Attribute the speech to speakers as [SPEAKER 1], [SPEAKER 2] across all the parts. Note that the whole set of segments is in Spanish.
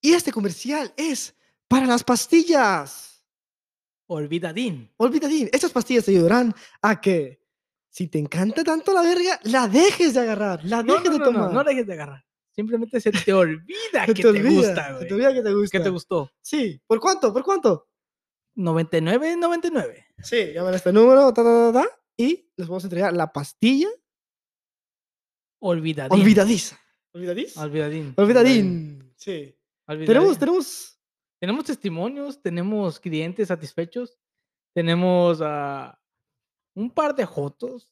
[SPEAKER 1] Y este comercial es para las pastillas.
[SPEAKER 2] Olvidadín.
[SPEAKER 1] Olvidadín, esas pastillas te ayudarán a que si te encanta tanto la verga, la dejes de agarrar, la
[SPEAKER 2] No,
[SPEAKER 1] dejes
[SPEAKER 2] Ah, no, no,
[SPEAKER 1] de tomar.
[SPEAKER 2] no, no dejes de agarrar. Simplemente se te olvida
[SPEAKER 1] Se
[SPEAKER 2] que te,
[SPEAKER 1] olvida,
[SPEAKER 2] gusta,
[SPEAKER 1] Se te
[SPEAKER 2] güey.
[SPEAKER 1] olvida que te gusta.
[SPEAKER 2] Que te gustó.
[SPEAKER 1] Sí, ¿por cuánto? ¿Por cuánto?
[SPEAKER 2] 99, 99.
[SPEAKER 1] Sí, llaman a este número, ta, ta, ta, ta, y les vamos a entregar la pastilla
[SPEAKER 2] Olvidadín.
[SPEAKER 1] olvidadiza. ¿Olvidadiz?
[SPEAKER 2] Olvidadín.
[SPEAKER 1] Olvidadín. Sí.
[SPEAKER 2] Olvidadín.
[SPEAKER 1] Tenemos, tenemos.
[SPEAKER 2] Tenemos testimonios, tenemos clientes satisfechos, tenemos ah, un par de jotos,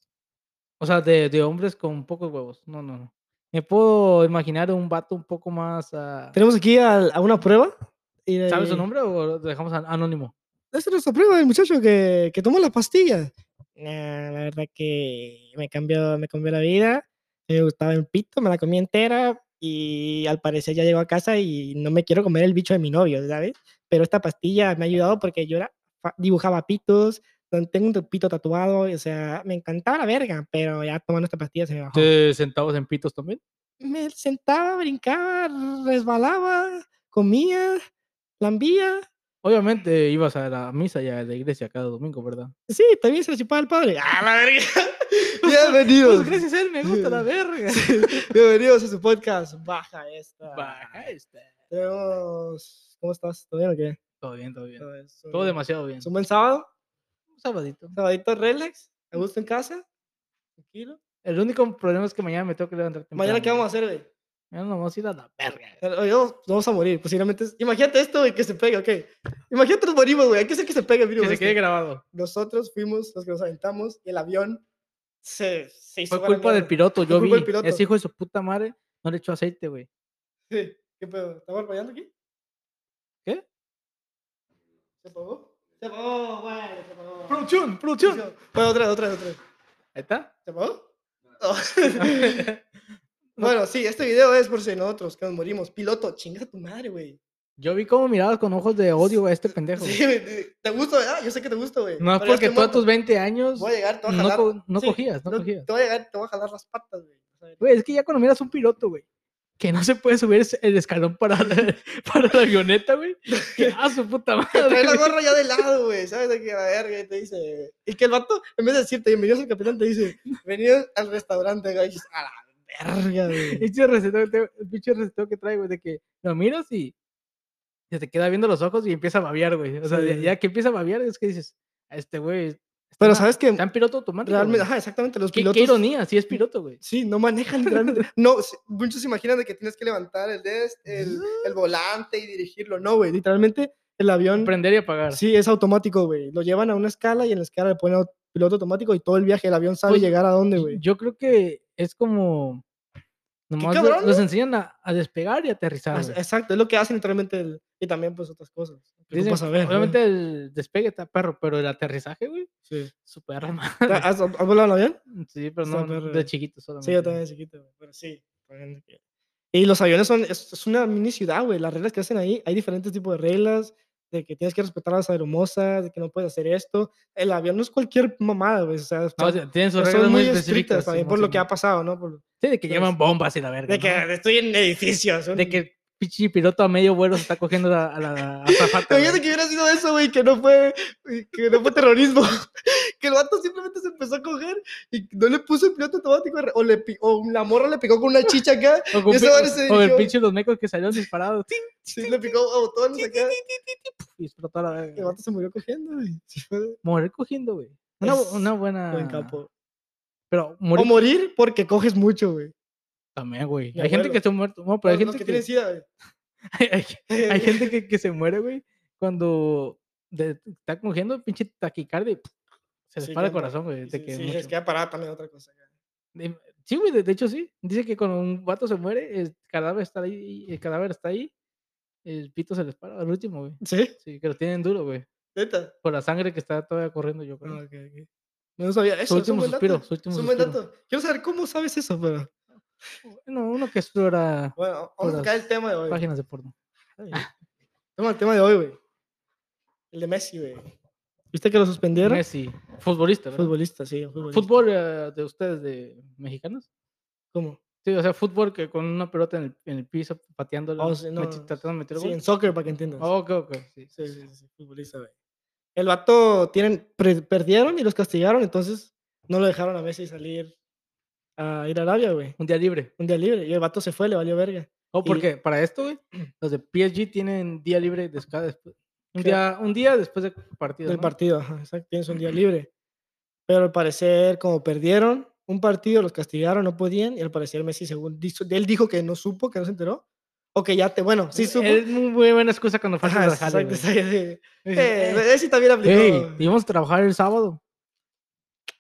[SPEAKER 2] o sea, de, de hombres con pocos huevos. No, no, no. Me puedo imaginar un vato un poco más... ah,
[SPEAKER 1] Tenemos aquí al- a, una prueba. y-
[SPEAKER 2] ¿Sabes su nombre o lo dejamos an- anónimo?
[SPEAKER 1] Esa es nuestra prueba, el muchacho que, que tomó las pastillas. Nah, la verdad que me cambió, me cambió la vida. Me gustaba el pito, me la comí entera y al parecer ya llego a casa y no me quiero comer el bicho de mi novio, ¿sabes? Pero esta pastilla me ha ayudado porque yo era, fa- dibujaba pitos, tan- tengo un pito tatuado, y, o sea, me encantaba la verga, pero ya tomando esta pastilla se me bajó.
[SPEAKER 2] ¿Te centavos en pitos también?
[SPEAKER 1] Me sentaba, brincaba, resbalaba, comía, lambía.
[SPEAKER 2] Obviamente ibas a la misa ya a la iglesia cada domingo, ¿verdad?
[SPEAKER 1] Sí, también se la chupaba el padre. ¡Ah, la verga! Bienvenidos.
[SPEAKER 2] Pues gracias a él me gusta la verga.
[SPEAKER 1] Bienvenidos a su podcast. Baja esta.
[SPEAKER 2] Baja esta.
[SPEAKER 1] Tenemos. ¿Cómo estás? ¿Todo bien o qué?
[SPEAKER 2] Todo bien, todo bien.
[SPEAKER 1] es
[SPEAKER 2] Todo
[SPEAKER 1] un-
[SPEAKER 2] demasiado bien.
[SPEAKER 1] Es un buen sábado.
[SPEAKER 2] Un sabadito.
[SPEAKER 1] un Sabadito relax. ¿Te gusta en casa? Tranquilo.
[SPEAKER 2] El único problema es que mañana me tengo que levantar
[SPEAKER 1] Mañana, ¿qué
[SPEAKER 2] temprano,
[SPEAKER 1] vamos a hacer, güey?
[SPEAKER 2] güey. Mañana nos vamos a ir a la verga. güey.
[SPEAKER 1] Oye, vamos- nos vamos a morir. Posiblemente. es- Imagínate esto, güey, que se pegue, ok. Imagínate nos morimos, güey. Hay que hacer que se pegue el
[SPEAKER 2] Que
[SPEAKER 1] virus.
[SPEAKER 2] se
[SPEAKER 1] este.
[SPEAKER 2] quede grabado.
[SPEAKER 1] Nosotros fuimos los que nos aventamos y el avión se, se hizo.
[SPEAKER 2] Fue
[SPEAKER 1] a la
[SPEAKER 2] culpa del
[SPEAKER 1] mierda.
[SPEAKER 2] piloto, yo vi.
[SPEAKER 1] culpa del piloto.
[SPEAKER 2] Ese hijo de su puta madre no le echó aceite, güey.
[SPEAKER 1] Sí. ¿Qué pedo? ¿Estamos apoyando aquí?
[SPEAKER 2] ¿Qué?
[SPEAKER 1] ¿Se apagó? Se apagó, güey, se apagó.
[SPEAKER 2] Producción,
[SPEAKER 1] Producción.
[SPEAKER 2] producción.
[SPEAKER 1] Bueno, otra vez, otra vez, otra vez.
[SPEAKER 2] Ahí está.
[SPEAKER 1] ¿Se apagó? Oh. bueno, sí, este video es por si nosotros que nos morimos. Piloto, chinga tu madre, güey.
[SPEAKER 2] Yo vi cómo mirabas con ojos de odio a este pendejo.
[SPEAKER 1] Sí,
[SPEAKER 2] güey.
[SPEAKER 1] güey, te- te gusta, ¿verdad? Yo sé que te gusta, güey.
[SPEAKER 2] No es
[SPEAKER 1] Pero ya
[SPEAKER 2] porque
[SPEAKER 1] estoy
[SPEAKER 2] tú a
[SPEAKER 1] muerto.
[SPEAKER 2] tus 20 años
[SPEAKER 1] Voy a llegar, te voy a
[SPEAKER 2] no,
[SPEAKER 1] jalar.
[SPEAKER 2] co- no
[SPEAKER 1] Sí,
[SPEAKER 2] cogías, no
[SPEAKER 1] no-
[SPEAKER 2] cogías.
[SPEAKER 1] Te voy a llegar, te voy a jalar las patas, güey. O sea,
[SPEAKER 2] Güey, es que ya cuando miras un piloto, güey, que no se puede subir es- el escalón para la, para la avioneta, güey. Que a su puta madre.
[SPEAKER 1] Trae la
[SPEAKER 2] güey.
[SPEAKER 1] gorra ya de lado, güey. ¿Sabes? De que la verga y te dice. Y que el vato, en vez de decirte bienvenidos al capitán, te dice bienvenidos al restaurante, güey. Y dices, a la verga, güey.
[SPEAKER 2] Pinche receteo que te- el pinche receteo que trae, güey, de que lo miras y se te queda viendo los ojos y empieza a babear, güey. O sea, ya,
[SPEAKER 1] Sí.
[SPEAKER 2] ya que empieza a babear es que dices, "A este güey está
[SPEAKER 1] Pero
[SPEAKER 2] en-
[SPEAKER 1] sabes que
[SPEAKER 2] está en piloto automático.
[SPEAKER 1] realmente,
[SPEAKER 2] Realmente,
[SPEAKER 1] ajá, exactamente, los
[SPEAKER 2] ¿Qué,
[SPEAKER 1] pilotos.
[SPEAKER 2] qué ironía, sí es piloto, güey.
[SPEAKER 1] Sí, no manejan literalmente. No, sí, muchos se imaginan de que tienes que levantar el, des- el,
[SPEAKER 2] Ah.
[SPEAKER 1] el volante y dirigirlo. No, güey, literalmente el avión.
[SPEAKER 2] Prender y apagar.
[SPEAKER 1] Sí, es automático, güey. Lo llevan a una escala y en la escala le ponen au- piloto automático y todo el viaje el avión sabe
[SPEAKER 2] Pues,
[SPEAKER 1] llegar a dónde,
[SPEAKER 2] Y
[SPEAKER 1] güey.
[SPEAKER 2] Yo creo que es como nomás lo-
[SPEAKER 1] cabrón,
[SPEAKER 2] los enseñan a, a despegar y aterrizar.
[SPEAKER 1] Ah,
[SPEAKER 2] güey.
[SPEAKER 1] Exacto, es lo que hacen literalmente el- y también pues otras cosas. que
[SPEAKER 2] Dicen,
[SPEAKER 1] ocupas saber, ¿no?
[SPEAKER 2] obviamente el despegue está perro, pero el aterrizaje, güey,
[SPEAKER 1] Sí.
[SPEAKER 2] super arma.
[SPEAKER 1] ¿Te- ¿Has, has volado en avión?
[SPEAKER 2] Sí, pero
[SPEAKER 1] Está
[SPEAKER 2] no, no,
[SPEAKER 1] perro,
[SPEAKER 2] de
[SPEAKER 1] güey.
[SPEAKER 2] chiquito solamente.
[SPEAKER 1] Sí, yo también, chiquito, güey, pero sí. obviamente que- Y los aviones son, es, es una mini ciudad, güey. Las reglas que hacen ahí, hay diferentes tipos de reglas, de que tienes que respetar a las aeromosas, de que no puedes hacer esto. El avión no es cualquier mamada, güey. O sea,
[SPEAKER 2] No,
[SPEAKER 1] son-
[SPEAKER 2] tienen sus reglas
[SPEAKER 1] son muy
[SPEAKER 2] muy específicas.
[SPEAKER 1] estrictas también
[SPEAKER 2] Simón,
[SPEAKER 1] por lo que
[SPEAKER 2] Simón.
[SPEAKER 1] ha pasado, ¿no? Por-
[SPEAKER 2] Sí, de que
[SPEAKER 1] Entonces,
[SPEAKER 2] llevan bombas y la verga.
[SPEAKER 1] de
[SPEAKER 2] ¿no?
[SPEAKER 1] que estoy en edificios.
[SPEAKER 2] De que el pinche piloto a medio vuelo se está cogiendo la- a la azafata, güey.
[SPEAKER 1] Imagínate que hubiera sido eso, güey, que no fue, que no fue terrorismo. que el vato simplemente se empezó a coger y no le puso el piloto automático o, le, pi- o la morra le picó con una chicha acá
[SPEAKER 2] O, con
[SPEAKER 1] ese
[SPEAKER 2] pi-
[SPEAKER 1] vato se
[SPEAKER 2] o- o el
[SPEAKER 1] dirigió-
[SPEAKER 2] pinche los mecos que salieron disparados ¡ting!
[SPEAKER 1] Sí, le picó a botones acá.
[SPEAKER 2] y explotó la verga.
[SPEAKER 1] El
[SPEAKER 2] güey.
[SPEAKER 1] vato se murió cogiendo, güey. Sí, fue
[SPEAKER 2] Morir cogiendo, güey. Una, bu-
[SPEAKER 1] Es
[SPEAKER 2] una buena.
[SPEAKER 1] buen capo.
[SPEAKER 2] Pero
[SPEAKER 1] O
[SPEAKER 2] Ah, morir
[SPEAKER 1] morir porque coges mucho, güey.
[SPEAKER 2] también, güey.
[SPEAKER 1] Mi
[SPEAKER 2] Hay gente
[SPEAKER 1] abuelo.
[SPEAKER 2] que está muerto. No, pero hay
[SPEAKER 1] Los- los
[SPEAKER 2] gente
[SPEAKER 1] tienen
[SPEAKER 2] que,
[SPEAKER 1] sida, güey.
[SPEAKER 2] hay- hay gente que, que se muere, güey, cuando de- está cogiendo pinche taquicardia y ¡puf! se les
[SPEAKER 1] Sí,
[SPEAKER 2] para el
[SPEAKER 1] claro.
[SPEAKER 2] corazón, güey.
[SPEAKER 1] Sí,
[SPEAKER 2] de que
[SPEAKER 1] sí,
[SPEAKER 2] mucho.
[SPEAKER 1] es que ha parado también otra cosa. güey.
[SPEAKER 2] Em, Sí, güey, de, de hecho sí. Dice que cuando un vato se muere, el cadáver está ahí, el cadáver está ahí, el pito se les para al último, güey.
[SPEAKER 1] ¿Sí?
[SPEAKER 2] Sí, que lo tienen duro, güey.
[SPEAKER 1] ¿Neta?
[SPEAKER 2] Por la sangre que está todavía corriendo, yo creo.
[SPEAKER 1] Ah, ok, ok. No sabía eso.
[SPEAKER 2] su
[SPEAKER 1] es un
[SPEAKER 2] último
[SPEAKER 1] buen
[SPEAKER 2] suspiro,
[SPEAKER 1] dato.
[SPEAKER 2] su último
[SPEAKER 1] Es un buen
[SPEAKER 2] suspiro.
[SPEAKER 1] dato. Quiero saber cómo sabes eso, pero...
[SPEAKER 2] No, uno que explora
[SPEAKER 1] Bueno, vamos
[SPEAKER 2] Puras
[SPEAKER 1] a tocar el tema de hoy.
[SPEAKER 2] páginas de porno.
[SPEAKER 1] Ah. Toma el tema de hoy, güey. El de Messi, güey. ¿Viste que lo suspendieron?
[SPEAKER 2] Messi, futbolista, ¿verdad?
[SPEAKER 1] Futbolista, sí. un Futbolista.
[SPEAKER 2] ¿Fútbol eh, de ustedes, de mexicanos?
[SPEAKER 1] ¿Cómo?
[SPEAKER 2] Sí, o sea, fútbol que con una pelota en el, en el piso, pateándola,
[SPEAKER 1] Oh, sí, no,
[SPEAKER 2] mechi- tratando de meter
[SPEAKER 1] Sí,
[SPEAKER 2] gol.
[SPEAKER 1] en soccer, para que entiendas.
[SPEAKER 2] Ah, ok, ok, sí.
[SPEAKER 1] Sí, sí, sí, sí, futbolista, güey. Oh. El vato tienen, pre- perdieron y los castigaron, entonces no lo dejaron a Messi salir a ir a Arabia, güey.
[SPEAKER 2] Un día libre.
[SPEAKER 1] Un día libre. Y el vato se fue, le valió verga.
[SPEAKER 2] Oh,
[SPEAKER 1] Y-
[SPEAKER 2] porque para esto, güey, los de PSG tienen día libre de cada después. Un
[SPEAKER 1] Creo-
[SPEAKER 2] día, un día después del partido.
[SPEAKER 1] del
[SPEAKER 2] ¿no?
[SPEAKER 1] partido, ajá, exacto, tienes un día libre. Pero al parecer, como perdieron un partido, los castigaron, no podían, y al parecer Messi, según dijo, él dijo que no supo, que no se enteró, o que ya te, bueno, sí supo.
[SPEAKER 2] Es muy, muy buena excusa cuando
[SPEAKER 1] Ajá,
[SPEAKER 2] faltas al
[SPEAKER 1] exacto,
[SPEAKER 2] jale, güey.
[SPEAKER 1] exacto, sí.
[SPEAKER 2] Dices,
[SPEAKER 1] Eh,
[SPEAKER 2] "Eh,
[SPEAKER 1] Messi también aplicó.
[SPEAKER 2] Ey, íbamos a trabajar el sábado.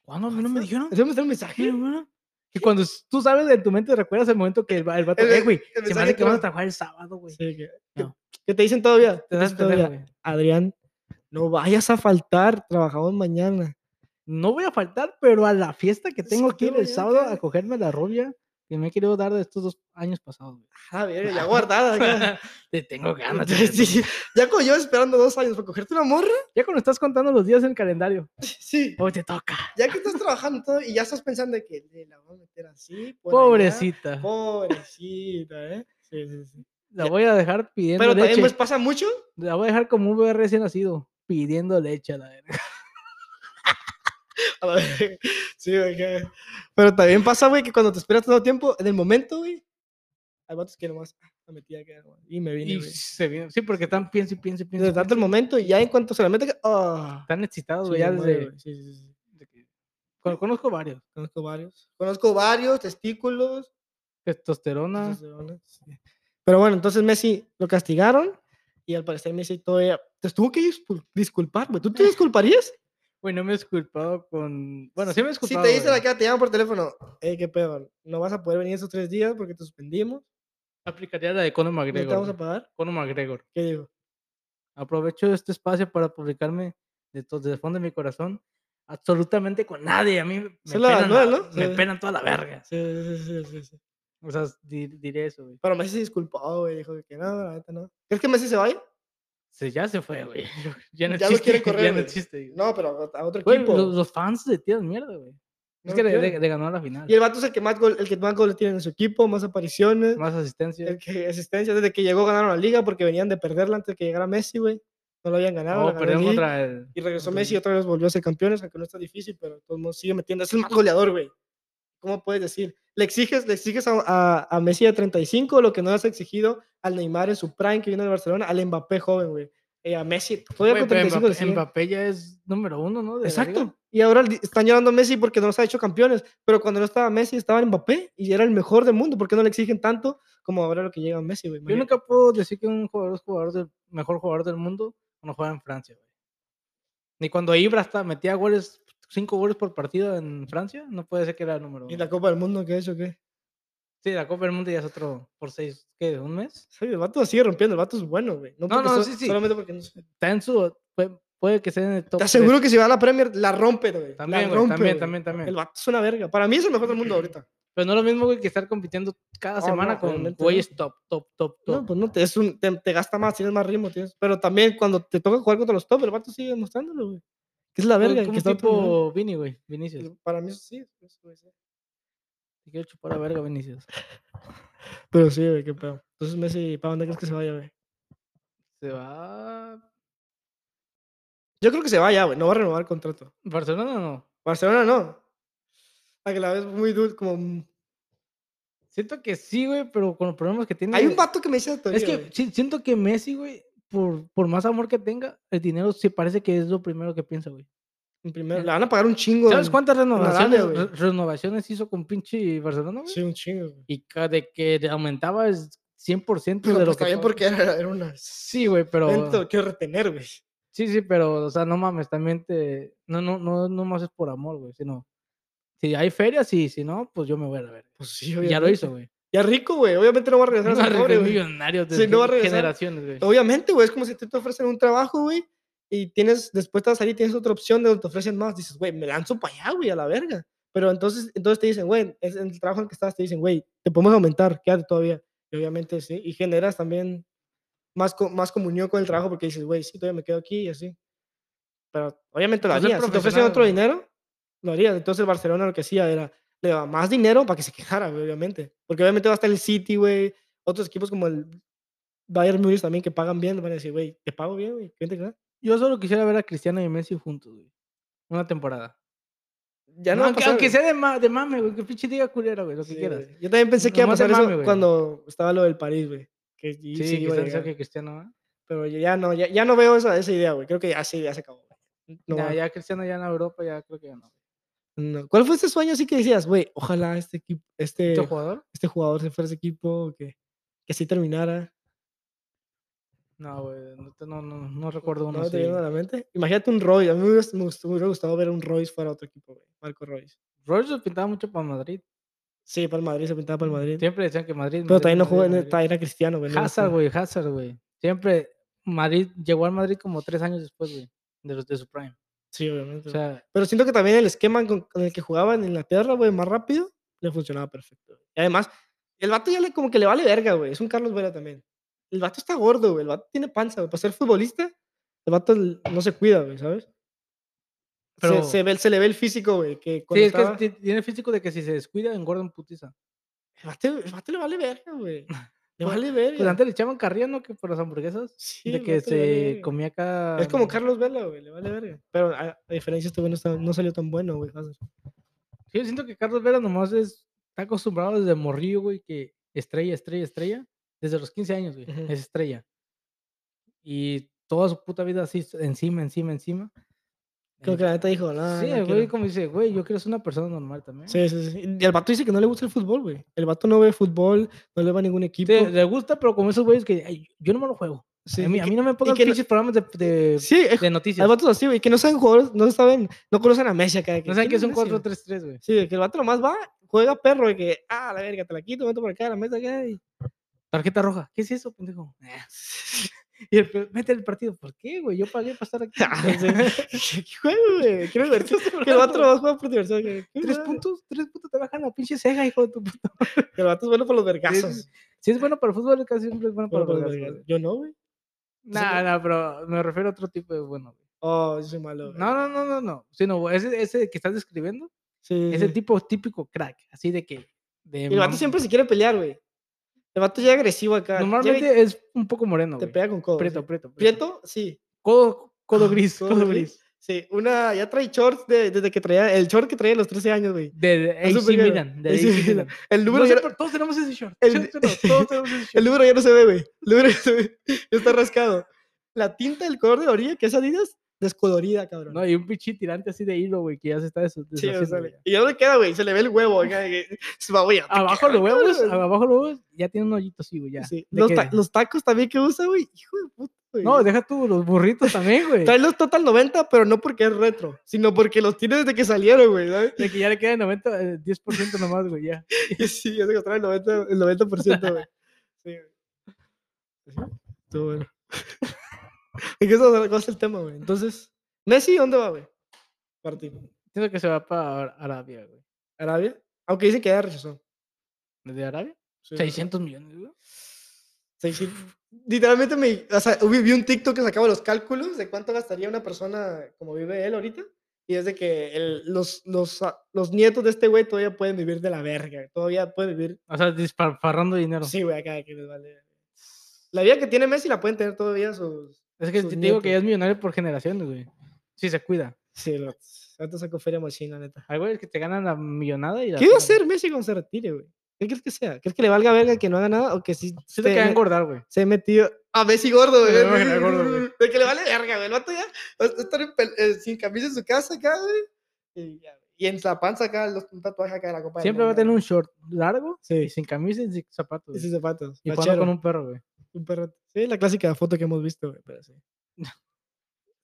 [SPEAKER 2] ¿Cuándo? ¿A mí ¿No me dijeron?
[SPEAKER 1] ¿Te voy a mandar un mensaje?
[SPEAKER 2] Mira, mira. Y cuando s- tú sabes en tu mente, recuerdas el momento que el, va- el vato,
[SPEAKER 1] El-
[SPEAKER 2] eh, güey,
[SPEAKER 1] el
[SPEAKER 2] se me
[SPEAKER 1] mensaje
[SPEAKER 2] hace que
[SPEAKER 1] claro.
[SPEAKER 2] vamos a trabajar el sábado, güey.
[SPEAKER 1] Sí, que,
[SPEAKER 2] No.
[SPEAKER 1] que- que te dicen todavía. que
[SPEAKER 2] Te
[SPEAKER 1] te
[SPEAKER 2] das
[SPEAKER 1] dicen
[SPEAKER 2] pendejo,
[SPEAKER 1] todavía,
[SPEAKER 2] güey.
[SPEAKER 1] Adrián, no vayas a faltar, trabajamos mañana.
[SPEAKER 2] No voy a faltar, pero a la fiesta que
[SPEAKER 1] Sí,
[SPEAKER 2] tengo que
[SPEAKER 1] yo
[SPEAKER 2] ir el
[SPEAKER 1] ya
[SPEAKER 2] sábado
[SPEAKER 1] acá.
[SPEAKER 2] a cogerme la rubia que me he querido dar de estos dos años pasados, güey.
[SPEAKER 1] Ah, bien, ya guardada. acá.
[SPEAKER 2] Te tengo ganas. de
[SPEAKER 1] Sí,
[SPEAKER 2] verte.
[SPEAKER 1] sí. Ya como yo esperando dos años para cogerte una morra.
[SPEAKER 2] Ya cuando estás contando los días en el calendario,
[SPEAKER 1] Sí.
[SPEAKER 2] hoy te toca.
[SPEAKER 1] ya que estás trabajando todo y ya estás pensando de que le la voy a meter así. por allá,
[SPEAKER 2] Pobrecita.
[SPEAKER 1] Pobrecita, ¿eh? Sí, sí, sí.
[SPEAKER 2] La
[SPEAKER 1] ya.
[SPEAKER 2] voy a dejar pidiendo
[SPEAKER 1] Pero también
[SPEAKER 2] leche.
[SPEAKER 1] pues pasa mucho.
[SPEAKER 2] La voy a dejar como un bebé recién nacido, pidiendo leche a la verga.
[SPEAKER 1] a la verga. sí, güey, que- Pero también pasa, güey, que cuando te esperas tanto tiempo, en el momento, güey, hay vatos que nomás ah, la metí acá, güey, y me vine,
[SPEAKER 2] Y
[SPEAKER 1] güey.
[SPEAKER 2] se viene- Sí, porque están piensa y piensa y piensa.
[SPEAKER 1] Desde
[SPEAKER 2] y
[SPEAKER 1] tanto el
[SPEAKER 2] piensa.
[SPEAKER 1] momento, y ya en cuanto se la mete, que, ah,
[SPEAKER 2] Están excitados,
[SPEAKER 1] sí,
[SPEAKER 2] güey, ya
[SPEAKER 1] se muere,
[SPEAKER 2] desde...
[SPEAKER 1] güey. Sí, sí, sí, sí.
[SPEAKER 2] de que- Con- Conozco varios.
[SPEAKER 1] Conozco varios. Conozco varios testículos.
[SPEAKER 2] Testosterona.
[SPEAKER 1] Testosterona, sí. Pero bueno, entonces Messi lo castigaron y al parecer Messi todavía te tuvo que discul- disculpar, güey. ¿Tú te disculparías?
[SPEAKER 2] Güey, no me he disculpado con... Bueno, sí me he
[SPEAKER 1] Si
[SPEAKER 2] disculpado.
[SPEAKER 1] te dicen
[SPEAKER 2] güey.
[SPEAKER 1] acá, te llaman por teléfono, eh, qué pedo, no vas a poder venir esos tres días porque te suspendimos,
[SPEAKER 2] Aplicaría la de Conor
[SPEAKER 1] no te
[SPEAKER 2] McGregor.
[SPEAKER 1] vamos a
[SPEAKER 2] güey.
[SPEAKER 1] pagar.
[SPEAKER 2] Conor McGregor.
[SPEAKER 1] ¿Qué digo?
[SPEAKER 2] Aprovecho este espacio para publicarme de to- desde el fondo de mi corazón absolutamente con nadie. A mí me,
[SPEAKER 1] Solo a
[SPEAKER 2] pelan, la-
[SPEAKER 1] Anuel, ¿no?
[SPEAKER 2] me
[SPEAKER 1] Sí.
[SPEAKER 2] pelan toda la verga.
[SPEAKER 1] Sí, sí, sí, sí, sí.
[SPEAKER 2] O sea, di- diré eso, güey.
[SPEAKER 1] Pero Messi se disculpó, güey, dijo que no, la neta no. ¿Crees que Messi se vaya?
[SPEAKER 2] Sí, ya se fue, güey. Ya no
[SPEAKER 1] Ya lo
[SPEAKER 2] existe.
[SPEAKER 1] quieren correr,
[SPEAKER 2] ya no
[SPEAKER 1] güey.
[SPEAKER 2] existe. güey.
[SPEAKER 1] No, pero a otro
[SPEAKER 2] Güey,
[SPEAKER 1] equipo.
[SPEAKER 2] los, los fans se tiran mierda, güey.
[SPEAKER 1] No
[SPEAKER 2] es que
[SPEAKER 1] lo
[SPEAKER 2] le, le-
[SPEAKER 1] quieren.
[SPEAKER 2] le ganó a la final.
[SPEAKER 1] Y el vato es el que más gol, el que más goles tiene en su equipo, más apariciones.
[SPEAKER 2] Más asistencia.
[SPEAKER 1] El que asistencia desde que llegó ganaron la liga porque venían de perderla antes de que llegara Messi, güey. No lo habían ganado. la
[SPEAKER 2] Oh,
[SPEAKER 1] ganó
[SPEAKER 2] perdieron
[SPEAKER 1] el Leeds,
[SPEAKER 2] contra el.
[SPEAKER 1] Y regresó
[SPEAKER 2] contra el
[SPEAKER 1] Messi y
[SPEAKER 2] Leeds.
[SPEAKER 1] otra vez volvió a ser campeones, aunque no está difícil, pero de todos modos sigue metiendo. Es el más goleador, güey. ¿Cómo puedes decir? Le exiges, le exiges a, a- a Messi de 35 lo que no le has exigido al Neymar en su prime que vino de Barcelona, al Mbappé joven, güey. Eh, a Messi, todavía
[SPEAKER 2] Güey,
[SPEAKER 1] con
[SPEAKER 2] pero
[SPEAKER 1] 35 le
[SPEAKER 2] Mbappé,
[SPEAKER 1] siguen-
[SPEAKER 2] Mbappé ya es número uno, ¿no? De la liga.
[SPEAKER 1] Exacto. Y ahora di- están llorando a Messi porque no los ha hecho campeones. Pero cuando no estaba Messi, estaba Mbappé y era el mejor del mundo. ¿Por qué no le exigen tanto como ahora lo que llega a Messi, güey?
[SPEAKER 2] Yo nunca puedo decir que un jugador es jugador del mejor jugador del mundo cuando juega en Francia, güey. Ni cuando Ibra hasta metía goles, cinco goles por partido en Francia, no puede ser que era el número
[SPEAKER 1] ¿Y
[SPEAKER 2] uno.
[SPEAKER 1] la Copa del Mundo qué ha hecho? ¿Qué?
[SPEAKER 2] Sí, la Copa del Mundo ya es otro por seis, ¿qué? ¿Un mes?
[SPEAKER 1] Sí, el vato sigue rompiendo, el vato es bueno, güey. No,
[SPEAKER 2] No,
[SPEAKER 1] porque
[SPEAKER 2] no,
[SPEAKER 1] so-
[SPEAKER 2] sí, sí.
[SPEAKER 1] Solamente porque no sé.
[SPEAKER 2] Está en su. Puede, puede que sea en el top.
[SPEAKER 1] Te
[SPEAKER 2] tres.
[SPEAKER 1] aseguro que si va a la Premier, la rompe, güey. La
[SPEAKER 2] También, güey,
[SPEAKER 1] rompe,
[SPEAKER 2] también,
[SPEAKER 1] güey.
[SPEAKER 2] también, también.
[SPEAKER 1] El vato es una verga. Para mí es el mejor del mundo ahorita.
[SPEAKER 2] Pero no es lo mismo, güey, que estar compitiendo cada
[SPEAKER 1] Oh,
[SPEAKER 2] semana
[SPEAKER 1] no,
[SPEAKER 2] con
[SPEAKER 1] obviamente
[SPEAKER 2] güeyes top, top, top, top.
[SPEAKER 1] No, pues no, te, es un, te, te gasta más, tienes más ritmo, tienes. Pero también cuando te toca jugar contra los top, el vato sigue mostrándolo, güey. Que es la
[SPEAKER 2] Como-
[SPEAKER 1] verga.
[SPEAKER 2] como
[SPEAKER 1] que
[SPEAKER 2] un
[SPEAKER 1] está otro nivel.
[SPEAKER 2] tipo Vini, güey, Vinicius.
[SPEAKER 1] Para mí eso sí. eso puede ser.
[SPEAKER 2] Te quiero chupar a verga, Vinicius.
[SPEAKER 1] Pero sí, güey, qué pedo. Entonces, Messi, ¿para dónde crees que se vaya, güey?
[SPEAKER 2] Se va.
[SPEAKER 1] Yo creo que se vaya, güey. No va a renovar el contrato.
[SPEAKER 2] ¿Barcelona o no?
[SPEAKER 1] Barcelona no. La que la ves muy dul como. mm,
[SPEAKER 2] Siento que sí, güey, pero con los problemas que tiene.
[SPEAKER 1] Hay un vato que me dice la teoría,
[SPEAKER 2] Es que
[SPEAKER 1] güey.
[SPEAKER 2] si- siento que Messi, güey, por, por más amor que tenga, el dinero sí parece que es lo primero que piensa, güey.
[SPEAKER 1] En primero, le van a pagar un chingo.
[SPEAKER 2] ¿Sabes
[SPEAKER 1] en-
[SPEAKER 2] cuántas
[SPEAKER 1] Arabia,
[SPEAKER 2] renovaciones,
[SPEAKER 1] güey.
[SPEAKER 2] re- renovaciones hizo con pinche Barcelona, güey?
[SPEAKER 1] Sí, un chingo. güey.
[SPEAKER 2] Y ca- de que le aumentaba el 100%
[SPEAKER 1] Pero
[SPEAKER 2] de lo
[SPEAKER 1] pues
[SPEAKER 2] que.
[SPEAKER 1] también
[SPEAKER 2] pagaba.
[SPEAKER 1] porque era, era una.
[SPEAKER 2] Sí, güey, pero.
[SPEAKER 1] Pero... Quiero retener, güey.
[SPEAKER 2] Sí, sí, pero, o sea, no mames, también te... No, no, no, no más es por amor, güey, sino... Si hay ferias, sí, si no, pues yo me voy a la verga.
[SPEAKER 1] Pues sí,
[SPEAKER 2] Y
[SPEAKER 1] obviamente.
[SPEAKER 2] Ya lo hizo, güey.
[SPEAKER 1] Ya rico, güey. Obviamente no va a regresar
[SPEAKER 2] No
[SPEAKER 1] a ser pobre, güey.
[SPEAKER 2] millonarios de
[SPEAKER 1] Sí, no va a
[SPEAKER 2] gen-
[SPEAKER 1] regresar.
[SPEAKER 2] generaciones, güey.
[SPEAKER 1] Obviamente, güey. Es como si tú te ofrecen un trabajo, güey. Y tienes, después te vas a salir, tienes otra opción de donde te ofrecen más. Dices, güey, me lanzo para allá, güey, a la verga. Pero entonces, entonces te dicen, güey, es en el trabajo en el que estás, te dicen, güey, te podemos aumentar, quédate todavía. Y obviamente, sí. Y generas también más, co- más comunión con el trabajo porque dices, güey, sí, todavía me quedo aquí y así. Pero obviamente lo
[SPEAKER 2] Pues ser
[SPEAKER 1] harías. Si te ofrecen
[SPEAKER 2] profesional,
[SPEAKER 1] otro
[SPEAKER 2] güey.
[SPEAKER 1] dinero, lo harías. Entonces, el Barcelona lo que hacía era, le daba más dinero para que se quejara, güey, obviamente. Porque obviamente va a estar el City, güey, otros equipos como el Bayern Munich también que pagan bien, van a decir, güey, te pago bien, güey, vente acá.
[SPEAKER 2] Yo solo quisiera ver a Cristiano y Messi juntos, güey. Una temporada.
[SPEAKER 1] Ya no,
[SPEAKER 2] No,
[SPEAKER 1] va a
[SPEAKER 2] aunque,
[SPEAKER 1] pasar,
[SPEAKER 2] aunque
[SPEAKER 1] güey.
[SPEAKER 2] sea de, ma- de mame, güey. Que pinche diga culera, güey. Lo que
[SPEAKER 1] Sí,
[SPEAKER 2] quieras.
[SPEAKER 1] güey. Yo también pensé que iba a
[SPEAKER 2] Nomás de
[SPEAKER 1] pasar eso
[SPEAKER 2] mame, güey.
[SPEAKER 1] cuando estaba lo del París, güey. Que y-
[SPEAKER 2] Sí,
[SPEAKER 1] sí
[SPEAKER 2] que
[SPEAKER 1] iba a
[SPEAKER 2] está el
[SPEAKER 1] llegar.
[SPEAKER 2] saque de Cristiano, ¿va?
[SPEAKER 1] Pero yo ya no, ya, ya no veo esa, esa idea, güey. Creo que ya sí, ya se acabó. güey. No
[SPEAKER 2] ya,
[SPEAKER 1] va-
[SPEAKER 2] ya Cristiano ya en Europa, ya creo que ya no.
[SPEAKER 1] no. ¿Cuál fue ese sueño así que decías, güey, ojalá este equipo, este,
[SPEAKER 2] ¿Este jugador?
[SPEAKER 1] este jugador se fuera a ese equipo, que, que así terminara?
[SPEAKER 2] No, güey. No, te- no, no, Oh, no recuerdo uno
[SPEAKER 1] ¿No te
[SPEAKER 2] así.
[SPEAKER 1] vino a la mente? Imagínate un Royce. A mí me hubiera- me gustó- me hubiera gustado ver un Royce fuera a otro equipo, güey. Marco Royce.
[SPEAKER 2] Rodgers lo pintaba mucho para Madrid.
[SPEAKER 1] Sí, para el Madrid, se pintaba para el Madrid.
[SPEAKER 2] Siempre decían que Madrid.
[SPEAKER 1] Pero
[SPEAKER 2] Madrid,
[SPEAKER 1] también no
[SPEAKER 2] Mm, Madrid,
[SPEAKER 1] jugó, en-
[SPEAKER 2] Madrid.
[SPEAKER 1] ta- era cristiano, güey. no era
[SPEAKER 2] Hazard,
[SPEAKER 1] así.
[SPEAKER 2] güey. Hazard, güey. Siempre Madrid llegó al Madrid como tres años después, güey. De, los- de su prime.
[SPEAKER 1] Sí, obviamente. güey.
[SPEAKER 2] O sea,
[SPEAKER 1] Pero siento que también el esquema con, con el que jugaba en Inglaterra, güey, más rápido, le funcionaba perfecto. güey. Y además, el vato ya le, como que le vale verga, güey. Es un Carlos Vela también. El vato está gordo, güey. El vato tiene panza, güey. Para ser futbolista, el vato l- no se cuida, güey, ¿sabes? Se-
[SPEAKER 2] Pero-
[SPEAKER 1] Se, ve, se le ve el físico, güey. Que
[SPEAKER 2] sí,
[SPEAKER 1] cuando
[SPEAKER 2] es
[SPEAKER 1] estaba-
[SPEAKER 2] que ti- tiene físico de que si se descuida, engorda en putiza.
[SPEAKER 1] el, vato, el vato le vale verga, güey. Le
[SPEAKER 2] Pues-
[SPEAKER 1] vale verga.
[SPEAKER 2] Pues antes le echaban carrilla, ¿no? Que por las hamburguesas.
[SPEAKER 1] Sí,
[SPEAKER 2] de
[SPEAKER 1] el
[SPEAKER 2] que
[SPEAKER 1] vato le vale
[SPEAKER 2] se
[SPEAKER 1] verga.
[SPEAKER 2] comía acá.
[SPEAKER 1] Es como
[SPEAKER 2] mm,
[SPEAKER 1] Carlos Vela, güey. Le vale verga. Pero a, a diferencia, este güey no, está- no salió tan bueno, güey. Hazard.
[SPEAKER 2] Sí, yo siento que Carlos Vera nomás es, está acostumbrado desde morrillo, güey, que estrella, estrella, estrella. Desde los 15 años, güey,
[SPEAKER 1] Ujú.
[SPEAKER 2] es estrella. Y toda su puta vida así, s- encima, encima, encima.
[SPEAKER 1] Creo
[SPEAKER 2] Eh,
[SPEAKER 1] que la neta dijo, no.
[SPEAKER 2] sí,
[SPEAKER 1] no
[SPEAKER 2] el
[SPEAKER 1] quiero".
[SPEAKER 2] güey como dice, güey, yo quiero ser una persona normal también.
[SPEAKER 1] Sí, sí, sí. Y el vato dice que no le gusta el fútbol, güey. El vato no ve fútbol, no le va a ningún equipo.
[SPEAKER 2] Te- le gusta, pero como esos güeyes que "Ay, yo no me lo juego.
[SPEAKER 1] Sí,
[SPEAKER 2] a, mí,
[SPEAKER 1] y
[SPEAKER 2] a
[SPEAKER 1] que-
[SPEAKER 2] mí no me pongan
[SPEAKER 1] que no-
[SPEAKER 2] pinches programas de, de-
[SPEAKER 1] sí, es-
[SPEAKER 2] de noticias.
[SPEAKER 1] hay vatos así, güey, que no saben jugadores, no saben, no conocen a Messi acá.
[SPEAKER 2] No saben
[SPEAKER 1] "¿Quién
[SPEAKER 2] que
[SPEAKER 1] es
[SPEAKER 2] es un
[SPEAKER 1] Messi, güey?".
[SPEAKER 2] 4-3-3, güey.
[SPEAKER 1] Sí, que el vato nomás va, juega perro, y que, ah, la verga, te la quito, meto por acá, la meto acá. Y...
[SPEAKER 2] Tarjeta roja. ¿Qué es eso, pendejo? Y el, pe- mete el partido. ¿Por qué, güey? Yo pagué para estar aquí.
[SPEAKER 1] Sí, ¿Qué juego, güey? Quiero divertir. Que el vato nomás juega por diversión. güey. Qué
[SPEAKER 2] Tres
[SPEAKER 1] madre.
[SPEAKER 2] puntos, tres puntos te bajan la pinche ceja, hijo de tu puta.
[SPEAKER 1] Que el vato es bueno por los vergazos.
[SPEAKER 2] Si es bueno para el fútbol, casi siempre es bueno para
[SPEAKER 1] Bueno por
[SPEAKER 2] el
[SPEAKER 1] los vergazos.
[SPEAKER 2] vergazos, güey.
[SPEAKER 1] Yo no, güey.
[SPEAKER 2] Nah, nah, pero me refiero a otro tipo de bueno. güey.
[SPEAKER 1] Oh, yo soy malo.
[SPEAKER 2] No, no, no, no, no. Sino ese, ese que estás describiendo,
[SPEAKER 1] Sí,
[SPEAKER 2] ese
[SPEAKER 1] sí.
[SPEAKER 2] tipo típico crack, así de que. De
[SPEAKER 1] Y el vato
[SPEAKER 2] mam-
[SPEAKER 1] siempre se quiere pelear, güey. El vato llega agresivo acá. llega y
[SPEAKER 2] Normalmente es un poco moreno.
[SPEAKER 1] Te
[SPEAKER 2] Ah, güey.
[SPEAKER 1] pega con codo.
[SPEAKER 2] Prieto,
[SPEAKER 1] sí.
[SPEAKER 2] prieto, prieto.
[SPEAKER 1] Prieto, sí.
[SPEAKER 2] Codo, codo gris,
[SPEAKER 1] Todo
[SPEAKER 2] codo gris.
[SPEAKER 1] Sí, una, ya trae shorts de- desde que traía, el short que traía a los 13 años, güey.
[SPEAKER 2] De de
[SPEAKER 1] Es
[SPEAKER 2] AC
[SPEAKER 1] superhéroe.
[SPEAKER 2] Milan. De
[SPEAKER 1] Es
[SPEAKER 2] AC
[SPEAKER 1] superhéroe.
[SPEAKER 2] Milan.
[SPEAKER 1] El número,
[SPEAKER 2] No sé,
[SPEAKER 1] ya,
[SPEAKER 2] pero todos tenemos ese short.
[SPEAKER 1] El-
[SPEAKER 2] ¿cierto o no? Todos tenemos ese
[SPEAKER 1] el
[SPEAKER 2] short.
[SPEAKER 1] número ya no se ve, güey. El número ya no se ve. Ya está rascado. La tinta del color de la orilla, que es Adidas, descolorida, cabrón.
[SPEAKER 2] No, y un pinche tirante así de hilo, güey, que ya se está des-
[SPEAKER 1] Sí, o
[SPEAKER 2] deshaciendo,
[SPEAKER 1] sea,
[SPEAKER 2] güey.
[SPEAKER 1] y ya no le queda, güey. Se le ve el huevo. acá, de que Se va, güey. ya te
[SPEAKER 2] Abajo los
[SPEAKER 1] queda,
[SPEAKER 2] huevos,
[SPEAKER 1] cabrón.
[SPEAKER 2] abajo los huevos, ya tiene un hoyito así, güey, ya.
[SPEAKER 1] Sí,
[SPEAKER 2] de
[SPEAKER 1] Los,
[SPEAKER 2] que-
[SPEAKER 1] ta- los tacos también que usa, güey. Hijo de puta, güey.
[SPEAKER 2] No, deja tú los burritos también, güey.
[SPEAKER 1] Trae los Total 90, pero no porque es retro, sino porque los tiene desde que salieron, güey. ¿sabes?
[SPEAKER 2] De que ya le queda el 90, eh, 10% nomás, güey, ya.
[SPEAKER 1] Y Sí, ya se encontraba el 90%, el 90% güey. Sí, güey. Pues sí, Estuvo bueno. ¿En qué estamos hablando? ¿Cuál es el tema, güey? Entonces, ¿Messi dónde va, güey? Martín.
[SPEAKER 2] Siento que se va para Ar- Arabia, güey.
[SPEAKER 1] ¿Arabia? Aunque dicen que ya rechazó.
[SPEAKER 2] ¿Desde Arabia?
[SPEAKER 1] Sí,
[SPEAKER 2] 600 millones, güey.
[SPEAKER 1] seiscientos- Literalmente, me, o sea, vi, vi un TikTok que sacaba los cálculos de cuánto gastaría una persona como vive él ahorita. Y es de que el- los, los, ah, los nietos de este güey todavía pueden vivir de la verga. Todavía pueden vivir.
[SPEAKER 2] O sea, disparando dinero.
[SPEAKER 1] Sí, güey, acá que les vale. La vida que tiene Messi la pueden tener todavía sus,
[SPEAKER 2] es que
[SPEAKER 1] sus
[SPEAKER 2] te digo que
[SPEAKER 1] nietos.
[SPEAKER 2] ya es millonario por generaciones, güey. Sí, se cuida.
[SPEAKER 1] Sí, lo, ahorita saco feria machina, neta.
[SPEAKER 2] Hay güeyes que te ganan la millonada y la
[SPEAKER 1] ¿Qué va a
[SPEAKER 2] tiran.
[SPEAKER 1] hacer Messi cuando se retire, güey? ¿Qué crees que sea? ¿Crees que le valga verga que no haga nada o que sí
[SPEAKER 2] Siento que va a
[SPEAKER 1] se,
[SPEAKER 2] engordar, güey.
[SPEAKER 1] se ha metido a Messi gordo, güey?
[SPEAKER 2] Me voy a imaginar gordo, güey.
[SPEAKER 1] De que le vale verga, güey. El vato ya va a estar en pel- eh, sin camisa en su casa acá, güey. Y, ya, güey. Y en la panza acá, los un tatuaje acá de la copa.
[SPEAKER 2] Siempre va a tener un short largo y
[SPEAKER 1] Sí,
[SPEAKER 2] sin camisa y sin zapatos.
[SPEAKER 1] y
[SPEAKER 2] güey.
[SPEAKER 1] sus zapatos.
[SPEAKER 2] Y jugando
[SPEAKER 1] fachero,
[SPEAKER 2] con un perro, güey.
[SPEAKER 1] un perro. Sí, la clásica foto que hemos visto, güey, pero sí.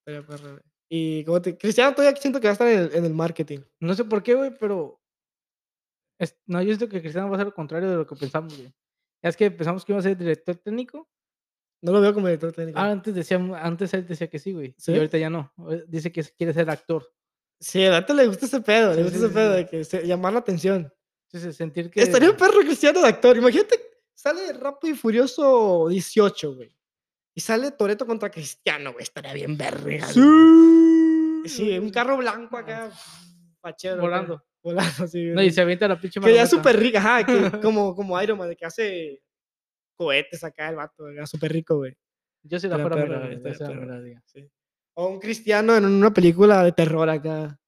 [SPEAKER 1] Estaría perro, güey. Y como te... Cristiano todavía siento que va a estar en el, en el marketing.
[SPEAKER 2] No sé por qué, güey, pero. es- No, yo siento que Cristiano va a ser lo contrario de lo que pensamos, güey. Ya es que pensamos que iba a ser director técnico.
[SPEAKER 1] No lo veo como director técnico.
[SPEAKER 2] Ah, antes, decía, antes él decía que sí, güey.
[SPEAKER 1] ¿Sí?
[SPEAKER 2] Y ahorita ya no. Ahora Dice que quiere ser actor.
[SPEAKER 1] Sí, al vato le gusta ese pedo,
[SPEAKER 2] Sí,
[SPEAKER 1] le gusta
[SPEAKER 2] sí,
[SPEAKER 1] ese
[SPEAKER 2] sí,
[SPEAKER 1] pedo
[SPEAKER 2] sí.
[SPEAKER 1] de que se- llamar la atención.
[SPEAKER 2] Entonces, sentir que.
[SPEAKER 1] Estaría un perro cristiano de actor. Imagínate, sale de Rápido y Furioso 18, güey. Y sale Toreto contra Cristiano, güey. Estaría bien verga. güey.
[SPEAKER 2] Sí.
[SPEAKER 1] Sí, un carro blanco acá, pachero. acá,
[SPEAKER 2] Volando.
[SPEAKER 1] volando así.
[SPEAKER 2] No, y se avienta la pinche
[SPEAKER 1] que ya es
[SPEAKER 2] marometa.
[SPEAKER 1] súper rica, ajá, que como, como Iron Man, de que hace cohetes acá el vato, era súper rico, güey.
[SPEAKER 2] Yo si la
[SPEAKER 1] Era
[SPEAKER 2] fuera
[SPEAKER 1] perra,
[SPEAKER 2] me la-
[SPEAKER 1] güey,
[SPEAKER 2] esa
[SPEAKER 1] era
[SPEAKER 2] me
[SPEAKER 1] perra.
[SPEAKER 2] la haría.
[SPEAKER 1] O un cristiano en una película de terror acá.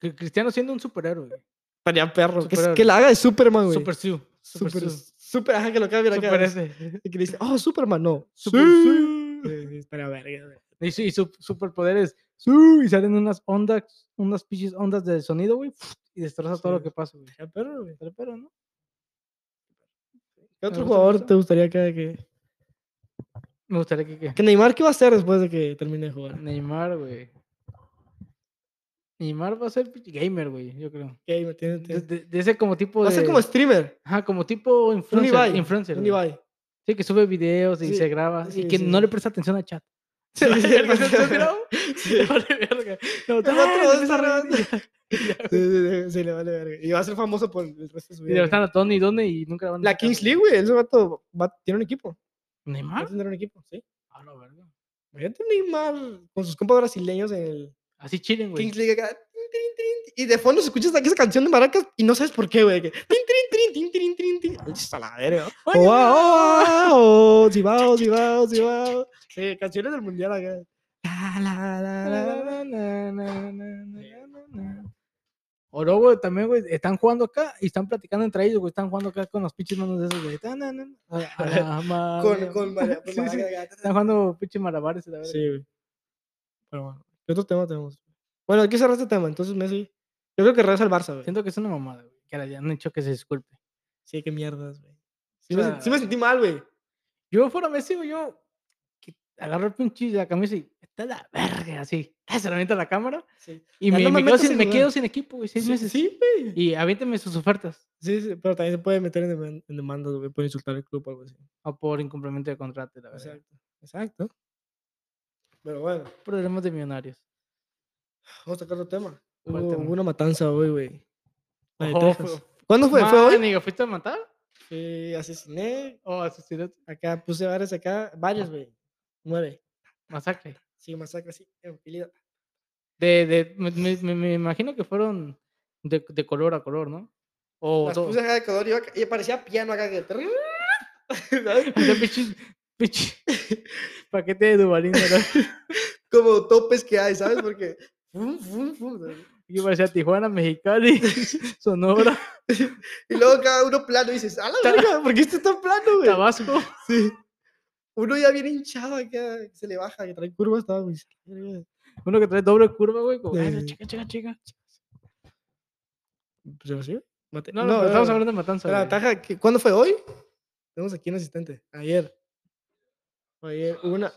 [SPEAKER 2] Que Cristiano siendo un superhéroe. güey.
[SPEAKER 1] Estaría perro. Que,
[SPEAKER 2] Superhéroe.
[SPEAKER 1] que la haga de Superman, güey.
[SPEAKER 2] Super Sue. Super
[SPEAKER 1] super,
[SPEAKER 2] Sue.
[SPEAKER 1] super, ajá, que lo cambie la
[SPEAKER 2] Super
[SPEAKER 1] cara.
[SPEAKER 2] ese.
[SPEAKER 1] Y que le dice, oh, Superman, no.
[SPEAKER 2] Super
[SPEAKER 1] sí. Sí, sí, estaría verga, güey.
[SPEAKER 2] Y, su, y su superpoder es Sue. Y salen unas ondas, unas pinches ondas de sonido, güey. Y destroza todo lo
[SPEAKER 1] Sí.
[SPEAKER 2] que pasa, güey.
[SPEAKER 1] Estaría perro, güey.
[SPEAKER 2] Pero, pero, ¿no?
[SPEAKER 1] ¿Qué otro
[SPEAKER 2] gusta
[SPEAKER 1] jugador
[SPEAKER 2] mucho.
[SPEAKER 1] te gustaría que, que...
[SPEAKER 2] Me gustaría que... que-
[SPEAKER 1] que Neymar, ¿qué va a hacer después de que termine de jugar?
[SPEAKER 2] Neymar, güey. Neymar va a ser pinche gamer, güey, yo creo.
[SPEAKER 1] Gamer, tiene- tiene-
[SPEAKER 2] De, de- de ese como tipo
[SPEAKER 1] Va
[SPEAKER 2] de...
[SPEAKER 1] a ser como streamer.
[SPEAKER 2] Ajá, como tipo influencer.
[SPEAKER 1] Ibai,
[SPEAKER 2] influencer,
[SPEAKER 1] Un
[SPEAKER 2] güey.
[SPEAKER 1] Ibai.
[SPEAKER 2] Sí, que sube videos y
[SPEAKER 1] Sí,
[SPEAKER 2] se graba. y
[SPEAKER 1] sí,
[SPEAKER 2] que
[SPEAKER 1] sí,
[SPEAKER 2] no
[SPEAKER 1] sí.
[SPEAKER 2] le presta atención al chat.
[SPEAKER 1] Sí,
[SPEAKER 2] Vale,
[SPEAKER 1] sí,
[SPEAKER 2] verga,
[SPEAKER 1] sí.
[SPEAKER 2] ¿te has mirado?
[SPEAKER 1] Sí.
[SPEAKER 2] Le vale verga. No, te
[SPEAKER 1] Ah,
[SPEAKER 2] vas, te
[SPEAKER 1] le
[SPEAKER 2] vas
[SPEAKER 1] empieza
[SPEAKER 2] a
[SPEAKER 1] a
[SPEAKER 2] reír y
[SPEAKER 1] reír. Sí,
[SPEAKER 2] ya.
[SPEAKER 1] sí, sí, sí, le vale verga. Y va a ser famoso por el resto de su
[SPEAKER 2] Y le
[SPEAKER 1] vida.
[SPEAKER 2] están
[SPEAKER 1] güey.
[SPEAKER 2] a Tony y Donny y nunca la van a
[SPEAKER 1] La
[SPEAKER 2] sacar,
[SPEAKER 1] Kings
[SPEAKER 2] güey.
[SPEAKER 1] League, güey. Ese vato va- tiene un equipo. Va a
[SPEAKER 2] ¿Neymar?
[SPEAKER 1] tener un equipo, sí.
[SPEAKER 2] A la verga.
[SPEAKER 1] Imagínate un Neymar con sus compas brasileños en el
[SPEAKER 2] Así chillen, güey.
[SPEAKER 1] Kings League. acá, tin, tin, tin, Y de fondo se escucha hasta que esa canción de Maracas y no sabes por qué, güey. que tin, tin, tin, tin, tin, tin, tin. Ay, chis, a la verga.
[SPEAKER 2] Oye,
[SPEAKER 1] Oh,
[SPEAKER 2] Ah. no.
[SPEAKER 1] ah, oh, ah, oh, Zibao, Zibao, Zibao. Sí, canciones del mundial acá. La, la, la,
[SPEAKER 2] Na,
[SPEAKER 1] la, la.
[SPEAKER 2] na, na, na, na, na, na, na. O luego también, güey, están jugando acá y están platicando entre ellos, güey. Están jugando acá con los pinches manos de esos, güey. Ta, na, na, na. A- a la madre,
[SPEAKER 1] Con, con
[SPEAKER 2] güey.
[SPEAKER 1] Mara- con
[SPEAKER 2] Sí, sí.
[SPEAKER 1] Maracas acá.
[SPEAKER 2] Están jugando pinches malabares. y la verga.
[SPEAKER 1] Sí, güey. Pero bueno, ¿qué otro tema tenemos? Bueno, aquí cerrar este tema, entonces Messi. Yo creo que regresa al Barça, güey.
[SPEAKER 2] Siento que es una mamada, güey. Que le han hecho que se disculpe.
[SPEAKER 1] Sí, qué mierdas, güey. Sí,
[SPEAKER 2] O
[SPEAKER 1] me
[SPEAKER 2] sea,
[SPEAKER 1] sen- sí me sentí mal, güey.
[SPEAKER 2] Yo fuera Messi, güey, yo que agarro el pinche de la camisa y está la verga, así. ah, Se lo avienta a la cámara
[SPEAKER 1] Sí,
[SPEAKER 2] y
[SPEAKER 1] Ya
[SPEAKER 2] me,
[SPEAKER 1] no me
[SPEAKER 2] me quedo
[SPEAKER 1] metas
[SPEAKER 2] sin,
[SPEAKER 1] en
[SPEAKER 2] me
[SPEAKER 1] lugar.
[SPEAKER 2] quedo sin equipo, güey, seis
[SPEAKER 1] sí,
[SPEAKER 2] meses.
[SPEAKER 1] sí, güey.
[SPEAKER 2] Y aviénteme sus ofertas
[SPEAKER 1] Sí, sí, pero también se puede meter en, deman- en demandas, güey, por insultar al club o algo así.
[SPEAKER 2] o por incumplimiento de contrato, la verdad.
[SPEAKER 1] Exacto. Exacto. Pero bueno,
[SPEAKER 2] Problemas de millonarios.
[SPEAKER 1] vamos a sacar otro tema. Oh, Hubo,
[SPEAKER 2] ¿Cuál tema?
[SPEAKER 1] hubo una matanza hoy, güey. La de
[SPEAKER 2] Ojo,
[SPEAKER 1] Texas. ¿Cuándo fue?
[SPEAKER 2] fue,
[SPEAKER 1] ¿Fue hoy?
[SPEAKER 2] Maniga, ¿Fuiste a matar?
[SPEAKER 1] Sí, asesiné.
[SPEAKER 2] ¿O asesinato?
[SPEAKER 1] Acá puse varias acá. Varios, güey. Nueve.
[SPEAKER 2] Masacre.
[SPEAKER 1] Sí, masacre, sí. Enfilida.
[SPEAKER 2] De, de, me, me- me- me imagino que fueron de, de color a color, ¿no? O
[SPEAKER 1] Las
[SPEAKER 2] todo.
[SPEAKER 1] puse acá de color y, iba ca- y parecía piano acá que. ¿sabes?
[SPEAKER 2] Había pinches- pinche- paquete de Dubalín, ¿verdad?
[SPEAKER 1] Como topes que hay, ¿sabes? Porque. fum, fum, fum, ¿sabes?
[SPEAKER 2] Y parecía Tijuana, Mexicali, Sonora,
[SPEAKER 1] Y luego cada uno plano y dices, ¡a la verga! ¿Por qué este está plano, güey?
[SPEAKER 2] Tabasco.
[SPEAKER 1] Sí. Uno ya viene hinchado acá, se le baja, que trae curvas, estaba muy. Pues
[SPEAKER 2] Uno que trae doble curva, güey. Como, "Ay,
[SPEAKER 1] Sí.
[SPEAKER 2] chica, chica, chica.
[SPEAKER 1] sí. mate-
[SPEAKER 2] No, no, pero estamos hablando de matanza.
[SPEAKER 1] Espera,
[SPEAKER 2] güey.
[SPEAKER 1] Taja, ¿qué- ¿cuándo fue hoy? Tenemos aquí un asistente. Ayer. O Ayer, hubo una.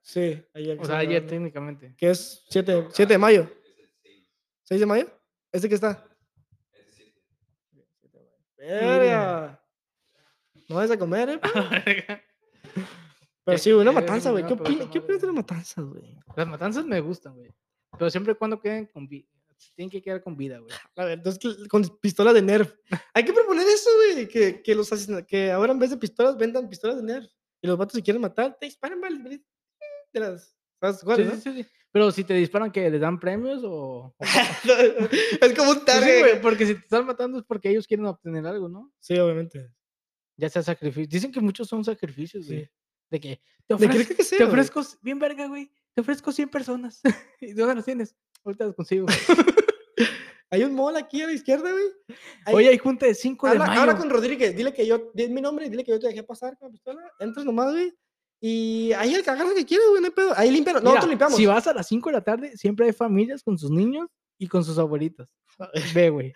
[SPEAKER 1] Sí, ayer. que
[SPEAKER 2] O sea,
[SPEAKER 1] estamos
[SPEAKER 2] ayer
[SPEAKER 1] grabando.
[SPEAKER 2] técnicamente.
[SPEAKER 1] Que es 7, de mayo. ¿6 de mayo? ¿Este que está? ¡Verga! No vayas a comer, eh. pa. Pero
[SPEAKER 2] Qué
[SPEAKER 1] sí, una
[SPEAKER 2] culero,
[SPEAKER 1] matanza, güey.
[SPEAKER 2] no,
[SPEAKER 1] ¿Qué
[SPEAKER 2] pero está
[SPEAKER 1] opinas, ¿Qué
[SPEAKER 2] mal,
[SPEAKER 1] opinas de
[SPEAKER 2] güey.
[SPEAKER 1] las matanzas, güey?
[SPEAKER 2] Las matanzas me gustan, güey. Pero siempre y cuando queden con vida. Tienen que quedar con vida, güey.
[SPEAKER 1] A ver, entonces que- con pistolas de Nerf. Hay que proponer eso, güey. Que, que los asesina- que ahora en vez de pistolas vendan pistolas de Nerf. Y los vatos se quieren matar, te disparan, vale. De las. ¿Sabes cuál,
[SPEAKER 2] Sí,
[SPEAKER 1] no?
[SPEAKER 2] sí, sí, sí. Pero si te disparan, que ¿Les dan premios o...? o-
[SPEAKER 1] es como un
[SPEAKER 2] Pues sí,
[SPEAKER 1] target.
[SPEAKER 2] güey, porque si te están matando es porque ellos quieren obtener algo, ¿no?
[SPEAKER 1] Sí, obviamente.
[SPEAKER 2] Ya sea sacrificio. Dicen que muchos son sacrificios,
[SPEAKER 1] Sí.
[SPEAKER 2] güey. De que
[SPEAKER 1] ¿De
[SPEAKER 2] te ofrezco,
[SPEAKER 1] crees que sea?
[SPEAKER 2] te
[SPEAKER 1] güey?
[SPEAKER 2] ofrezco, bien verga, güey. Te ofrezco 100 personas. ¿Y dónde las tienes? Ahorita las consigo.
[SPEAKER 1] Hay un mall aquí a la izquierda, güey. Ahí-
[SPEAKER 2] Oye, hay junta de 5 de
[SPEAKER 1] Habla,
[SPEAKER 2] mayo.
[SPEAKER 1] habla con Rodríguez, dile que yo, di mi nombre y dile que yo te dejé pasar con la pistola. Entras nomás, güey. Y ahí el cagarro que quieras, güey, no hay pedo. Ahí limpiaron.
[SPEAKER 2] Mira,
[SPEAKER 1] Nosotros limpiamos.
[SPEAKER 2] Si vas a las 5 de la tarde, siempre hay familias con sus niños y con sus abuelitas. Ve, güey.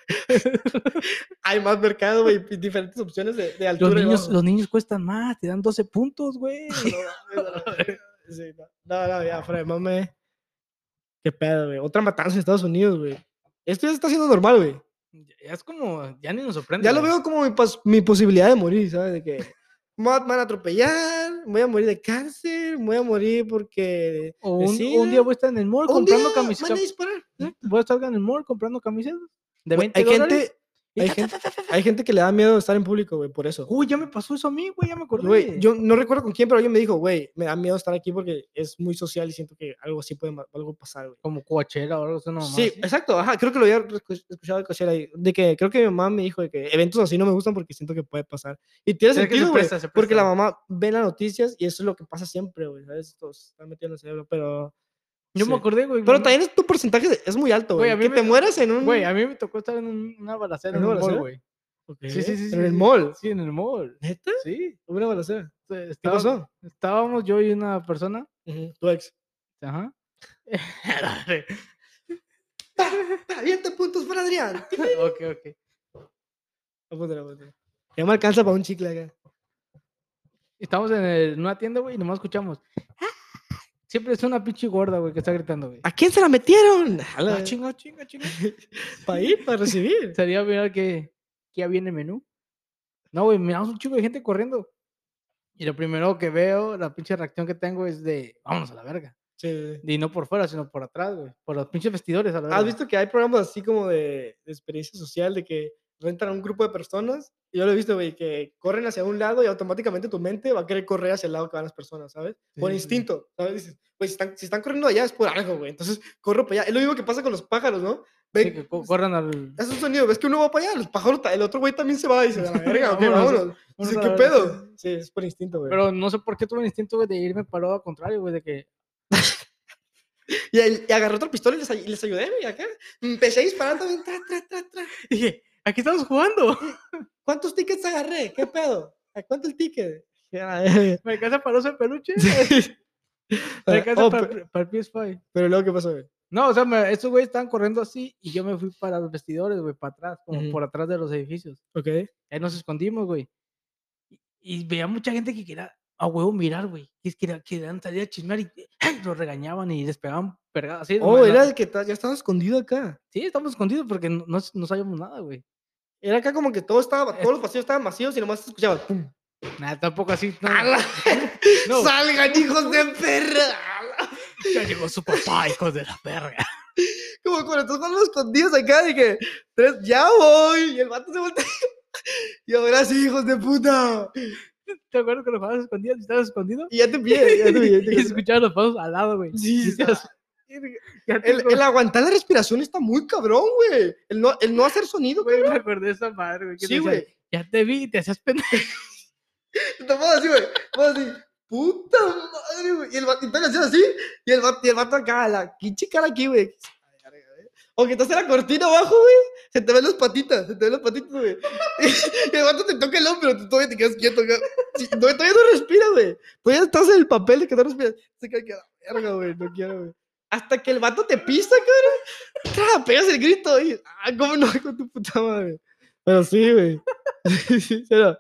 [SPEAKER 1] Hay más mercado, güey, y diferentes opciones de, de altura.
[SPEAKER 2] Los
[SPEAKER 1] y
[SPEAKER 2] niños,
[SPEAKER 1] bajo.
[SPEAKER 2] los niños cuestan más, te dan 12 puntos, güey.
[SPEAKER 1] No, no, no, sí, no. no, no, ya, fuera de mame. Qué pedo, güey. Otra matanza en Estados Unidos, güey. Esto ya se está haciendo normal, güey.
[SPEAKER 2] Ya es como, ya ni nos sorprende.
[SPEAKER 1] Ya lo
[SPEAKER 2] güey.
[SPEAKER 1] veo como mi, pos- mi posibilidad de morir, ¿sabes? De que me van a atropellar, voy a morir de cáncer, voy a morir porque.
[SPEAKER 2] O
[SPEAKER 1] de
[SPEAKER 2] un, Eh, un
[SPEAKER 1] sida.
[SPEAKER 2] día voy a estar en el mall
[SPEAKER 1] Un
[SPEAKER 2] comprando
[SPEAKER 1] día van a
[SPEAKER 2] camisetas. ¿Mm?
[SPEAKER 1] disparar.
[SPEAKER 2] Voy a estar en el mall comprando camisetas de
[SPEAKER 1] Güey,
[SPEAKER 2] 20
[SPEAKER 1] Hay
[SPEAKER 2] dólares.
[SPEAKER 1] gente, Hay gente, hay gente que le da miedo estar en público, güey, por eso.
[SPEAKER 2] Uy, ya me pasó eso a mí, güey, ya me acordé.
[SPEAKER 1] Güey, yo no recuerdo con quién, pero alguien me dijo, güey, me da miedo estar aquí porque es muy social y siento que algo así puede ma- algo pasar, güey.
[SPEAKER 2] Como coachera o algo así, no
[SPEAKER 1] sí, exacto, ajá, creo que lo había escu- escuchado de Coachella ahí, de que creo que mi mamá me dijo de que eventos así no me gustan porque siento que puede pasar. Y tiene
[SPEAKER 2] Es que se
[SPEAKER 1] sentido, güey,
[SPEAKER 2] presta, se
[SPEAKER 1] porque la
[SPEAKER 2] presta.
[SPEAKER 1] mamá ve las noticias y eso es lo que pasa siempre, güey, ¿sabes? Esto se está metido en el cerebro, pero...
[SPEAKER 2] Yo
[SPEAKER 1] sí.
[SPEAKER 2] me acordé, güey.
[SPEAKER 1] Pero
[SPEAKER 2] no-
[SPEAKER 1] también es- tu porcentaje de- es muy alto,
[SPEAKER 2] Güey,
[SPEAKER 1] güey.
[SPEAKER 2] a mí
[SPEAKER 1] Que
[SPEAKER 2] me-
[SPEAKER 1] te mueras en un...
[SPEAKER 2] Güey, a mí me tocó estar en un- una balacera
[SPEAKER 1] ¿En una
[SPEAKER 2] en un mall,
[SPEAKER 1] balacera?
[SPEAKER 2] güey.
[SPEAKER 1] ¿Qué?
[SPEAKER 2] Sí, sí, sí.
[SPEAKER 1] En
[SPEAKER 2] sí,
[SPEAKER 1] el
[SPEAKER 2] sí.
[SPEAKER 1] mall.
[SPEAKER 2] Sí, en el mall.
[SPEAKER 1] ¿Neta?
[SPEAKER 2] Sí.
[SPEAKER 1] Hubo Una balacera.
[SPEAKER 2] Este,
[SPEAKER 1] ¿Qué
[SPEAKER 2] estaba-
[SPEAKER 1] pasó?
[SPEAKER 2] Estábamos yo y una persona.
[SPEAKER 1] Tu ex.
[SPEAKER 2] Ajá.
[SPEAKER 1] ¡20 puntos para Adrián!
[SPEAKER 2] ok, ok.
[SPEAKER 1] Apúntale, apúntale. Ya me alcanza para un chicle acá.
[SPEAKER 2] Estamos en, el- en una tienda, güey, y nomás escuchamos. ¡Ah! Siempre es una pinche gorda, güey, que está gritando, güey.
[SPEAKER 1] ¿A quién se la metieron?
[SPEAKER 2] Ah, chinga, chinga, chinga.
[SPEAKER 1] para ir, para recibir.
[SPEAKER 2] Sería mirar que, que ya viene el menú. No, güey, miramos un chico de gente corriendo. Y lo primero que veo, la pinche reacción que tengo es de, vámonos a la verga.
[SPEAKER 1] Sí.
[SPEAKER 2] Y no por fuera, sino por atrás, güey. Por los pinches vestidores, a la verga.
[SPEAKER 1] ¿Has visto que hay programas así como de, de experiencia social, de que rentan a un grupo de personas? Y yo lo he visto, güey, que corren hacia un lado y automáticamente tu mente va a querer correr hacia el lado que van las personas, ¿sabes? Por
[SPEAKER 2] Sí, sí, sí.
[SPEAKER 1] instinto, ¿sabes? Dices, güey, si están, si están corriendo allá es por algo, güey. Entonces, corro para allá. Es lo mismo que pasa con los pájaros, ¿no?
[SPEAKER 2] Sí,
[SPEAKER 1] Ven,
[SPEAKER 2] que co- corran al...
[SPEAKER 1] hace un sonido, ves que uno va para allá, los pájaros, ta- el otro güey también se va y dice, a la verga, ok,
[SPEAKER 2] Vámonos,
[SPEAKER 1] vámonos. Dice,
[SPEAKER 2] vámonos a
[SPEAKER 1] ¿qué
[SPEAKER 2] la verga".
[SPEAKER 1] pedo? Sí, es por instinto, güey.
[SPEAKER 2] Pero no sé por qué tuve el instinto, güey, de irme parado al contrario, güey, de que...
[SPEAKER 1] Y, el- y agarré otra pistola y les, ay- y les ayudé, güey, acá. Empecé disparando, güey, tra, tra, tra, tra.
[SPEAKER 2] Dije, aquí estamos jugando.
[SPEAKER 1] ¿Cuántos tickets agarré? ¿Qué pedo? ¿A cuánto el ticket? Ya, la verga.
[SPEAKER 2] Me alcanza para oso de peluche. Me
[SPEAKER 1] Ah,
[SPEAKER 2] alcanza
[SPEAKER 1] oh,
[SPEAKER 2] para,
[SPEAKER 1] pe-
[SPEAKER 2] el- para el PS5.
[SPEAKER 1] pero luego, ¿qué pasó, güey?
[SPEAKER 2] No, o sea, me- estos güeyes estaban corriendo así y yo me fui para los vestidores, güey, para atrás, como
[SPEAKER 1] Ujú.
[SPEAKER 2] por atrás de los edificios.
[SPEAKER 1] Ok.
[SPEAKER 2] Ahí nos escondimos, güey. Y, y veía mucha gente que quería a huevo mirar, güey. Y es que era- querían salir a chismear y ¡ay! los regañaban y les pegaban pergadas. así,
[SPEAKER 1] Oh,
[SPEAKER 2] nomás,
[SPEAKER 1] era
[SPEAKER 2] la-
[SPEAKER 1] el que ta- ya estaba escondido acá.
[SPEAKER 2] Sí, estamos escondidos porque no, no, no sabíamos nada, güey.
[SPEAKER 1] Era acá como que todo estaba, todos los pasillos estaban vacíos y nomás se escuchaba. ¡Pum!
[SPEAKER 2] Nada, tampoco así. No,
[SPEAKER 1] ¡A la-
[SPEAKER 2] no.
[SPEAKER 1] ¡Salgan, hijos de perra! ¡A la-
[SPEAKER 2] Ya llegó su papá, hijos de la perra.
[SPEAKER 1] Como cuando estás jugando a los escondidos acá, dije, tres, ya voy. Y el vato se voltea. Y ahora sí, hijos de puta.
[SPEAKER 2] ¿Te acuerdas que los jugabas escondidos? ¿Estabas escondido?
[SPEAKER 1] Y ya te pillé, ya te pillé. te
[SPEAKER 2] y
[SPEAKER 1] pillé.
[SPEAKER 2] escuchaban los pasos al lado, güey.
[SPEAKER 1] Sí, sí,
[SPEAKER 2] Y te
[SPEAKER 1] está-
[SPEAKER 2] as- ya te
[SPEAKER 1] El,
[SPEAKER 2] acordé,
[SPEAKER 1] el aguantar la respiración está muy cabrón, güey. El no, el no hacer sonido, güey.
[SPEAKER 2] güey, me acordé de esa madre, güey. que
[SPEAKER 1] Sí,
[SPEAKER 2] te decía,
[SPEAKER 1] güey.
[SPEAKER 2] Ya te vi y te hacías pendejo.
[SPEAKER 1] Te tomabas así, güey. Tomabas así. Puta madre, güey. Y el vato, y entonces hacías así. Y el vato, y el vato acá, la pinche cara aquí, güey. A la verga, güey. O que estás en la cortina abajo, güey. Se te ven las patitas, se te ven las patitas, güey. Y el vato te toca el hombro, tú todavía te quedas quieto, acá. Sí, no, todavía no respiras, güey. Todavía estás en el papel de que no respiras. Se queda que a la verga, güey. No quiero, güey. Hasta que el vato te pisa, cabrón. Tra, pegas el grito y. Ah, cómo no, con tu puta madre. Pero sí, güey. Sí, sí, pero-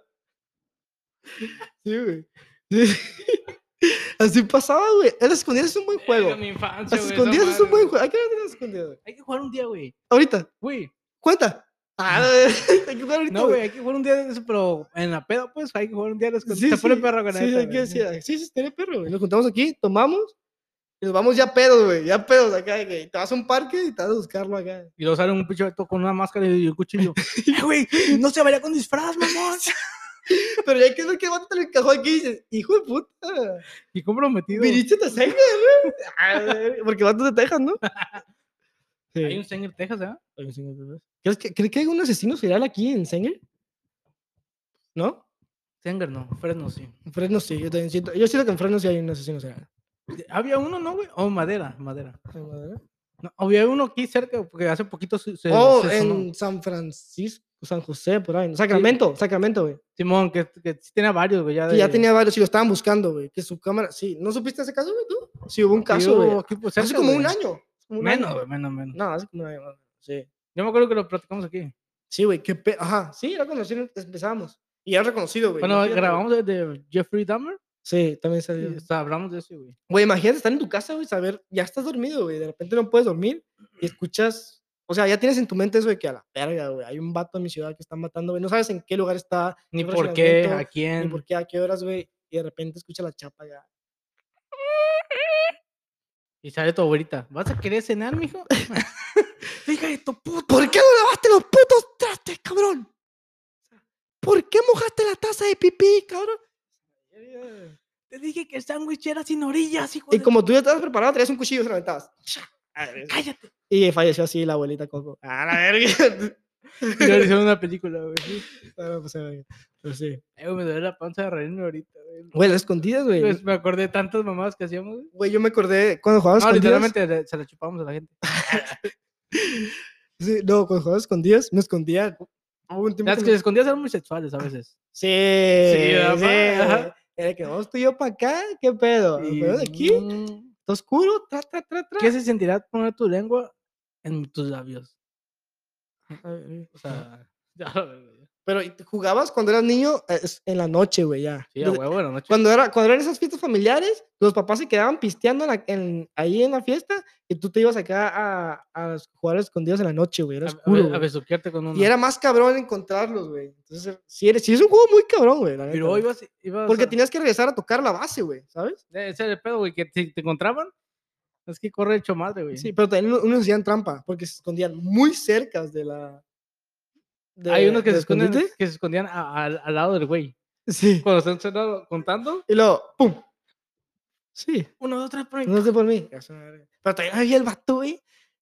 [SPEAKER 1] Sí, güey. Sí. Así pasaba, güey. El escondidas es un buen juego.
[SPEAKER 2] Verga, mi infancia,
[SPEAKER 1] Las
[SPEAKER 2] güey, esa
[SPEAKER 1] escondidas es un buen
[SPEAKER 2] madre, güey.
[SPEAKER 1] juego. Hay que hablar de las escondidas, güey.
[SPEAKER 2] Hay que jugar un día, güey.
[SPEAKER 1] Ahorita,
[SPEAKER 2] Güey.
[SPEAKER 1] cuenta. Ah, güey, hay que jugar ahorita.
[SPEAKER 2] No, güey, hay que jugar un día de eso, pero en la peda, pues, hay que jugar un día de eso.
[SPEAKER 1] Sí,
[SPEAKER 2] te pone
[SPEAKER 1] sí,
[SPEAKER 2] perro con
[SPEAKER 1] sí,
[SPEAKER 2] la neta,
[SPEAKER 1] hay que
[SPEAKER 2] güey.
[SPEAKER 1] decir, sí, sí, estaría perro, güey. Nos juntamos aquí, tomamos y nos vamos ya pedos, güey. Ya pedos acá, de que Te vas a un parque y te vas a buscarlo acá.
[SPEAKER 2] Y lo sale un pinche vato con una máscara y un cuchillo. Eh, güey, no se vaya con disfraz, mamón.
[SPEAKER 1] Pero ya que es lo que el vato te lo encajó aquí y dices, hijo de puta.
[SPEAKER 2] y comprometido.
[SPEAKER 1] Viniste te cejas, güey. Ah, güey, Porque vato de Texas, ¿no? Sí.
[SPEAKER 2] Hay un Sanger Texas, ¿eh?
[SPEAKER 1] Hay un Singer Texas. ¿Crees que, ¿Crees que hay un asesino serial aquí en Sanger? ¿No?
[SPEAKER 2] Sanger no, Fresno sí.
[SPEAKER 1] En Fresno sí, yo también siento. Yo siento que en Fresno sí hay un asesino serial.
[SPEAKER 2] Había uno, ¿no, güey? O Madera, Madera.
[SPEAKER 1] Ah, madre.
[SPEAKER 2] No, había uno aquí cerca, porque hace poquito se, se-
[SPEAKER 1] Oh,
[SPEAKER 2] se sonó.
[SPEAKER 1] en San Francisco, San José, por ahí. Sacramento, Sacramento, güey.
[SPEAKER 2] Simón, que, que sí tenía varios, güey. Ya,
[SPEAKER 1] Que ya
[SPEAKER 2] de-
[SPEAKER 1] tenía varios y lo estaban buscando, güey. Que su cámara. Sí, ¿no supiste ese caso, güey, tú? Sí, hubo un
[SPEAKER 2] que
[SPEAKER 1] caso,
[SPEAKER 2] hubo
[SPEAKER 1] güey.
[SPEAKER 2] aquí, pues,
[SPEAKER 1] Hace
[SPEAKER 2] cerca,
[SPEAKER 1] como un
[SPEAKER 2] güey.
[SPEAKER 1] año. hace como un
[SPEAKER 2] Menos,
[SPEAKER 1] año.
[SPEAKER 2] güey, menos, menos.
[SPEAKER 1] No, hace como un año. más o menos, Sí.
[SPEAKER 2] Yo me acuerdo que lo platicamos aquí.
[SPEAKER 1] Sí, güey, qué pe... Ajá, sí, era conocido, empezábamos. Y era reconocido, güey.
[SPEAKER 2] Bueno,
[SPEAKER 1] imagínate, güey.
[SPEAKER 2] grabamos de, de Jeffrey Dahmer
[SPEAKER 1] Sí, también
[SPEAKER 2] y
[SPEAKER 1] salió.
[SPEAKER 2] o sea, hablamos de eso, güey.
[SPEAKER 1] Güey, imagínate estar en tu casa, güey, saber, ya estás dormido, güey, de repente no puedes dormir y escuchas, o sea, ya tienes en tu mente eso de que a la verga, güey, hay un vato en mi ciudad que está matando, güey, no sabes en qué lugar está,
[SPEAKER 2] Ni
[SPEAKER 1] qué
[SPEAKER 2] por qué, a
[SPEAKER 1] fraccionamiento,
[SPEAKER 2] quién.
[SPEAKER 1] ni por qué, a qué horas, güey, y de repente escucha la chapa ya.
[SPEAKER 2] Y sale tu abuelita. ¿Vas a querer cenar, mijo? Hija de tu puta.
[SPEAKER 1] ¿Por qué no lavaste los putos trastes, cabrón?
[SPEAKER 2] que el sándwich era sin orillas, hijo
[SPEAKER 1] Y
[SPEAKER 2] de-
[SPEAKER 1] como tú ya estabas preparado, traías un cuchillo y se lo aventabas.
[SPEAKER 2] ¡Cállate!
[SPEAKER 1] Y falleció así la abuelita Coco. ¡A la verga!
[SPEAKER 2] Ya le hicieron una película, güey.
[SPEAKER 1] Bueno, pues, a ver, pues sí.
[SPEAKER 2] Ay, güey, me duele la panza de reírme ahorita, güey.
[SPEAKER 1] Güey, las escondidas, güey.
[SPEAKER 2] Pues, me acordé de tantas mamadas que hacíamos, güey.
[SPEAKER 1] Güey, yo me acordé cuando jugábamos
[SPEAKER 2] No,
[SPEAKER 1] escondidas.
[SPEAKER 2] literalmente le- se la chupamos a la gente.
[SPEAKER 1] Sí, no, cuando jugábamos escondidas, me escondía. Hubo un tiempo
[SPEAKER 2] Las que
[SPEAKER 1] que
[SPEAKER 2] se
[SPEAKER 1] me- Ah,
[SPEAKER 2] escondían eran muy sexuales a veces.
[SPEAKER 1] Sí,
[SPEAKER 2] Sí,
[SPEAKER 1] sí.
[SPEAKER 2] ¿verdad, pa? Ajá.
[SPEAKER 1] Era que vamos tú y yo para acá, ¿qué pedo? ¿Nos
[SPEAKER 2] Y,
[SPEAKER 1] ponemos aquí?
[SPEAKER 2] mm,
[SPEAKER 1] ¿Está oscuro? Tra, tra, tra, tra.
[SPEAKER 2] ¿Qué se sentirá poner tu lengua en tus labios? O sea, ya la verga, ya.
[SPEAKER 1] Pero ¿y tú jugabas cuando eras niño Eh, es- en la noche, güey, ya.
[SPEAKER 2] Sí, a
[SPEAKER 1] Entonces,
[SPEAKER 2] huevo, en la noche.
[SPEAKER 1] Cuando, era, cuando eran esas fiestas familiares, los papás se quedaban pisteando en la- en- ahí en la fiesta y tú te ibas acá a, a jugar a escondidos en la noche, güey. Era
[SPEAKER 2] A- a
[SPEAKER 1] oscuro.
[SPEAKER 2] be- A,
[SPEAKER 1] güey.
[SPEAKER 2] besuquearte con uno.
[SPEAKER 1] Y era más cabrón encontrarlos, güey. Entonces, sí, eres, sí es un juego muy cabrón, güey. la neta,
[SPEAKER 2] Pero
[SPEAKER 1] güey.
[SPEAKER 2] ibas, ibas
[SPEAKER 1] Porque
[SPEAKER 2] a-
[SPEAKER 1] tenías que regresar a tocar la base, güey, ¿sabes?
[SPEAKER 2] Ese era el pedo, güey, que si te encontraban, es que corre el chomadre, güey.
[SPEAKER 1] Sí, pero también uno- unos hacían trampa porque se escondían muy cerca de la. de-
[SPEAKER 2] Hay unos que
[SPEAKER 1] del
[SPEAKER 2] se, esconden,
[SPEAKER 1] escondite.
[SPEAKER 2] que se escondían a- al- al lado del güey.
[SPEAKER 1] Sí.
[SPEAKER 2] Cuando están cenando- contando,
[SPEAKER 1] Y luego, ¡pum! Sí.
[SPEAKER 2] uno, dos, tres, por ahí.
[SPEAKER 1] No sé por mí. Pero también había el vato, güey,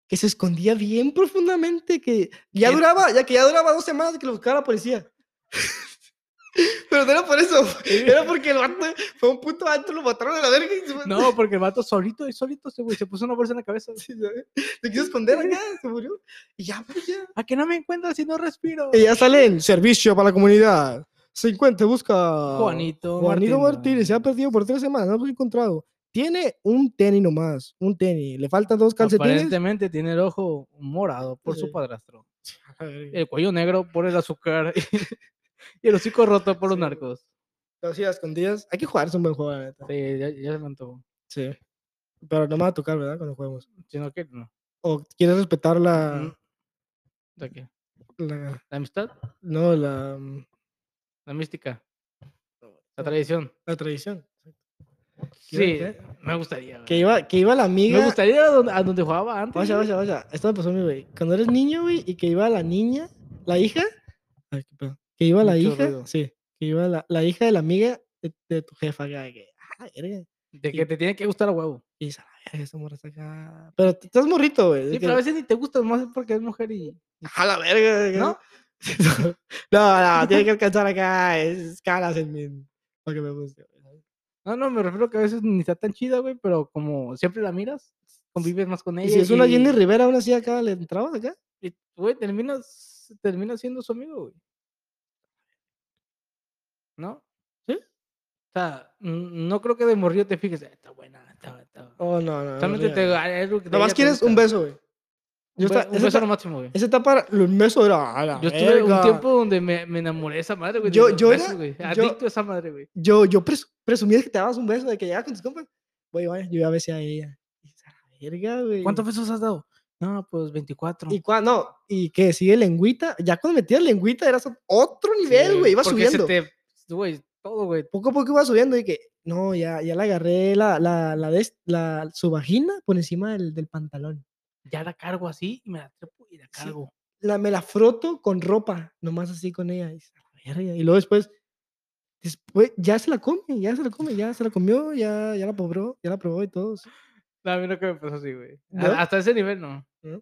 [SPEAKER 1] que se escondía bien profundamente, que ya
[SPEAKER 2] Era-
[SPEAKER 1] duraba, ya que ya duraba dos semanas de que lo buscaba la policía. Pero no era por eso, güey, era porque el vato fue un puto vato, lo mataron a la verga y se fue-
[SPEAKER 2] No, porque el vato solito y solito se, güey, se puso una bolsa en la cabeza.
[SPEAKER 1] Sí, ¿sabes? se quiso esconder acá, se murió. Y ya, pues ya.
[SPEAKER 2] ¿A que no me encuentras si no respiro?
[SPEAKER 1] Y ya sale en servicio para la comunidad. 50, busca.
[SPEAKER 2] Oh, Juanito.
[SPEAKER 1] Juanito
[SPEAKER 2] Martínez.
[SPEAKER 1] Martínez se ha perdido por tres semanas, no lo he encontrado. Tiene un tenis nomás, un tenis. Le faltan dos calcetines.
[SPEAKER 2] Aparentemente tiene el ojo morado por su
[SPEAKER 1] Sí.
[SPEAKER 2] padrastro,
[SPEAKER 1] Pero
[SPEAKER 2] el cuello negro por el azúcar y el hocico roto por los
[SPEAKER 1] Sí, güey.
[SPEAKER 2] narcos.
[SPEAKER 1] sí, a escondidas. Hay que jugar, es un buen juego, la neta.
[SPEAKER 2] Sí, ya, ya se me antojó.
[SPEAKER 1] Sí. Pero no me va a tocar, ¿verdad? Cuando juguemos.
[SPEAKER 2] Si no, ¿qué? No.
[SPEAKER 1] O quieres respetar la.
[SPEAKER 2] ¿De qué?
[SPEAKER 1] la-
[SPEAKER 2] ¿La amistad?
[SPEAKER 1] no, la, mm,
[SPEAKER 2] La mística. La tradición.
[SPEAKER 1] la tradición.
[SPEAKER 2] Sí,
[SPEAKER 1] ¿Quieres
[SPEAKER 2] me gustaría. güey.
[SPEAKER 1] Que iba, que iba la amiga.
[SPEAKER 2] Me gustaría ir a donde, a donde jugaba antes.
[SPEAKER 1] Vaya,
[SPEAKER 2] güey.
[SPEAKER 1] vaya, vaya. Esto me pasó a mí, güey. Cuando eres niño, güey, y que iba la niña, la hija. Ay, qué pedo. Que iba la
[SPEAKER 2] Mucho
[SPEAKER 1] hija.
[SPEAKER 2] ruido.
[SPEAKER 1] Sí. Que iba la, la hija de la amiga de, de tu jefa. acá, de que, ah, verga.
[SPEAKER 2] De
[SPEAKER 1] y-
[SPEAKER 2] que te tiene que gustar a huevo.
[SPEAKER 1] Y dices, "A la verga, esa morra está acá. Pero t- estás morrito, güey. de
[SPEAKER 2] Sí,
[SPEAKER 1] que,
[SPEAKER 2] pero a veces ni te gusta más porque es mujer y.
[SPEAKER 1] A la verga. de que-
[SPEAKER 2] ¿No?
[SPEAKER 1] no, no, tiene que alcanzar acá. Es escalas en mí. Para que me guste. güey.
[SPEAKER 2] No, no, me refiero que a veces ni está tan chida, güey, pero como siempre la miras, convives más con ella.
[SPEAKER 1] Y si es una
[SPEAKER 2] y-
[SPEAKER 1] Jenny Rivera, aún así acá le entrabas acá.
[SPEAKER 2] y, Güey, terminas, terminas siendo su amigo, güey. ¿No?
[SPEAKER 1] Sí.
[SPEAKER 2] O sea, n- no creo que de morrillo te fijes, "Eh, está buena, está. está.
[SPEAKER 1] Oh, no, no. no,
[SPEAKER 2] Solamente
[SPEAKER 1] río,
[SPEAKER 2] te. ah,
[SPEAKER 1] no.
[SPEAKER 2] hay algo que de
[SPEAKER 1] Nomás
[SPEAKER 2] ella te
[SPEAKER 1] quieres un
[SPEAKER 2] gusta.
[SPEAKER 1] beso, güey. Yo
[SPEAKER 2] Un be-
[SPEAKER 1] esta-
[SPEAKER 2] un
[SPEAKER 1] esa
[SPEAKER 2] beso
[SPEAKER 1] esta-
[SPEAKER 2] lo máximo, güey.
[SPEAKER 1] Esa etapa, lo inmenso era. "A la
[SPEAKER 2] Yo estuve un
[SPEAKER 1] verga".
[SPEAKER 2] tiempo donde me, me enamoré de esa madre, güey. de
[SPEAKER 1] Yo-
[SPEAKER 2] los
[SPEAKER 1] yo era-
[SPEAKER 2] besos, güey.
[SPEAKER 1] yo-
[SPEAKER 2] Adicto a esa madre, güey.
[SPEAKER 1] Yo, yo presu- presumía que te dabas un beso de que llegabas con tus compas. Güey, vaya, yo ya besé a ella. Y dices, "A la verga, güey.
[SPEAKER 2] ¿Cuántos besos has dado? No, pues 24.
[SPEAKER 1] Y cuando, no, y que sigue lengüita. Ya cuando metías lengüita eras otro nivel, güey. Iba
[SPEAKER 2] porque se
[SPEAKER 1] subiendo.
[SPEAKER 2] te- Güey, todo, güey.
[SPEAKER 1] Poco a poco iba subiendo y que, no, ya, ya le agarré la, la, la, des- la- su vagina por encima del, del pantalón.
[SPEAKER 2] Ya la cargo así y me la trepo y la cargo.
[SPEAKER 1] La, me la froto con ropa, nomás así con ella. Y, dices, "A la verga". y luego después, después, ya se la come, ya se la come, ya se la comió, ya, ya la probó, ya la probó y todo. sí.
[SPEAKER 2] No, a mí nunca me pasó así, güey. A-
[SPEAKER 1] ¿No?
[SPEAKER 2] Hasta ese nivel, no.
[SPEAKER 1] ¿No?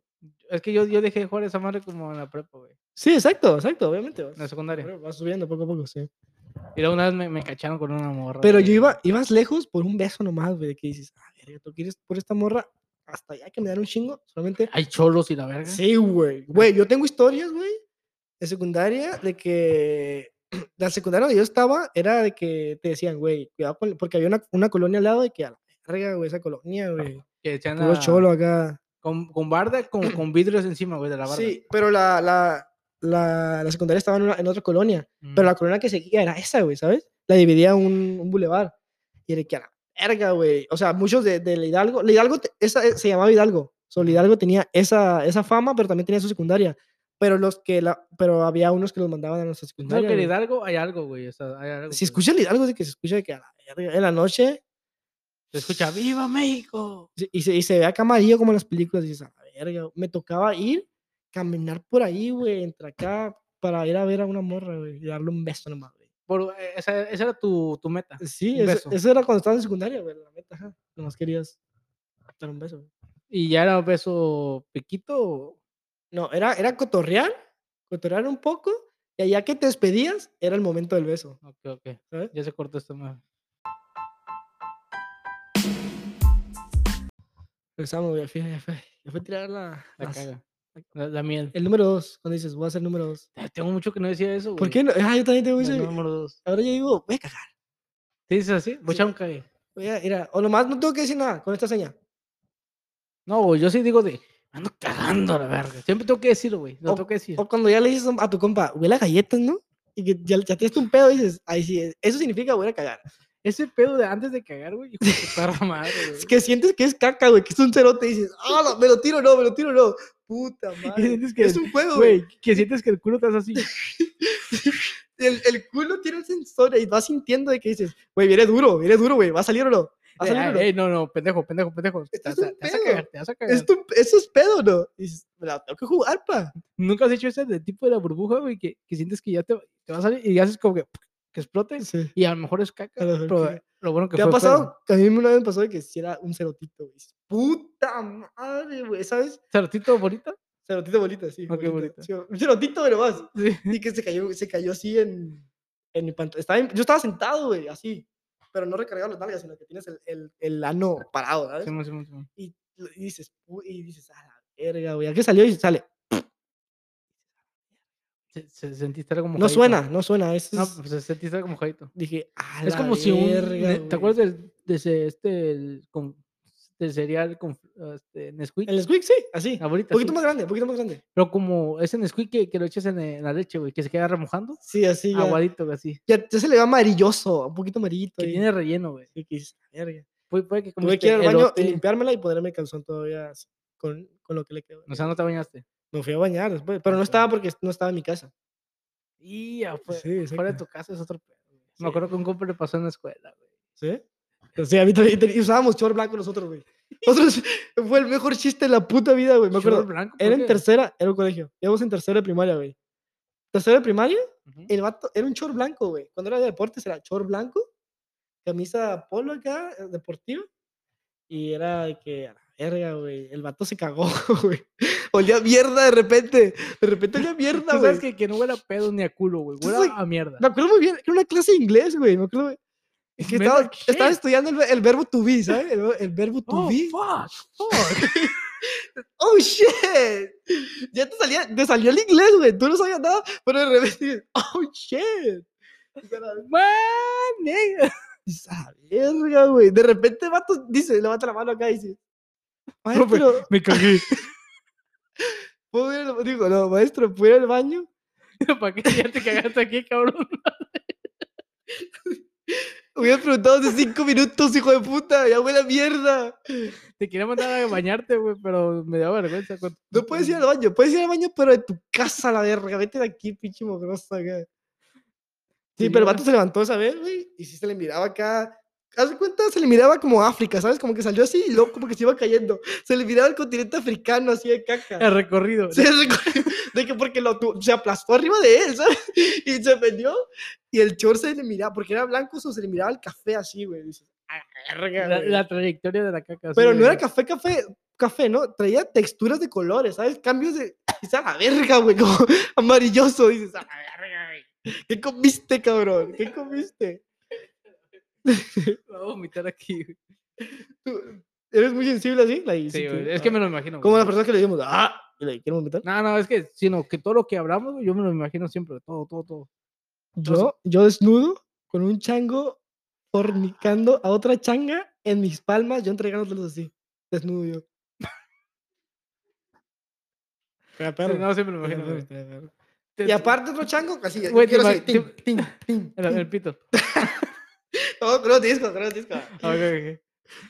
[SPEAKER 2] Es que yo, yo dejé de jugar esa madre como en la prepa, güey.
[SPEAKER 1] Sí, exacto, exacto, obviamente.
[SPEAKER 2] En la
[SPEAKER 1] vas-
[SPEAKER 2] secundaria.
[SPEAKER 1] Va subiendo poco a poco, sí.
[SPEAKER 2] Y luego una vez me, me cacharon con una morra.
[SPEAKER 1] Pero
[SPEAKER 2] güey.
[SPEAKER 1] yo iba, ibas lejos por un beso nomás, güey, de que dices, ah, verga, tú quieres por esta morra hasta allá que me dan un chingo, solamente.
[SPEAKER 2] Hay cholos y la verga.
[SPEAKER 1] Sí, güey. Güey, yo tengo historias, güey, de secundaria, de que la secundaria donde yo estaba era de que te decían, güey, cuidado con, porque había una, una colonia al lado de que a la verga, güey, esa colonia, güey.
[SPEAKER 2] Que echan
[SPEAKER 1] Puro
[SPEAKER 2] a-
[SPEAKER 1] cholo acá.
[SPEAKER 2] Con, con barda, con, con vidrios encima, güey, de la barda.
[SPEAKER 1] Sí, pero la, la, la, la secundaria estaba en, una- en otra colonia.
[SPEAKER 2] Mm.
[SPEAKER 1] Pero la corona que seguía era esa, güey, ¿sabes? La dividía un, un bulevar. Y era que a la verga, güey. O sea, muchos de, del Hidalgo. La Hidalgo te- esa, eh, se llamaba Hidalgo. So, el Hidalgo tenía esa, esa fama, pero también tenía su secundaria. Pero, los que la, pero había unos que los mandaban a nuestra
[SPEAKER 2] No,
[SPEAKER 1] secundaria.
[SPEAKER 2] que en
[SPEAKER 1] güey.
[SPEAKER 2] Hidalgo hay algo, güey. O sea, hay algo.
[SPEAKER 1] Si
[SPEAKER 2] güey.
[SPEAKER 1] escucha el Hidalgo, es de que se escucha de que a la verga, en la noche
[SPEAKER 2] Se escucha, ¡Viva México!
[SPEAKER 1] se- y se, y se ve acá amarillo como en las películas. Y dices, a la verga. Me tocaba ir, caminar por ahí, güey, entre acá, para ir a ver a una morra, güey, y darle un beso nomás, güey.
[SPEAKER 2] Por, e, esa, esa era tu, tu meta.
[SPEAKER 1] Sí,
[SPEAKER 2] Un
[SPEAKER 1] eso,
[SPEAKER 2] beso.
[SPEAKER 1] eso era cuando estaba en secundaria, güey, la neta, ajá. Nomás querías dar un beso. güey.
[SPEAKER 2] Y ya era un beso piquito. o-
[SPEAKER 1] No, era, era cotorrear, cotorrear un poco, y allá que te despedías, era el momento del beso.
[SPEAKER 2] Ok, ok.
[SPEAKER 1] ¿sabes?
[SPEAKER 2] Ya se cortó esta madre.
[SPEAKER 1] Regresamos, güey, al fin, ya fue, ya fue tirar la,
[SPEAKER 2] La
[SPEAKER 1] las-
[SPEAKER 2] caga. La, la miel.
[SPEAKER 1] El número dos, cuando dices, voy a hacer número dos.
[SPEAKER 2] Ah, Tengo mucho que no decía eso.
[SPEAKER 1] ¿Por
[SPEAKER 2] güey.
[SPEAKER 1] qué no? Ah, yo también tengo
[SPEAKER 2] La
[SPEAKER 1] ese.
[SPEAKER 2] número dos.
[SPEAKER 1] Ahora yo digo, voy a cagar.
[SPEAKER 2] ¿Te dices así? Voy a
[SPEAKER 1] Sí.
[SPEAKER 2] echar un cague.
[SPEAKER 1] Voy a, mira, o nomás no tengo que decir nada con esta seña.
[SPEAKER 2] No, güey, yo sí digo de. Ando cagando a la verga. Siempre tengo que decirlo, güey. Lo
[SPEAKER 1] O-
[SPEAKER 2] tengo que decir.
[SPEAKER 1] O cuando ya le dices a tu compa, huele a galletas, ¿no? Y que ya, ya tienes un pedo, dices, ay, sí, es- eso significa voy a cagar.
[SPEAKER 2] Ese pedo de antes de cagar, güey. Hijo de su perra madre,
[SPEAKER 1] Es
[SPEAKER 2] güey.
[SPEAKER 1] que sientes que es caca, güey, que es un cerote y dices, ah, no, me lo tiro, no, me lo tiro, no. Puta madre.
[SPEAKER 2] sientes que-
[SPEAKER 1] es un juego, güey.
[SPEAKER 2] Güey, que sientes que el culo te hace así.
[SPEAKER 1] El, el culo tiene un sensor y vas sintiendo de que dices, güey, viene duro, viene duro, güey, va a salir o no. Va a
[SPEAKER 2] Eh,
[SPEAKER 1] salir o
[SPEAKER 2] ah,
[SPEAKER 1] no.
[SPEAKER 2] eh, no, Este no, pendejo, pendejo, pendejo. Te,
[SPEAKER 1] Esto es
[SPEAKER 2] te-
[SPEAKER 1] un
[SPEAKER 2] te vas a
[SPEAKER 1] pedo.
[SPEAKER 2] cagar, te vas a cagar.
[SPEAKER 1] Esto- eso es pedo, ¿no? Y dices, me la tengo que jugar, pa.
[SPEAKER 2] ¿Nunca has hecho ese de tipo de la burbuja, güey? Que, que sientes que ya te, te va a salir y haces como que, que explote.
[SPEAKER 1] Sí.
[SPEAKER 2] Y a lo mejor es caca.
[SPEAKER 1] A lo mejor
[SPEAKER 2] Pero
[SPEAKER 1] caca.
[SPEAKER 2] eh, lo bueno que
[SPEAKER 1] ¿Te ha
[SPEAKER 2] fue pedo.
[SPEAKER 1] pasado? A mí una vez me pasó de que si era un cerotito, güey. Puta madre, güey, ¿sabes?
[SPEAKER 2] ¿Sartito bonita?
[SPEAKER 1] Cerotito bolita, sí.
[SPEAKER 2] Ah, qué bonito.
[SPEAKER 1] sí, un cerotito, pero más.
[SPEAKER 2] Sí.
[SPEAKER 1] Y que se cayó, se cayó así en, en mi pantalón. yo estaba sentado, güey, así. Pero no recargado las nalgas, sino que tienes el, el, el ano parado, ¿sabes?
[SPEAKER 2] Simón, Simón, Simón.
[SPEAKER 1] Y, lo- y dices, "Pu- y dices, a la verga, güey. ¿A qué salió? Y sale.
[SPEAKER 2] Se, se- sentiste algo como
[SPEAKER 1] No suena, no suena. eso
[SPEAKER 2] No,
[SPEAKER 1] es-
[SPEAKER 2] pues se sentiste algo mojadito.
[SPEAKER 1] Dije, a
[SPEAKER 2] Es
[SPEAKER 1] la
[SPEAKER 2] como si un.
[SPEAKER 1] verga,
[SPEAKER 2] ne- ¿Te
[SPEAKER 1] güey".
[SPEAKER 2] acuerdas del, de ese, este, el, con, del cereal con ah, este, Nesquik?
[SPEAKER 1] El squeak, sí, así. Un
[SPEAKER 2] Ahorita,
[SPEAKER 1] poquito
[SPEAKER 2] sí.
[SPEAKER 1] más grande, un poquito más grande.
[SPEAKER 2] Pero como ese Nesquik que, que lo echas en, en la leche, güey, que se queda remojando.
[SPEAKER 1] Sí, así. Ya,
[SPEAKER 2] Aguadito, güey, así.
[SPEAKER 1] ya, ya se le ve amarilloso, un poquito amarillito.
[SPEAKER 2] Que
[SPEAKER 1] ahí.
[SPEAKER 2] tiene este relleno, güey.
[SPEAKER 1] Sí, que dices, "Verga".
[SPEAKER 2] Puede, puede que
[SPEAKER 1] Tuve que ir al
[SPEAKER 2] comiste
[SPEAKER 1] baño
[SPEAKER 2] elote.
[SPEAKER 1] y limpiármela y ponerme el calzón todavía así, con, con lo que le quedó.
[SPEAKER 2] O sea, no te bañaste.
[SPEAKER 1] Me fui a bañar después, pero no
[SPEAKER 2] Ok.
[SPEAKER 1] estaba porque no estaba en mi casa.
[SPEAKER 2] Y ya fue.
[SPEAKER 1] Sí,
[SPEAKER 2] Fuera de
[SPEAKER 1] exacto.
[SPEAKER 2] tu casa es otro pedo. güey.
[SPEAKER 1] Sí.
[SPEAKER 2] Me acuerdo que un compa le pasó en la escuela, güey.
[SPEAKER 1] ¿Sí? Sí, a mí también. ten- Y usábamos short blanco nosotros, güey. Nosotros fue el mejor chiste de la puta vida, güey. Me
[SPEAKER 2] Short
[SPEAKER 1] acuerdo.
[SPEAKER 2] blanco, ¿por
[SPEAKER 1] Era en
[SPEAKER 2] qué?
[SPEAKER 1] tercera, era un colegio. Íbamos en tercera de primaria, güey. Tercera de primaria,
[SPEAKER 2] Ujú.
[SPEAKER 1] el vato era un short blanco, güey. Cuando era de deportes era short blanco, camisa polo acá, eh, deportiva. Y era de que, a la verga, güey. El vato se cagó, güey. Olía a mierda de repente. De repente olía a mierda,
[SPEAKER 2] Tú
[SPEAKER 1] güey.
[SPEAKER 2] sabes que, que no huele a pedo ni a culo, güey.
[SPEAKER 1] Yo
[SPEAKER 2] Huele
[SPEAKER 1] soy-
[SPEAKER 2] a mierda.
[SPEAKER 1] Me acuerdo muy bien, era una clase de inglés, güey. Me acuerdo. es que
[SPEAKER 2] Verga,
[SPEAKER 1] estaba,
[SPEAKER 2] ¿qué?
[SPEAKER 1] estaba estudiando el, ve- el verbo to be, ¿sabes? El, ver- el verbo to
[SPEAKER 2] Oh,
[SPEAKER 1] be.
[SPEAKER 2] fuck, fuck.
[SPEAKER 1] ¡Oh, shit! Ya te, salía, te salió el inglés, güey. Tú no sabías nada, pero de repente dices, ¡Oh, shit! Y a la-
[SPEAKER 2] Man, nigga.
[SPEAKER 1] dices, "A la verga, güey! De repente el vato dice, levanta la mano acá y dice,
[SPEAKER 2] Profe,
[SPEAKER 1] Maestro,
[SPEAKER 2] me cagué.
[SPEAKER 1] ¿puedo ir al ba-?" Digo, no, maestro, ¿puedo ir al baño?
[SPEAKER 2] ¿Para qué ya te cagaste aquí, cabrón?
[SPEAKER 1] Hubieras preguntado hace cinco minutos, hijo de puta, ya huele a mierda.
[SPEAKER 2] Te quería mandar a bañarte, güey, pero me da vergüenza. con-
[SPEAKER 1] No puedes ir al baño, puedes ir al baño, pero de tu casa, la verga. Vete de aquí, pinche mogrosa, acá. Sí,
[SPEAKER 2] Sí,
[SPEAKER 1] pero el
[SPEAKER 2] güey.
[SPEAKER 1] vato se levantó esa vez, güey, y sí se le miraba acá. Haz de cuenta, se le miraba como África, ¿sabes? Como que salió así y luego como que se iba cayendo. Se le miraba el continente africano así de caca.
[SPEAKER 2] El recorrido.
[SPEAKER 1] Sí, recuerdo de que porque lo tu- se aplastó arriba de él, ¿sabes? Y se vendió y el short se le miraba, porque era blanco, so se le miraba el café así, güey. Dices, "A la verga,
[SPEAKER 2] La,
[SPEAKER 1] güey".
[SPEAKER 2] la trayectoria de la caca.
[SPEAKER 1] Pero
[SPEAKER 2] sí,
[SPEAKER 1] no era
[SPEAKER 2] güey.
[SPEAKER 1] café, café, café, ¿no? Traía texturas de colores, ¿sabes? Cambios de. Dices, a la verga, güey, como amarilloso. Dices, a la verga, güey. ¿Qué comiste, cabrón? ¿Qué comiste?
[SPEAKER 2] Me Voy a vomitar aquí, güey.
[SPEAKER 1] Tú- ¿Eres muy sensible así? La
[SPEAKER 2] Sí, güey, Es que me lo imagino.
[SPEAKER 1] Como
[SPEAKER 2] güey.
[SPEAKER 1] las personas que le decimos, ah, y le quiero vomitar.
[SPEAKER 2] No, no, es que, sino que todo lo que hablamos, güey, yo me lo imagino siempre, todo, todo, todo.
[SPEAKER 1] Yo, yo desnudo, con un chango fornicando a otra changa en mis palmas, yo entregándotelos así. Desnudo yo. Era
[SPEAKER 2] Sí,
[SPEAKER 1] perro,
[SPEAKER 2] no, siempre me lo
[SPEAKER 1] era
[SPEAKER 2] imagino.
[SPEAKER 1] perro,
[SPEAKER 2] güey.
[SPEAKER 1] era perro.
[SPEAKER 2] Te-
[SPEAKER 1] Y aparte otro chango, así.
[SPEAKER 2] Güey, te
[SPEAKER 1] quiero así,
[SPEAKER 2] imag-
[SPEAKER 1] tin,
[SPEAKER 2] te-
[SPEAKER 1] tin, tin,
[SPEAKER 2] el,
[SPEAKER 1] tin.
[SPEAKER 2] el pito.
[SPEAKER 1] No, creo disco, creo disco.
[SPEAKER 2] Ok, ok,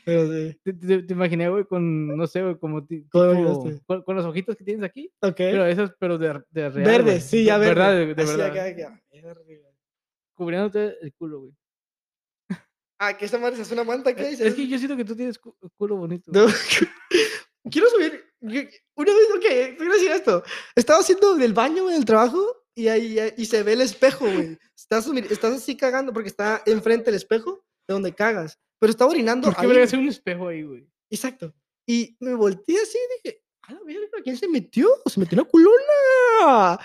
[SPEAKER 1] Pero sí.
[SPEAKER 2] ok. Te, te- te imaginé, güey, con, no sé, güey, como ti-
[SPEAKER 1] ¿Cómo lo
[SPEAKER 2] tipo-
[SPEAKER 1] imaginaste?
[SPEAKER 2] con, con los ojitos que tienes aquí,
[SPEAKER 1] Ok.
[SPEAKER 2] pero esos, pero de, de real,
[SPEAKER 1] verde,
[SPEAKER 2] güey,
[SPEAKER 1] sí, ya
[SPEAKER 2] de
[SPEAKER 1] verde.
[SPEAKER 2] verdad, de, de
[SPEAKER 1] Así,
[SPEAKER 2] verdad,
[SPEAKER 1] acá, acá, verde.
[SPEAKER 2] cubriéndote el culo, güey.
[SPEAKER 1] Ah, que esta madre se hace una manta, ¿qué
[SPEAKER 2] Es,
[SPEAKER 1] dices?
[SPEAKER 2] que yo siento que tú tienes cu- culo bonito.
[SPEAKER 1] No, Quiero subir. yo- Una vez, ok, quiero decir esto. Estaba haciendo del baño, güey, del trabajo, y, ahí, y se ve el espejo, güey. Estás, mir- estás así cagando porque está enfrente del espejo de donde cagas. Pero está orinando.
[SPEAKER 2] ¿Por qué
[SPEAKER 1] ahí,
[SPEAKER 2] habría
[SPEAKER 1] güey.
[SPEAKER 2] que hacer un espejo ahí, güey?
[SPEAKER 1] Exacto. Y me volteé así y dije, a la verga, ¿quién se metió? Se metió una culona.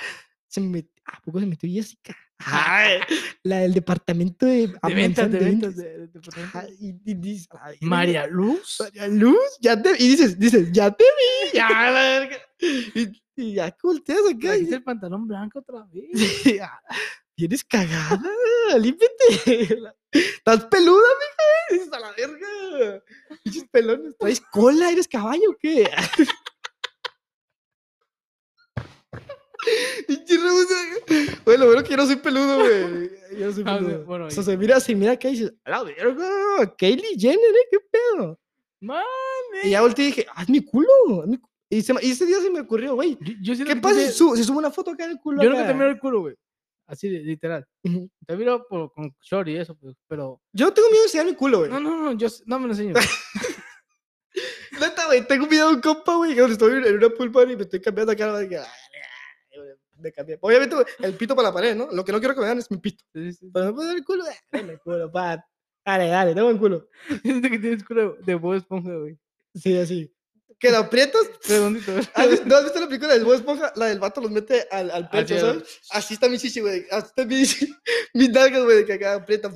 [SPEAKER 1] Se metió, ¿a poco se metió Jessica? Ay, la del departamento de,
[SPEAKER 2] De ventas,
[SPEAKER 1] Amazon
[SPEAKER 2] de
[SPEAKER 1] de
[SPEAKER 2] ventas.
[SPEAKER 1] ventas.
[SPEAKER 2] de- de- de departamento.
[SPEAKER 1] Ajá, y, y dices, "A la verga,
[SPEAKER 2] María Luz.
[SPEAKER 1] María Luz, ya te y dices, dices, ya te vi, ya la verga. Y, y ya que volteas acá y
[SPEAKER 2] Trajiste el pantalón blanco otra vez.
[SPEAKER 1] dices, "Ah, vienes cagada, límpete. la- Estás peluda, mija, y dices, a la verga. Pinches pelones, traes cola, eres caballo o qué? Pinche Rose, Bueno, bueno, que yo no soy peludo, güey. Yo no soy
[SPEAKER 2] Ah, sí,
[SPEAKER 1] peludo.
[SPEAKER 2] bueno,
[SPEAKER 1] o sea,
[SPEAKER 2] y-
[SPEAKER 1] se mira así, mira acá y dices, a la verga, Kylie Jenner, ¿eh? ¿Qué pedo?
[SPEAKER 2] Mami.
[SPEAKER 1] Y ya volteé y dije, haz mi culo. haz mi cu-". Y, se me- y ese día se me ocurrió, güey.
[SPEAKER 2] Yo, yo siento
[SPEAKER 1] ¿Qué
[SPEAKER 2] que
[SPEAKER 1] pasa si,
[SPEAKER 2] te-
[SPEAKER 1] su- si subo una foto acá del culo?
[SPEAKER 2] Yo nunca
[SPEAKER 1] acá?
[SPEAKER 2] te miro el culo, güey. Así, de- literal.
[SPEAKER 1] Ujú.
[SPEAKER 2] Te miro por- con short y eso, pues, pero...
[SPEAKER 1] Yo no tengo miedo de enseñar mi culo, güey.
[SPEAKER 2] No, no, no, yo s- no me lo enseño.
[SPEAKER 1] Neta, güey, tengo miedo de un compa, güey, que donde estoy en una pool party y me estoy cambiando acá. la verga, Me cambié. Obviamente, güey, el pito para la pared, ¿no? Lo que no quiero que me vean es mi pito.
[SPEAKER 2] Sí, sí, sí.
[SPEAKER 1] Pero no puedo dar el culo. "Ah, Dame el culo, pa. Dale, dale, tengo el culo.
[SPEAKER 2] Siento que tienes culo de Bob Esponja, güey.
[SPEAKER 1] Sí, así. Que lo aprietas.
[SPEAKER 2] Redondito. güey.
[SPEAKER 1] ¿Has visto- ¿No has visto la película de Bob Esponja? La del vato los mete al, al pecho,
[SPEAKER 2] Así,
[SPEAKER 1] ¿sabes? Así está mi chichi, güey. Así está mi, mis nalgas, güey, que acá aprietan.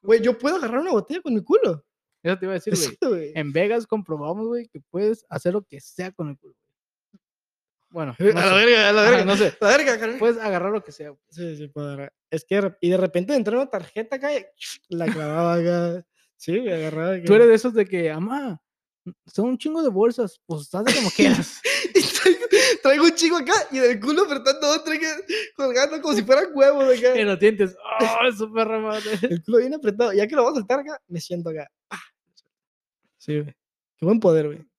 [SPEAKER 1] Güey, yo puedo agarrar una botella con mi culo.
[SPEAKER 2] Eso te iba a decir, güey.
[SPEAKER 1] Exacto, güey.
[SPEAKER 2] En Vegas comprobamos, güey, que puedes hacer lo que sea con el culo. güey. Bueno,
[SPEAKER 1] Eh, A
[SPEAKER 2] no
[SPEAKER 1] la
[SPEAKER 2] sé.
[SPEAKER 1] verga, a la
[SPEAKER 2] Ajá,
[SPEAKER 1] verga.
[SPEAKER 2] no sé.
[SPEAKER 1] A la verga, carnal.
[SPEAKER 2] Puedes agarrar lo que sea. güey.
[SPEAKER 1] Sí, sí, puedo agarrar. Es que, de rep- y de repente entró una tarjeta acá y la clavaba acá. Sí, me agarraba.
[SPEAKER 2] Tú eres de esos de que, ama, son un chingo de bolsas, pues hazle como quieras.
[SPEAKER 1] traigo, traigo un chico acá y del culo apretando otro, que- colgando como si fueran huevos acá.
[SPEAKER 2] en los dientes. ¡Oh, eso perra madre!
[SPEAKER 1] El culo bien apretado. Ya que lo voy a soltar acá, me siento acá.
[SPEAKER 2] Sí, güey.
[SPEAKER 1] Qué buen poder, güey.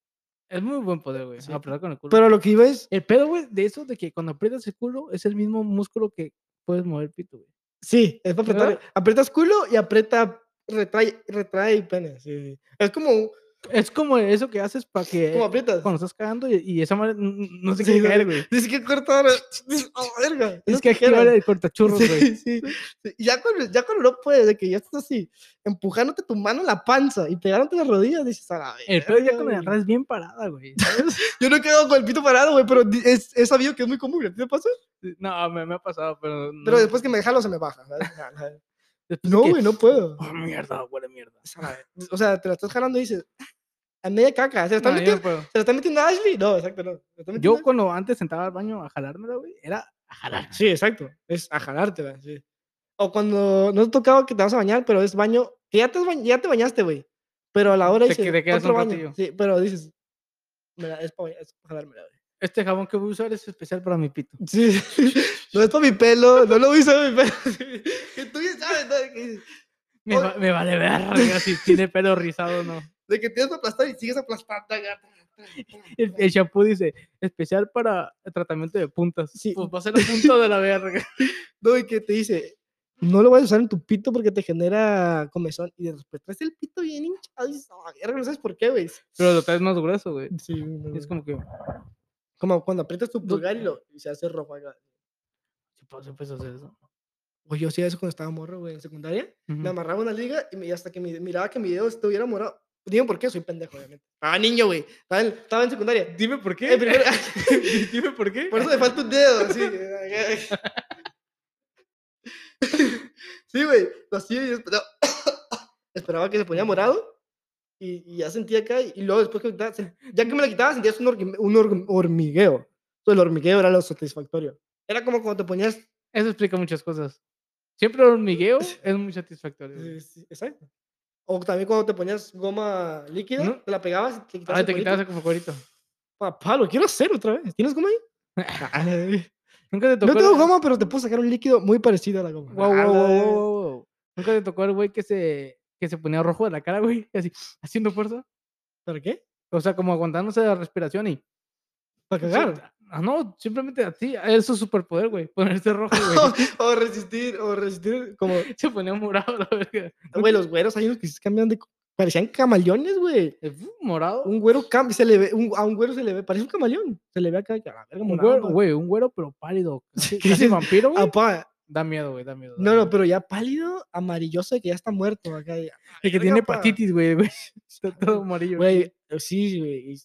[SPEAKER 2] Es muy buen poder, güey.
[SPEAKER 1] Sí.
[SPEAKER 2] Apretar con el culo.
[SPEAKER 1] Pero lo que iba es,
[SPEAKER 2] el pedo, güey, de eso de que cuando aprietas el culo es el mismo músculo que puedes mover pito, güey.
[SPEAKER 1] Sí, es para apretar.
[SPEAKER 2] ¿Verdad?
[SPEAKER 1] Aprietas culo y aprieta, retrae, retrae pene. Sí, sí. Es como,
[SPEAKER 2] Es como eso que haces para que
[SPEAKER 1] como aprietas.
[SPEAKER 2] cuando estás cagando y, y esa madre n- n- no
[SPEAKER 1] Sí,
[SPEAKER 2] se quiere
[SPEAKER 1] güey.
[SPEAKER 2] caer, güey.
[SPEAKER 1] Dice que cortar. Dice, "A la verga.
[SPEAKER 2] Es
[SPEAKER 1] unas
[SPEAKER 2] que activar
[SPEAKER 1] tijeras".
[SPEAKER 2] el cortachurros,
[SPEAKER 1] Sí,
[SPEAKER 2] güey.
[SPEAKER 1] sí, sí. Y Ya cuando, ya cuando no puedes, de que ya estás así, empujándote tu mano en la panza y pegándote las rodillas, dices, a la
[SPEAKER 2] El pedo Eh, ya
[SPEAKER 1] verga,
[SPEAKER 2] con la
[SPEAKER 1] güey".
[SPEAKER 2] raza es bien parada, güey. ¿sabes?
[SPEAKER 1] Yo no quedo con el pito parado, güey, pero di- es, es sabido que es muy común. ¿A ti te pasa?
[SPEAKER 2] no, me, me ha pasado, pero.
[SPEAKER 1] Pero
[SPEAKER 2] no-
[SPEAKER 1] después que me jalo se me baja. ¿sabes?
[SPEAKER 2] después de
[SPEAKER 1] No,
[SPEAKER 2] que,
[SPEAKER 1] güey, no puedo.
[SPEAKER 2] Oh, mierda, buena mierda.
[SPEAKER 1] Es a la ver- O sea, te la estás jalando y dices, "Ah, a media caca. Se la está
[SPEAKER 2] No, yo
[SPEAKER 1] metiendo
[SPEAKER 2] no puedo.
[SPEAKER 1] ¿Se lo está metiendo a Ashley? No, exacto, no. ¿Se lo está metiendo
[SPEAKER 2] Yo
[SPEAKER 1] a-
[SPEAKER 2] cuando antes sentaba al baño a jalármela, güey, era a jalar.
[SPEAKER 1] Sí, exacto. Es a jalártela, sí. O cuando no te tocaba que te vas a bañar, pero es baño. Que ya te, has bañ- ya te bañaste, güey. Pero a la hora
[SPEAKER 2] Te
[SPEAKER 1] dices,
[SPEAKER 2] que- te quedas
[SPEAKER 1] "Otro
[SPEAKER 2] un
[SPEAKER 1] baño".
[SPEAKER 2] ratillo.
[SPEAKER 1] Sí, pero dices, "Me la- es para jalármela, güey.
[SPEAKER 2] Este jabón que voy a usar es especial para mi pito.
[SPEAKER 1] Sí. no es para mi pelo, no lo hice para mi pelo. que tú ya sabes, ¿no? De que,
[SPEAKER 2] Me,
[SPEAKER 1] Oye.
[SPEAKER 2] va- me vale verga si tiene pelo rizado o no.
[SPEAKER 1] de que tienes que aplastar y sigues aplastando. acá.
[SPEAKER 2] El, el shampoo dice, especial para el tratamiento de puntas.
[SPEAKER 1] Sí.
[SPEAKER 2] Pues va a ser el punto de la verga.
[SPEAKER 1] No, y que te dice, no lo vas a usar en tu pito porque te genera comezón. Y después traes el pito bien hinchado y dices, "A la verga, no sabes por qué, güey.
[SPEAKER 2] Pero lo traes más grueso, güey.
[SPEAKER 1] Sí, no,
[SPEAKER 2] Y
[SPEAKER 1] güey.
[SPEAKER 2] Es como que...
[SPEAKER 1] como cuando aprietas tu
[SPEAKER 2] Do-
[SPEAKER 1] pulgar y, lo, y se hace rojo acá.
[SPEAKER 2] Se puede, se puede hacer eso.
[SPEAKER 1] Oye, yo hacía eso cuando estaba morro, güey, en secundaria.
[SPEAKER 2] Ujú.
[SPEAKER 1] Me amarraba una liga y me- y hasta que mi- miraba que mi dedo estuviera morado. Digo, ¿por qué? Soy pendejo, obviamente. Ah, niño, güey. Estaba en, estaba en secundaria.
[SPEAKER 2] Dime por
[SPEAKER 1] Eh, primero-
[SPEAKER 2] Dime por qué.
[SPEAKER 1] por eso me falta un dedo, así. sí, güey. Lo hacía y esperaba, esperaba que se ponía morado. Y, y ya sentía acá. Y, y luego, después que me quitaba, sen- ya que me la quitaba, sentías un, hormi- un horm- hormigueo. Entonces, el hormigueo era lo satisfactorio. Era como cuando te ponías
[SPEAKER 2] Eso explica muchas cosas. Siempre el hormigueo es muy satisfactorio.
[SPEAKER 1] Sí, Eh,
[SPEAKER 2] güey.
[SPEAKER 1] sí, exacto. O también cuando te ponías goma líquida,
[SPEAKER 2] ¿No?
[SPEAKER 1] te la pegabas y te quitabas.
[SPEAKER 2] Ah,
[SPEAKER 1] el
[SPEAKER 2] te
[SPEAKER 1] cuerito.
[SPEAKER 2] quitabas el cocorito.
[SPEAKER 1] Papá, lo quiero hacer otra vez. ¿Tienes goma ahí?
[SPEAKER 2] Nunca te tocó.
[SPEAKER 1] no tengo
[SPEAKER 2] el-
[SPEAKER 1] goma, pero te puedo sacar un líquido muy parecido a la goma.
[SPEAKER 2] Guau,
[SPEAKER 1] A la
[SPEAKER 2] guau, guau, guau,
[SPEAKER 1] vez.
[SPEAKER 2] guau, guau. Nunca te tocó el güey que se, que se ponía rojo de la cara, güey. Así, haciendo fuerza.
[SPEAKER 1] ¿Para qué?
[SPEAKER 2] O sea, como aguantándose la respiración y.
[SPEAKER 1] Para
[SPEAKER 2] Sí,
[SPEAKER 1] cagar.
[SPEAKER 2] Ah, no, simplemente así. Es su superpoder, güey. Ponerse rojo, güey.
[SPEAKER 1] O, o resistir, o resistir como...
[SPEAKER 2] se ponía morado, la verga.
[SPEAKER 1] Güey, los güeros hay unos que se cambian de, Parecían camaleones, güey.
[SPEAKER 2] Eh, fu- morado.
[SPEAKER 1] Un güero cam- se le ve, un- a un güero se le ve, parece un camaleón. Se le ve acá, que a la verga
[SPEAKER 2] Un
[SPEAKER 1] morado,
[SPEAKER 2] güero,
[SPEAKER 1] pa.
[SPEAKER 2] güey, Ah, pues, un güero, pero pálido. Casi,
[SPEAKER 1] ¿Qué
[SPEAKER 2] casi
[SPEAKER 1] dices?
[SPEAKER 2] vampiro, güey.
[SPEAKER 1] Apá,
[SPEAKER 2] Da miedo, güey, da miedo. da
[SPEAKER 1] No,
[SPEAKER 2] miedo.
[SPEAKER 1] no, pero ya pálido, amarilloso, de que ya está muerto acá. y-
[SPEAKER 2] El que
[SPEAKER 1] verga,
[SPEAKER 2] tiene
[SPEAKER 1] pa.
[SPEAKER 2] hepatitis, güey, güey. Está todo amarillo.
[SPEAKER 1] Güey, eh, sí, güey. y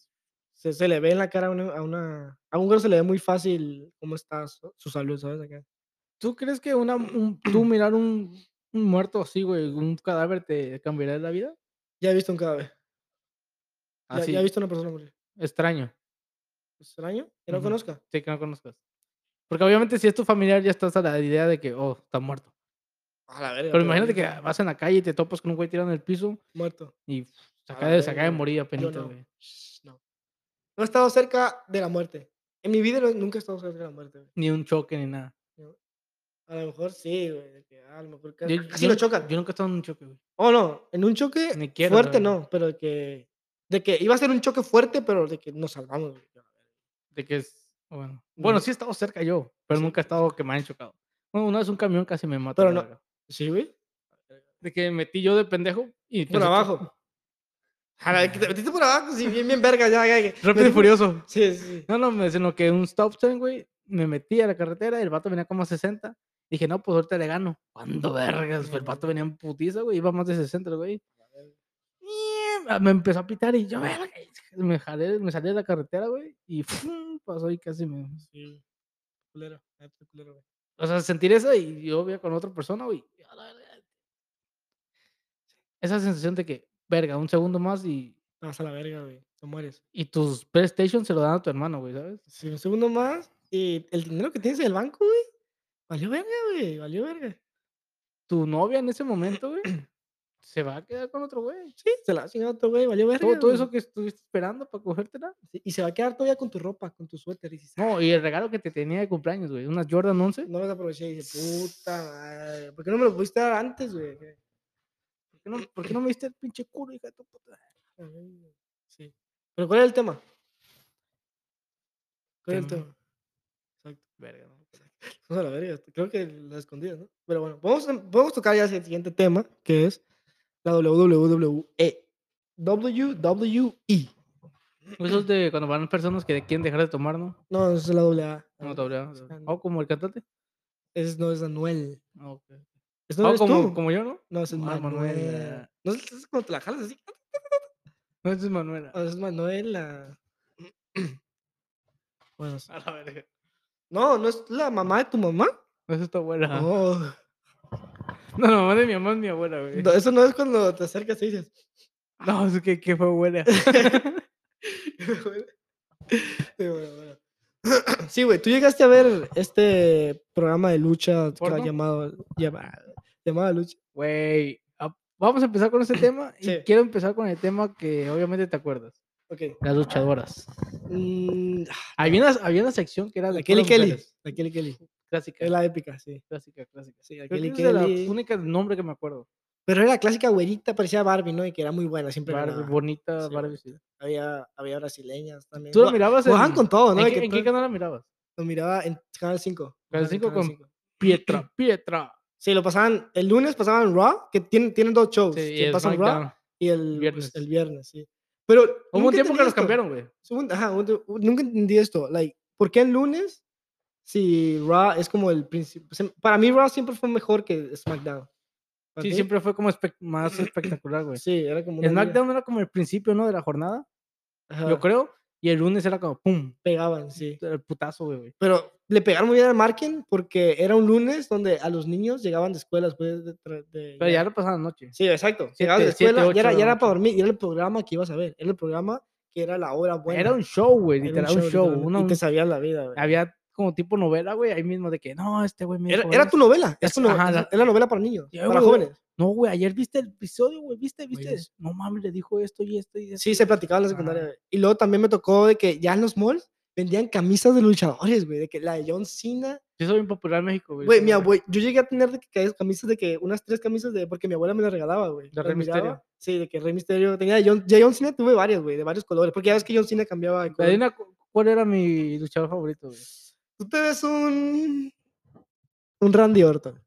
[SPEAKER 1] Se, se le ve en la cara a una, a una- a un güero se le ve muy fácil cómo está su, su salud, ¿sabes? Acá.
[SPEAKER 2] ¿Tú crees que una, un- tú mirar un, un muerto así, güey, un cadáver te cambiará la vida?
[SPEAKER 1] Ya he visto un cadáver. Ya,
[SPEAKER 2] Así,
[SPEAKER 1] ya he visto una persona morir.
[SPEAKER 2] Ah, extraño,
[SPEAKER 1] ¿Extraño? Que no
[SPEAKER 2] Ujú.
[SPEAKER 1] conozca.
[SPEAKER 2] sí, que no conozcas. Porque obviamente si es tu familiar ya estás a la idea de que, oh, está muerto.
[SPEAKER 1] A la verga.
[SPEAKER 2] Pero imagínate que ah,
[SPEAKER 1] ahorita
[SPEAKER 2] vas en la calle y te topas con un güey tirado en el piso
[SPEAKER 1] Muerto.
[SPEAKER 2] y pff,
[SPEAKER 1] A
[SPEAKER 2] se
[SPEAKER 1] la
[SPEAKER 2] acaba de, se acaba de
[SPEAKER 1] verga,
[SPEAKER 2] morir apenas,
[SPEAKER 1] no.
[SPEAKER 2] güey.
[SPEAKER 1] No. No he estado cerca de la muerte. En mi vida no- nunca he estado cerca de la muerte. güey.
[SPEAKER 2] Ni un choque ni nada.
[SPEAKER 1] A lo mejor sí, güey. de que, ah, A lo mejor ca-
[SPEAKER 2] Yo-
[SPEAKER 1] casi
[SPEAKER 2] yo
[SPEAKER 1] lo
[SPEAKER 2] nu-
[SPEAKER 1] chocan.
[SPEAKER 2] Yo nunca he estado en un choque, güey.
[SPEAKER 1] Oh, no. En un choque
[SPEAKER 2] Ni quiero, la
[SPEAKER 1] fuerte
[SPEAKER 2] verdad.
[SPEAKER 1] no, pero que. De que iba a ser un choque fuerte, pero de que nos salvamos. güey.
[SPEAKER 2] De que es, bueno. Bueno,
[SPEAKER 1] Ujú.
[SPEAKER 2] sí he estado cerca yo, pero
[SPEAKER 1] Sí,
[SPEAKER 2] nunca he estado que me hayan chocado. Bueno, una vez un camión casi me mató.
[SPEAKER 1] Pero
[SPEAKER 2] la
[SPEAKER 1] no-
[SPEAKER 2] verga.
[SPEAKER 1] Sí, güey.
[SPEAKER 2] De que metí yo de pendejo y...
[SPEAKER 1] Por
[SPEAKER 2] pensé que-
[SPEAKER 1] abajo. A la que te metiste por abajo, sí, bien, bien verga. Ya, ya, que-
[SPEAKER 2] Rápido y
[SPEAKER 1] metí-
[SPEAKER 2] furioso.
[SPEAKER 1] Sí, sí.
[SPEAKER 2] No, no, me sino que un stop sign, güey. Me metí a la carretera y el vato venía como a 60. Dije, no, pues ahorita le gano. ¿Cuándo vergas? Pues el vato venía en putiza, güey. Iba más de 60, el güey. Y, ah, Me empezó a pitar y yo, verga, y me, jalé, me salí de la carretera, güey. Y ¡fum! pasó y casi me.
[SPEAKER 1] Sí. Culero, neta, culero, güey.
[SPEAKER 2] O sea, sentir eso y yo voy con otra persona, güey. y a la verga. Esa sensación de que, verga, un segundo más y,
[SPEAKER 1] Te vas a la verga, güey. Te mueres.
[SPEAKER 2] y tus PlayStation se lo dan a tu hermano, güey, ¿sabes?
[SPEAKER 1] Sí, un segundo más. Y el dinero que tienes en el banco, güey. Valió verga, güey. Valió verga.
[SPEAKER 2] Tu novia en ese momento, güey, se va a quedar con otro güey.
[SPEAKER 1] Sí, se la ha chingado todo, güey. Valió verga.
[SPEAKER 2] todo, todo
[SPEAKER 1] güey.
[SPEAKER 2] eso que estuviste esperando para cogértela.
[SPEAKER 1] Sí, Y se va a quedar todavía con tu ropa, con tu suéter. Y dices, "Ah,
[SPEAKER 2] No, y el regalo que te tenía de cumpleaños, güey. Unas Jordan 11.
[SPEAKER 1] no las aproveché. Y dices, puta madre. ¿Por qué no me lo pudiste dar antes, güey? Acá.
[SPEAKER 2] ¿Por qué no, por qué no me diste el pinche culo, hija de tu puta?
[SPEAKER 1] A ver, güey. Sí. ¿Pero cuál es el tema? ¿Cuál es el
[SPEAKER 2] Tema.
[SPEAKER 1] tema?
[SPEAKER 2] Verga, no.
[SPEAKER 1] Vamos a la verga. Creo que la escondida, ¿no? Pero bueno, vamos a- podemos tocar ya el siguiente tema, que es la WWE. WWE.
[SPEAKER 2] Eso es Pues de cuando van personas que quieren dejar de tomar, ¿no?
[SPEAKER 1] No, es la AA.
[SPEAKER 2] No,
[SPEAKER 1] Ah,
[SPEAKER 2] doble A,
[SPEAKER 1] sí,
[SPEAKER 2] doble A. Oh.
[SPEAKER 1] ando.
[SPEAKER 2] O como el cantante.
[SPEAKER 1] Es, no es Anuel.
[SPEAKER 2] Ah, ok.
[SPEAKER 1] Es,
[SPEAKER 2] O
[SPEAKER 1] no, eres
[SPEAKER 2] como,
[SPEAKER 1] tú.
[SPEAKER 2] como yo, ¿no?
[SPEAKER 1] no, es
[SPEAKER 2] Ah,
[SPEAKER 1] Manuela.
[SPEAKER 2] Manuela.
[SPEAKER 1] No es, es cuando te la jalas así.
[SPEAKER 2] No, eso es Manuela.
[SPEAKER 1] No, es Manuela. Bueno, sí.
[SPEAKER 2] A la verga.
[SPEAKER 1] no, no es la mamá de tu mamá.
[SPEAKER 2] No, eso es tu abuela.
[SPEAKER 1] Oh,
[SPEAKER 2] No, la mamá de mi mamá es mi abuela, güey.
[SPEAKER 1] no, eso no es cuando te acercas y dices.
[SPEAKER 2] No, es que, que fue abuela.
[SPEAKER 1] Bueno, sí, bueno, bueno. Sí, güey, tú llegaste a ver este programa de lucha que era
[SPEAKER 2] ¿Porno?
[SPEAKER 1] llamado, llamado, llamado Lucha.
[SPEAKER 2] Güey. ah, Vamos a empezar con este tema y
[SPEAKER 1] Sí.
[SPEAKER 2] quiero empezar con el tema que obviamente te acuerdas.
[SPEAKER 1] Ok.
[SPEAKER 2] Las luchadoras.
[SPEAKER 1] Mm,
[SPEAKER 2] Había una, había una sección que era ah, de
[SPEAKER 1] la Kelly
[SPEAKER 2] puras
[SPEAKER 1] Kelly.
[SPEAKER 2] mujeres.
[SPEAKER 1] La Kelly Kelly.
[SPEAKER 2] Clásica,
[SPEAKER 1] Es la épica, sí.
[SPEAKER 2] clásica, clásica.
[SPEAKER 1] sí la
[SPEAKER 2] Creo
[SPEAKER 1] Kelly
[SPEAKER 2] que es de la
[SPEAKER 1] Kelly.
[SPEAKER 2] única nombre que me acuerdo.
[SPEAKER 1] Pero era la clásica güerita, parecía Barbie, ¿no? Y que era muy buena, siempre
[SPEAKER 2] Barbie,
[SPEAKER 1] ganaba.
[SPEAKER 2] bonita,
[SPEAKER 1] Sí,
[SPEAKER 2] Barbie. sí.
[SPEAKER 1] Había, había brasileñas también.
[SPEAKER 2] ¿Tú la
[SPEAKER 1] Gua-
[SPEAKER 2] mirabas
[SPEAKER 1] Jugaban con todo, ¿no?
[SPEAKER 2] ¿En,
[SPEAKER 1] De
[SPEAKER 2] qué,
[SPEAKER 1] que
[SPEAKER 2] en qué
[SPEAKER 1] todo-
[SPEAKER 2] canal la mirabas?
[SPEAKER 1] Lo miraba en Canal 5.
[SPEAKER 2] Canal
[SPEAKER 1] ajá, en
[SPEAKER 2] 5 con- Pietra, Pietra.
[SPEAKER 1] Sí, lo pasaban, el lunes pasaban Raw, que tienen, tienen dos shows.
[SPEAKER 2] Sí,
[SPEAKER 1] que
[SPEAKER 2] y
[SPEAKER 1] pasan Raw
[SPEAKER 2] SmackDown.
[SPEAKER 1] y el
[SPEAKER 2] Viernes.
[SPEAKER 1] viernes. el viernes, sí. Pero
[SPEAKER 2] Hubo un
[SPEAKER 1] nunca
[SPEAKER 2] tiempo
[SPEAKER 1] entendí
[SPEAKER 2] que los
[SPEAKER 1] esto.
[SPEAKER 2] cambiaron, güey.
[SPEAKER 1] Hubo un- ajá, hubo un tie- hubo- nunca entendí esto. Like, ¿Por qué el lunes si Raw es como el principal? Para mí Raw siempre fue mejor que SmackDown. ¿Para
[SPEAKER 2] Sí,
[SPEAKER 1] ti?
[SPEAKER 2] siempre fue como espe- más espectacular, güey.
[SPEAKER 1] Sí, era como ¿Ah, una liga.
[SPEAKER 2] SmackDown era como el principio, ¿no? De la jornada,
[SPEAKER 1] Ajá,
[SPEAKER 2] yo creo. Y el lunes era como pum,
[SPEAKER 1] Pegaban, sí.
[SPEAKER 2] el putazo, güey, güey.
[SPEAKER 1] Pero le pegaron muy bien al marketing porque era un lunes donde a los niños llegaban de escuela después de... tra- de-
[SPEAKER 2] Pero ya lo pasaban noche.
[SPEAKER 1] Sí, exacto. Llegabas de la
[SPEAKER 2] Siete- siete,
[SPEAKER 1] escuela, ya, era,
[SPEAKER 2] ocho de
[SPEAKER 1] ya
[SPEAKER 2] la
[SPEAKER 1] era para dormir, y era el programa que ibas a ver. Era el programa que era la hora buena.
[SPEAKER 2] Era un show, güey,
[SPEAKER 1] era un
[SPEAKER 2] literal, un show.
[SPEAKER 1] literalmente,
[SPEAKER 2] Una-
[SPEAKER 1] Y te sabías la vida, güey.
[SPEAKER 2] había como tipo novela, güey, ahí mismo de que no, este güey me
[SPEAKER 1] Era,
[SPEAKER 2] dijo
[SPEAKER 1] era
[SPEAKER 2] esto".
[SPEAKER 1] tu novela.
[SPEAKER 2] es-
[SPEAKER 1] Es, tu no-
[SPEAKER 2] ajá,
[SPEAKER 1] es-
[SPEAKER 2] la-
[SPEAKER 1] es la novela para niños,
[SPEAKER 2] Ya,
[SPEAKER 1] para
[SPEAKER 2] güey,
[SPEAKER 1] jóvenes.
[SPEAKER 2] No, güey, ayer viste el episodio, güey, viste, viste.
[SPEAKER 1] sí.
[SPEAKER 2] No mames, le dijo esto y esto y esto.
[SPEAKER 1] Sí, se platicaba en la secundaria.
[SPEAKER 2] Ah.
[SPEAKER 1] güey. Y luego también me tocó de que ya en los malls vendían camisas de luchadores, güey. De que la de John Cena.
[SPEAKER 2] Yo soy bien popular en México, Pues güey.
[SPEAKER 1] Güey,
[SPEAKER 2] esa
[SPEAKER 1] mi
[SPEAKER 2] madre.
[SPEAKER 1] abuela, yo llegué a tener de que ca- camisas de que, unas tres camisas de, porque mi abuela me las regalaba, güey.
[SPEAKER 2] ¿De
[SPEAKER 1] Las
[SPEAKER 2] Rey
[SPEAKER 1] miraba,
[SPEAKER 2] Misterio?
[SPEAKER 1] Sí, de que Rey Misterio. Tenía de John, de John Cena tuve varias, güey, de varios colores. Porque ya ves que John Cena cambiaba de color.
[SPEAKER 2] Adivina cu- cuál era mi luchador favorito, güey.
[SPEAKER 1] Tú te ves un. Un Randy Orton,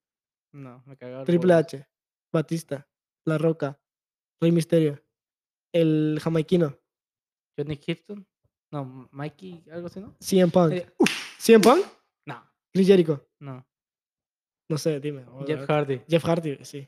[SPEAKER 2] No, me cagaba. el
[SPEAKER 1] Triple
[SPEAKER 2] Goldust.
[SPEAKER 1] H, Batista, La Roca, Rey Misterio. El jamaiquino.
[SPEAKER 2] Johnny Clifton. No, Mikey, algo así, ¿no?
[SPEAKER 1] CM Punk.
[SPEAKER 2] Eh,
[SPEAKER 1] ¿CM Punk?
[SPEAKER 2] no,
[SPEAKER 1] Chris Jericho.
[SPEAKER 2] no.
[SPEAKER 1] No sé, dime. o-
[SPEAKER 2] Jeff Hardy.
[SPEAKER 1] Jeff Hardy, sí.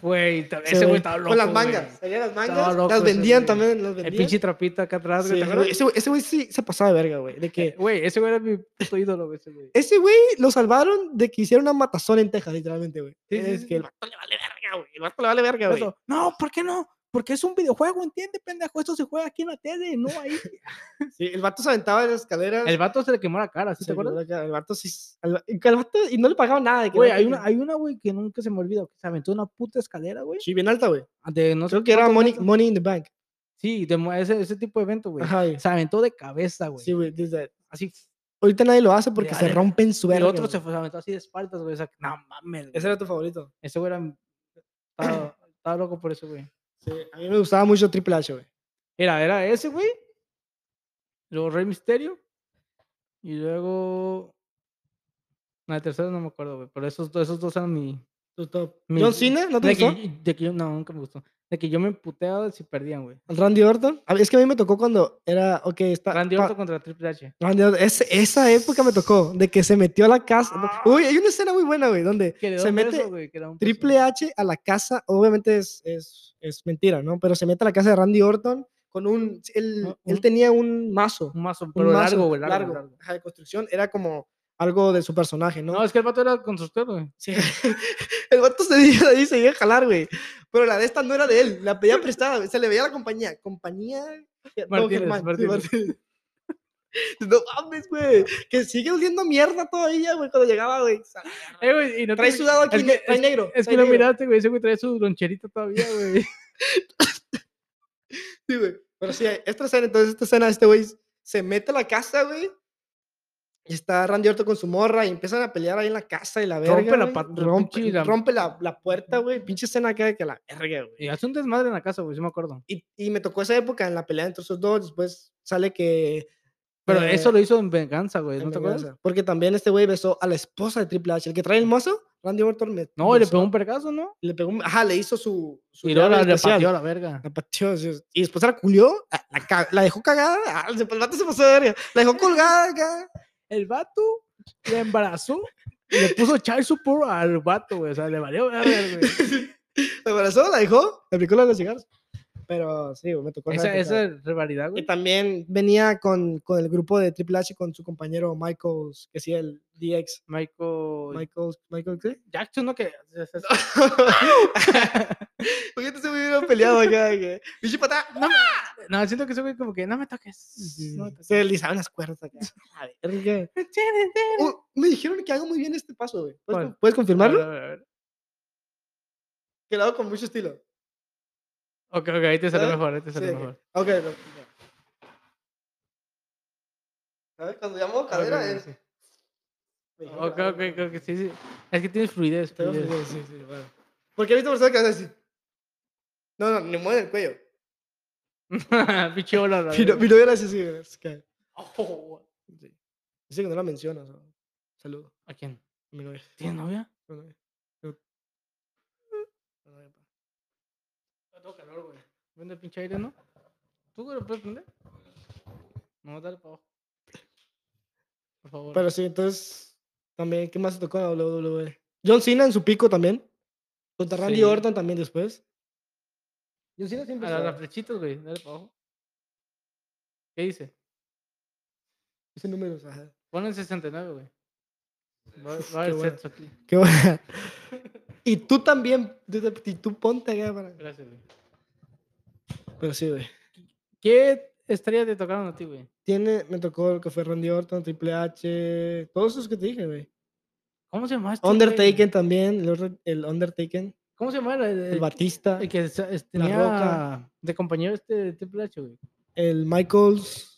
[SPEAKER 2] Güey, ta-
[SPEAKER 1] Se
[SPEAKER 2] ese güey
[SPEAKER 1] ve-
[SPEAKER 2] estaba loco.
[SPEAKER 1] Con las
[SPEAKER 2] güey.
[SPEAKER 1] mangas. Tenía las mangas.
[SPEAKER 2] Estaba loco
[SPEAKER 1] las
[SPEAKER 2] ese
[SPEAKER 1] vendían
[SPEAKER 2] güey.
[SPEAKER 1] también. Las vendían.
[SPEAKER 2] El pinche trapito acá atrás,
[SPEAKER 1] Sí,
[SPEAKER 2] güey. ¿te
[SPEAKER 1] ese
[SPEAKER 2] acuerdas?
[SPEAKER 1] güey- ese güey- ese güey sí se pasaba de verga, güey. De
[SPEAKER 2] Eh,
[SPEAKER 1] que
[SPEAKER 2] Güey, ese güey era mi puto ídolo, güey, ese güey.
[SPEAKER 1] ese güey lo salvaron de que hiciera una matazón en Texas, literalmente, güey.
[SPEAKER 2] Sí, sí,
[SPEAKER 1] es
[SPEAKER 2] sí,
[SPEAKER 1] que el
[SPEAKER 2] sí.
[SPEAKER 1] vato le vale verga, güey. El vato le vale verga, güey.
[SPEAKER 2] Eso, No, ¿por qué no? Porque es un videojuego, ¿entiendes, pendejo? Esto se juega aquí en la tele, no ahí.
[SPEAKER 1] Sí, el vato se aventaba de las escaleras.
[SPEAKER 2] El vato se le quemó la cara, ¿sí
[SPEAKER 1] se
[SPEAKER 2] te acuerdas?
[SPEAKER 1] quedó acá, El vato sí. el va- el vato- y no le pagaban nada. de que
[SPEAKER 2] Güey,
[SPEAKER 1] el
[SPEAKER 2] hay
[SPEAKER 1] vato-
[SPEAKER 2] una, hay una, güey, que nunca se me olvida, que se aventó una puta escalera, güey.
[SPEAKER 1] Sí, bien alta, güey.
[SPEAKER 2] De no sé
[SPEAKER 1] Creo que era
[SPEAKER 2] cuántos
[SPEAKER 1] Money,
[SPEAKER 2] metros.
[SPEAKER 1] Money in the Bank.
[SPEAKER 2] Sí, de mo- ese, ese tipo de evento, güey.
[SPEAKER 1] Ajá, güey.
[SPEAKER 2] Se aventó de cabeza, güey.
[SPEAKER 1] Sí, güey. desde-
[SPEAKER 2] así.
[SPEAKER 1] Ahorita nadie lo hace porque
[SPEAKER 2] Ya,
[SPEAKER 1] se
[SPEAKER 2] de-
[SPEAKER 1] rompen su
[SPEAKER 2] Y el
[SPEAKER 1] verga.
[SPEAKER 2] otro se
[SPEAKER 1] güey.
[SPEAKER 2] fue- se aventó así de espaldas, güey. O sea, no mames.
[SPEAKER 1] Ese
[SPEAKER 2] güey.
[SPEAKER 1] era tu favorito.
[SPEAKER 2] Ese güey era. Estaba, estaba loco por eso, güey.
[SPEAKER 1] Sí, a mí me gustaba mucho Triple H, güey.
[SPEAKER 2] Era, era ese, güey. Luego Rey Misterio. Y luego. No, el tercero no me acuerdo, güey. Pero esos, do- esos dos eran mi.
[SPEAKER 1] Tu top.
[SPEAKER 2] mi-
[SPEAKER 1] John Cena, ¿no te
[SPEAKER 2] de que
[SPEAKER 1] gustó?
[SPEAKER 2] yo- de que yo- no, nunca me gustó. De que yo me emputeaba si perdían, güey.
[SPEAKER 1] Randy Orton. A- Es que a mí me tocó cuando era. Ok, está.
[SPEAKER 2] Randy
[SPEAKER 1] pa-
[SPEAKER 2] Orton contra Triple H.
[SPEAKER 1] Randy Orton, ese- esa época me tocó, de que se metió a la casa.
[SPEAKER 2] Ah.
[SPEAKER 1] Uy, hay una escena muy buena, güey, donde
[SPEAKER 2] Que le da
[SPEAKER 1] se
[SPEAKER 2] un
[SPEAKER 1] mete
[SPEAKER 2] beso, güey, que le da un beso.
[SPEAKER 1] Triple H a la casa. Obviamente es, es, es mentira, ¿no? Pero se mete a la casa de Randy Orton con un. Él,
[SPEAKER 2] Ah,
[SPEAKER 1] él
[SPEAKER 2] un-
[SPEAKER 1] tenía un mazo.
[SPEAKER 2] Un mazo,
[SPEAKER 1] Un
[SPEAKER 2] pero
[SPEAKER 1] mazo
[SPEAKER 2] largo, güey. Largo, largo.
[SPEAKER 1] ajá, de construcción. Era como algo de su personaje, ¿no?
[SPEAKER 2] No, es que el vato era constructor, güey.
[SPEAKER 1] Sí. El vato se veía ahí, se iba a jalar, güey. Pero la de esta no era de él, la pedía prestada, güey. Se le veía a la compañía. Compañía. Don
[SPEAKER 2] Martínez,
[SPEAKER 1] Germán, sí,
[SPEAKER 2] Martínez.
[SPEAKER 1] Martínez. No mames, güey. Que sigue oliendo mierda todavía, güey, cuando llegaba, güey.
[SPEAKER 2] Eh, güey, y no
[SPEAKER 1] Trae
[SPEAKER 2] te-
[SPEAKER 1] sudado aquí,
[SPEAKER 2] es que-
[SPEAKER 1] ne- trae
[SPEAKER 2] es-
[SPEAKER 1] negro.
[SPEAKER 2] Es que
[SPEAKER 1] trae
[SPEAKER 2] lo
[SPEAKER 1] negro.
[SPEAKER 2] miraste, güey. Ese güey trae su loncherita todavía, güey.
[SPEAKER 1] Sí, güey. Pero sí, esta escena, entonces, esta escena, este güey se mete a la casa, güey. Y está Randy Orton con su morra y empiezan a pelear ahí en la casa y la verga.
[SPEAKER 2] Rompe la
[SPEAKER 1] güey.
[SPEAKER 2] pat- la
[SPEAKER 1] rompe,
[SPEAKER 2] pinche- la-
[SPEAKER 1] rompe la, la puerta, güey. Pinche escena acá de que la verga, güey.
[SPEAKER 2] Y hace un desmadre en la casa, güey. Yo me acuerdo.
[SPEAKER 1] y, y me tocó esa época en la pelea entre esos dos. Después sale que.
[SPEAKER 2] Pero
[SPEAKER 1] eh,
[SPEAKER 2] eso lo hizo en venganza, güey.
[SPEAKER 1] en
[SPEAKER 2] ¿No te
[SPEAKER 1] venganza,
[SPEAKER 2] acuerdas?
[SPEAKER 1] Porque también este güey besó a la esposa de Triple H. El que trae el mozo, Randy Orton. me-
[SPEAKER 2] No, y le
[SPEAKER 1] besó-
[SPEAKER 2] pegó un percazo, ¿no?
[SPEAKER 1] le pegó un- Ajá, le hizo su. su
[SPEAKER 2] Y luego
[SPEAKER 1] llave
[SPEAKER 2] la- le
[SPEAKER 1] especial.
[SPEAKER 2] pateó a la verga.
[SPEAKER 1] La pateó, sí, sí. Y después se la culió. ah, La, ca- la dejó cagada. ah, se- El vato se pasó de verga. La dejó colgada acá.
[SPEAKER 2] El vato le embarazó. y Le puso child support al vato, güey. O sea, le valió verga, güey.
[SPEAKER 1] La abrazó, la dejó. Le aplicó la de los cigarros. Pero sí, güey, me tocó. esa
[SPEAKER 2] Esa,
[SPEAKER 1] época.
[SPEAKER 2] esa
[SPEAKER 1] Y
[SPEAKER 2] rivalidad, güey.
[SPEAKER 1] también venía con, con el grupo de Triple H con su compañero Michaels, que sí, el DX.
[SPEAKER 2] Michael
[SPEAKER 1] Michael, Michael, ¿qué?
[SPEAKER 2] Jackson, ¿no? Que se- se-
[SPEAKER 1] Porque entonces me hubieran peleado acá. que, Pinche patada. ¡ah!
[SPEAKER 2] No, siento que ese güey como que no me toques.
[SPEAKER 1] Sí,
[SPEAKER 2] No me
[SPEAKER 1] sí, sí.
[SPEAKER 2] toques.
[SPEAKER 1] Se deslizaban las cuerdas acá. A ver, oh, me dijeron que hago muy bien este paso, güey. ¿Puedes, con- puedes
[SPEAKER 2] ¿Cuál? A ver,
[SPEAKER 1] confirmarlo?
[SPEAKER 2] a ver, a ver.
[SPEAKER 1] Que lo hago con mucho estilo.
[SPEAKER 2] Ok, ok, ahí te sale
[SPEAKER 1] ¿Sabes?
[SPEAKER 2] mejor, ahí te
[SPEAKER 1] ¿Eh? Sí,
[SPEAKER 2] sale
[SPEAKER 1] de que-
[SPEAKER 2] mejor.
[SPEAKER 1] ok, no, ya. A ver, cuando llamo cadera
[SPEAKER 2] Ok,
[SPEAKER 1] es.
[SPEAKER 2] sí.
[SPEAKER 1] me dijeron
[SPEAKER 2] Ok,
[SPEAKER 1] que hago
[SPEAKER 2] ok,
[SPEAKER 1] muy bien.
[SPEAKER 2] ok, sí, sí. Es que tienes fluidez.
[SPEAKER 1] Tengo
[SPEAKER 2] fluidez.
[SPEAKER 1] fluidez, sí, sí, bueno. Porque he visto personas que hacen así. No, no, ni mueven el cuello.
[SPEAKER 2] Pinche hola, la
[SPEAKER 1] Pero,
[SPEAKER 2] verga.
[SPEAKER 1] pero era así, sí, es que-
[SPEAKER 2] Oh,
[SPEAKER 1] sí. Dice que no la mencionas. ¿no? Saludo.
[SPEAKER 2] ¿A quién?
[SPEAKER 1] Mi novia.
[SPEAKER 2] ¿Tienes novia?
[SPEAKER 1] mi novia. Yo- mi novia, pa.
[SPEAKER 2] No tengo calor, güey. pues, Vende el pinche aire, ¿no? ¿Tú, güey, lo puedes prender? No, dale para abajo. Por favor.
[SPEAKER 1] Pero sí, entonces, también, ¿qué más se tocó en la WWE? John Cena en su pico también. Contra Randy
[SPEAKER 2] Sí.
[SPEAKER 1] Orton también después. Ah, John Cena
[SPEAKER 2] a la- las flechitas, güey. Dale para abajo. ¿Qué dice?
[SPEAKER 1] Ese número, ajá.
[SPEAKER 2] Pon el 69, güey. Va, va a
[SPEAKER 1] Qué
[SPEAKER 2] haber
[SPEAKER 1] bueno.
[SPEAKER 2] sexo aquí.
[SPEAKER 1] Qué buena. y tú también, tú, te- y tú ponte acá para-
[SPEAKER 2] Gracias, güey.
[SPEAKER 1] Pero sí, güey.
[SPEAKER 2] ¿Qué estrella te tocaron a ti, güey?
[SPEAKER 1] Tiene, me tocó el que fue Randy Orton, Triple H, todos esos que te dije, güey.
[SPEAKER 2] ¿Cómo se llama este? güey?
[SPEAKER 1] Undertaken también, el, otro- el Undertaken,
[SPEAKER 2] ¿Cómo se llama? El, el-
[SPEAKER 1] el Batista,
[SPEAKER 2] el que sa- es-
[SPEAKER 1] La
[SPEAKER 2] tenía
[SPEAKER 1] Roca.
[SPEAKER 2] de compañero este Triple H, güey.
[SPEAKER 1] el Michaels.